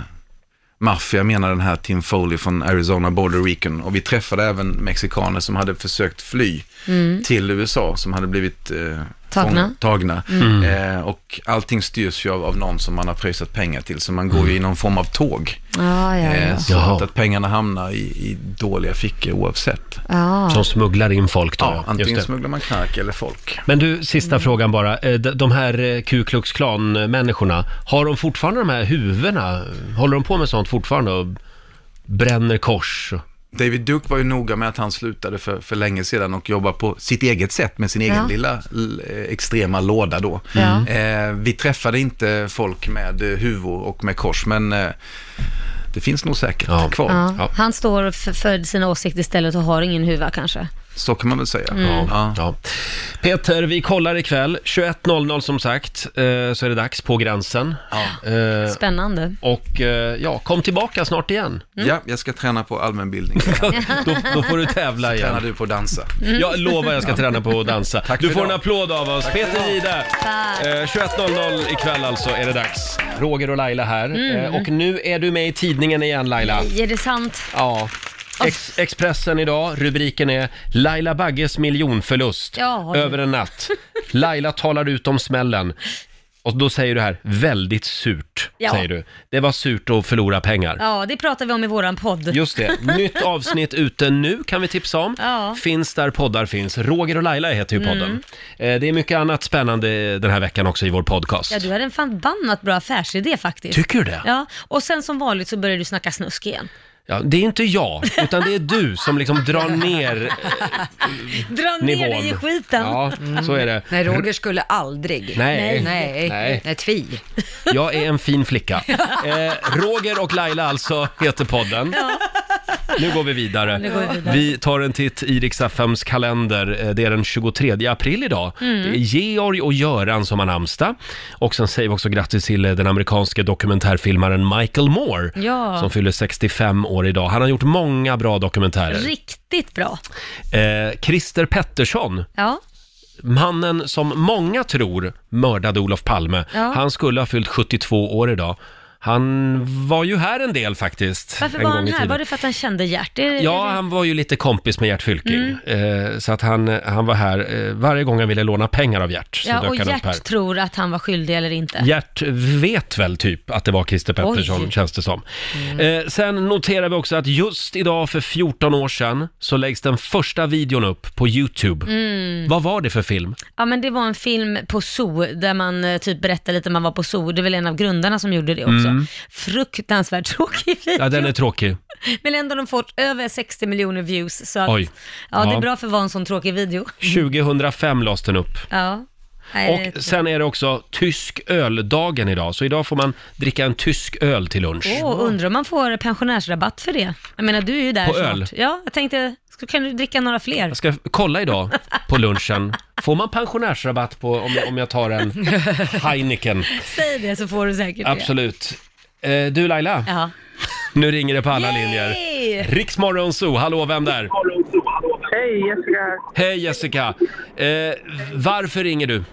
[SPEAKER 18] maffia, jag menar den här Tim Foley från Arizona Border Recon. Och vi träffade även mexikaner som hade försökt fly
[SPEAKER 2] Mm.
[SPEAKER 18] till USA, som hade blivit eh,
[SPEAKER 2] Tagna.
[SPEAKER 18] fång- tagna.
[SPEAKER 2] Mm.
[SPEAKER 18] Eh, och allting styrs ju av, av någon som man har pröjsat pengar till, så man
[SPEAKER 1] Mm.
[SPEAKER 18] går ju i någon form av tåg.
[SPEAKER 2] Ja, ja,
[SPEAKER 18] Eh,
[SPEAKER 2] ja.
[SPEAKER 18] så att, att pengarna hamnar i, i dåliga
[SPEAKER 2] Mm.
[SPEAKER 18] fickor oavsett.
[SPEAKER 2] Ja.
[SPEAKER 1] Som smugglar in folk då.
[SPEAKER 18] Ja,
[SPEAKER 1] Just
[SPEAKER 18] antingen
[SPEAKER 1] det.
[SPEAKER 18] smugglar man knark eller folk.
[SPEAKER 1] Men du,
[SPEAKER 2] Mm.
[SPEAKER 1] sista frågan bara. Eh, de- De här eh, Ku Klux Klan-människorna, har de fortfarande de här huvudena? Håller de på med sånt fortfarande och bränner kors?
[SPEAKER 18] David Duke var ju noga med att han slutade för, för länge sedan och jobbar på sitt eget sätt med sin egen
[SPEAKER 1] Ja.
[SPEAKER 18] lilla l- eh, extrema låda då.
[SPEAKER 1] Ja.
[SPEAKER 18] Eh, vi träffade inte folk med eh, huvor och med kors, men eh, det finns nog säkert kvar.
[SPEAKER 2] Ja.
[SPEAKER 18] Ja.
[SPEAKER 2] Han står för, för sina åsikter istället och har ingen huva kanske.
[SPEAKER 18] Så kan man väl säga.
[SPEAKER 2] Mm. Ja,
[SPEAKER 1] Peter, vi kollar ikväll. 21.00 som sagt, eh, så är det dags på gränsen. Eh,
[SPEAKER 2] Spännande.
[SPEAKER 1] Och eh, ja, kom tillbaka snart igen.
[SPEAKER 2] Mm.
[SPEAKER 18] Ja, jag ska träna på allmänbildning.
[SPEAKER 1] då, då får du tävla igen.
[SPEAKER 18] Tränar du på att dansa?
[SPEAKER 1] Mm. Jag lovar jag ska träna på att dansa. du
[SPEAKER 18] för
[SPEAKER 1] får en
[SPEAKER 18] idag.
[SPEAKER 1] applåd av oss. Peter Gide. Eh, 21.00 ikväll alltså är det dags. Roger och Laila här.
[SPEAKER 2] Mm.
[SPEAKER 1] Eh, och nu är du med i tidningen igen Laila.
[SPEAKER 2] Är det sant?
[SPEAKER 1] Ja. Ex Expressen idag, rubriken är Laila Bagges miljonförlust
[SPEAKER 2] Ja, det-
[SPEAKER 1] över en natt. Laila talar ut om smällen. Och då säger du här, väldigt surt,
[SPEAKER 2] Ja.
[SPEAKER 1] säger du. Det var surt att förlora pengar.
[SPEAKER 2] Ja, det pratar vi om i våran podd.
[SPEAKER 1] Just det. Nytt avsnitt ute nu kan vi tipsa om.
[SPEAKER 2] Ja.
[SPEAKER 1] Finns där poddar finns. Roger och Laila heter ju podden.
[SPEAKER 2] Mm.
[SPEAKER 1] Eh, Det är mycket annat spännande den här veckan också i vår podcast.
[SPEAKER 2] Ja, du hade en förbannat bra affärsidé faktiskt.
[SPEAKER 1] Tycker du det?
[SPEAKER 2] Ja, och sen som vanligt så börjar du snacka snusk igen.
[SPEAKER 1] Ja, det är inte jag, utan det är du som liksom drar ner
[SPEAKER 2] Dra ner
[SPEAKER 1] nivån.
[SPEAKER 2] dig i skiten.
[SPEAKER 1] Ja, så är det.
[SPEAKER 3] Nej, Roger skulle aldrig.
[SPEAKER 1] Nej.
[SPEAKER 3] Nej.
[SPEAKER 1] Nej.
[SPEAKER 3] Nej. Tvi.
[SPEAKER 1] Jag är en fin flicka. Eh, Roger och Laila alltså heter podden. Nu går vi vidare.
[SPEAKER 2] Nu går vi vidare.
[SPEAKER 1] Vi tar en titt i Riks-FMs kalender. Eh, Det är den 23 april idag.
[SPEAKER 2] Mm.
[SPEAKER 1] Det är Georg och Göran som har namnsdag. Och sen säger vi också grattis till eh, den amerikanske dokumentärfilmaren Michael Moore.
[SPEAKER 2] Ja.
[SPEAKER 1] Som fyller 65 år idag. Han har gjort många bra dokumentärer.
[SPEAKER 2] Riktigt bra.
[SPEAKER 1] Eh, Christer Pettersson,
[SPEAKER 2] Ja.
[SPEAKER 1] mannen som många tror mördade Olof Palme.
[SPEAKER 2] Ja.
[SPEAKER 1] Han skulle ha fyllt 72 år idag. Han var ju här en del faktiskt.
[SPEAKER 2] Varför
[SPEAKER 1] en
[SPEAKER 2] var
[SPEAKER 1] gång
[SPEAKER 2] han
[SPEAKER 1] i
[SPEAKER 2] här?
[SPEAKER 1] tiden.
[SPEAKER 2] Var det för att han kände Gert? Är det- Mm.
[SPEAKER 1] Ja,
[SPEAKER 2] är det-
[SPEAKER 1] han var ju lite kompis med Gert Fylking. Eh, så att han, han var här eh, varje gång han ville låna pengar av Gert. Så
[SPEAKER 2] ja
[SPEAKER 1] dök
[SPEAKER 2] och
[SPEAKER 1] han upp här.
[SPEAKER 2] Gert tror att han var skyldig eller inte.
[SPEAKER 1] Gert vet väl typ att det var Christer Pettersson,
[SPEAKER 2] Oj. Mm.
[SPEAKER 1] känns det som. Eh, sen noterar vi också att just idag för 14 år sedan så läggs den första videon upp på YouTube.
[SPEAKER 2] Mm.
[SPEAKER 1] Vad var det för film?
[SPEAKER 2] Ja men det var en film på zoo där man eh, typ berättade lite om man var på zoo. Det är väl en av grundarna som gjorde det också.
[SPEAKER 1] Mm.
[SPEAKER 2] Fruktansvärt tråkig video.
[SPEAKER 1] Ja, den är tråkig.
[SPEAKER 2] Men ändå har de fått över 60 miljoner views. Så att,
[SPEAKER 1] Oj.
[SPEAKER 2] Ja, det
[SPEAKER 1] Ja.
[SPEAKER 2] är bra för att vara en sån tråkig video.
[SPEAKER 1] 2005 lades den upp.
[SPEAKER 2] Ja. Nej, det-
[SPEAKER 1] Och sen är det också tysk öldagen idag, så idag får man dricka en tysk öl till lunch.
[SPEAKER 2] Åh, undrar om man får pensionärsrabatt för det. Jag menar, du är ju där
[SPEAKER 1] På
[SPEAKER 2] snart.
[SPEAKER 1] öl? Alltså-
[SPEAKER 2] Ja, jag tänkte, ska- kan du dricka några fler?
[SPEAKER 1] Jag ska kolla idag på lunchen. Får man pensionärsrabatt på om, om jag tar en Heineken?
[SPEAKER 2] Säg det så får du säkert
[SPEAKER 1] Absolut. Eh, du Laila,
[SPEAKER 2] det. Ja.
[SPEAKER 1] nu ringer det på alla linjer. Riksmorgon Zoo, hallå vem där?
[SPEAKER 5] Hej Jessica här.
[SPEAKER 1] Hej Jessica! Eh, varför ringer du?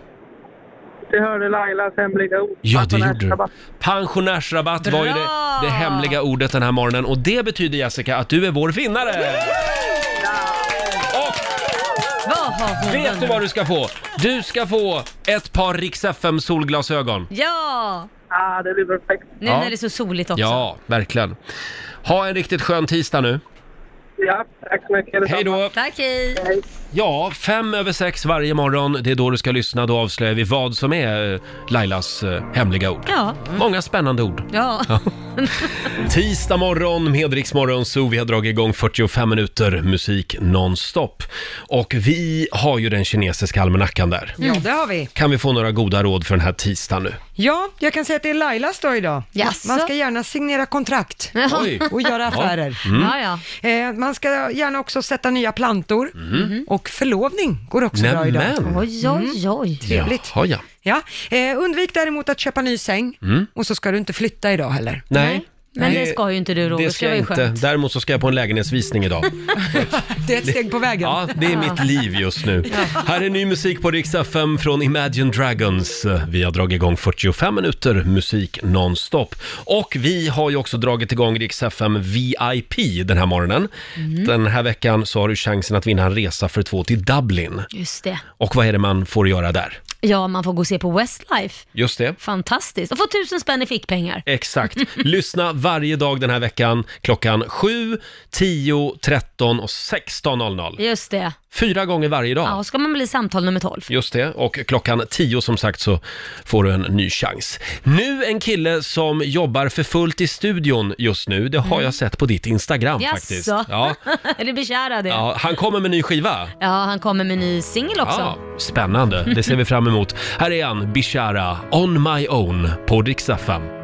[SPEAKER 5] Du hörde Lailas hemliga ord.
[SPEAKER 1] Ja, det gjorde du. Pensionärsrabatt var ju det, det hemliga ordet den här morgonen och det betyder Jessica att du är vår vinnare!
[SPEAKER 2] Vad har hon
[SPEAKER 1] Vet du vad du ska få? Du ska få ett par Rix FM solglasögon.
[SPEAKER 2] Ja!
[SPEAKER 5] Ja, det blir perfekt.
[SPEAKER 2] Nu
[SPEAKER 1] Ja.
[SPEAKER 2] när det är så soligt också.
[SPEAKER 1] Ja, verkligen. Ha en riktigt skön tisdag nu.
[SPEAKER 5] Ja, tack så mycket.
[SPEAKER 1] Hej då.
[SPEAKER 2] Tack, hej.
[SPEAKER 1] Ja, fem över sex varje morgon. Det är då du ska lyssna. Då avslöjar vi vad som är eh, Lailas eh, hemliga ord.
[SPEAKER 2] Ja.
[SPEAKER 1] Många spännande ord.
[SPEAKER 2] Ja.
[SPEAKER 1] Ja. Tisdag morgon med Rix Morgon Zoo. Vi har dragit igång 45 minuter musik nonstop. Och vi har ju den kinesiska almanackan där.
[SPEAKER 3] Ja, det har vi.
[SPEAKER 1] Kan vi få några goda råd för den här tisdagen nu?
[SPEAKER 3] Ja, jag kan säga att det är Lailas dag idag.
[SPEAKER 2] Jaså?
[SPEAKER 3] Man ska gärna signera kontrakt
[SPEAKER 1] Oj.
[SPEAKER 3] och göra
[SPEAKER 1] Ja.
[SPEAKER 3] affärer.
[SPEAKER 1] Mm. Ja,
[SPEAKER 3] Eh, man ska gärna också sätta nya plantor
[SPEAKER 1] Mhm.
[SPEAKER 3] och förlovning går också bra idag. Mm.
[SPEAKER 1] Nämen. Oj,
[SPEAKER 2] Mm. oj, oj.
[SPEAKER 3] Trevligt.
[SPEAKER 1] Jaha, ja.
[SPEAKER 3] Ja. Eh, undvik däremot att köpa ny säng
[SPEAKER 1] Mm.
[SPEAKER 3] och så ska du inte flytta idag heller.
[SPEAKER 1] Nej.
[SPEAKER 2] Men det ska ju inte du, Roger.
[SPEAKER 1] Det ska jag inte. Däremot så ska jag på en lägenhetsvisning idag.
[SPEAKER 3] Det är ett steg på vägen.
[SPEAKER 1] Ja, det är mitt liv just nu. Här är ny musik på Rix FM från Imagine Dragons. Vi har dragit igång 45 minuter musik nonstop. Och vi har ju också dragit igång Rix FM VIP den här morgonen.
[SPEAKER 3] Mm.
[SPEAKER 1] Den här veckan så har du chansen att vinna en resa för två till Dublin.
[SPEAKER 2] Just det.
[SPEAKER 1] Och vad är det man får göra där?
[SPEAKER 2] Ja, man får gå och se på Westlife.
[SPEAKER 1] Just det.
[SPEAKER 2] Fantastiskt. Och få tusen spänn i fickpengar.
[SPEAKER 1] Exakt. Lyssna varje dag den här veckan klockan 7, 10, 13 och 16.00.
[SPEAKER 2] Just det.
[SPEAKER 1] Fyra gånger varje dag.
[SPEAKER 2] Ja, och ska man bli samtal nummer 12.
[SPEAKER 1] Just det, och klockan 10 som sagt så får du en ny chans. Nu en kille som jobbar för fullt i studion just nu, det har jag sett på ditt Instagram faktiskt. Ja,
[SPEAKER 2] Är du bekärad?
[SPEAKER 1] ja, han kommer med ny skiva.
[SPEAKER 2] ja, han kommer med en ny singel också.
[SPEAKER 1] Ja, spännande, det ser vi fram emot. Här är han, Bishara, On My Own på Dixtafam.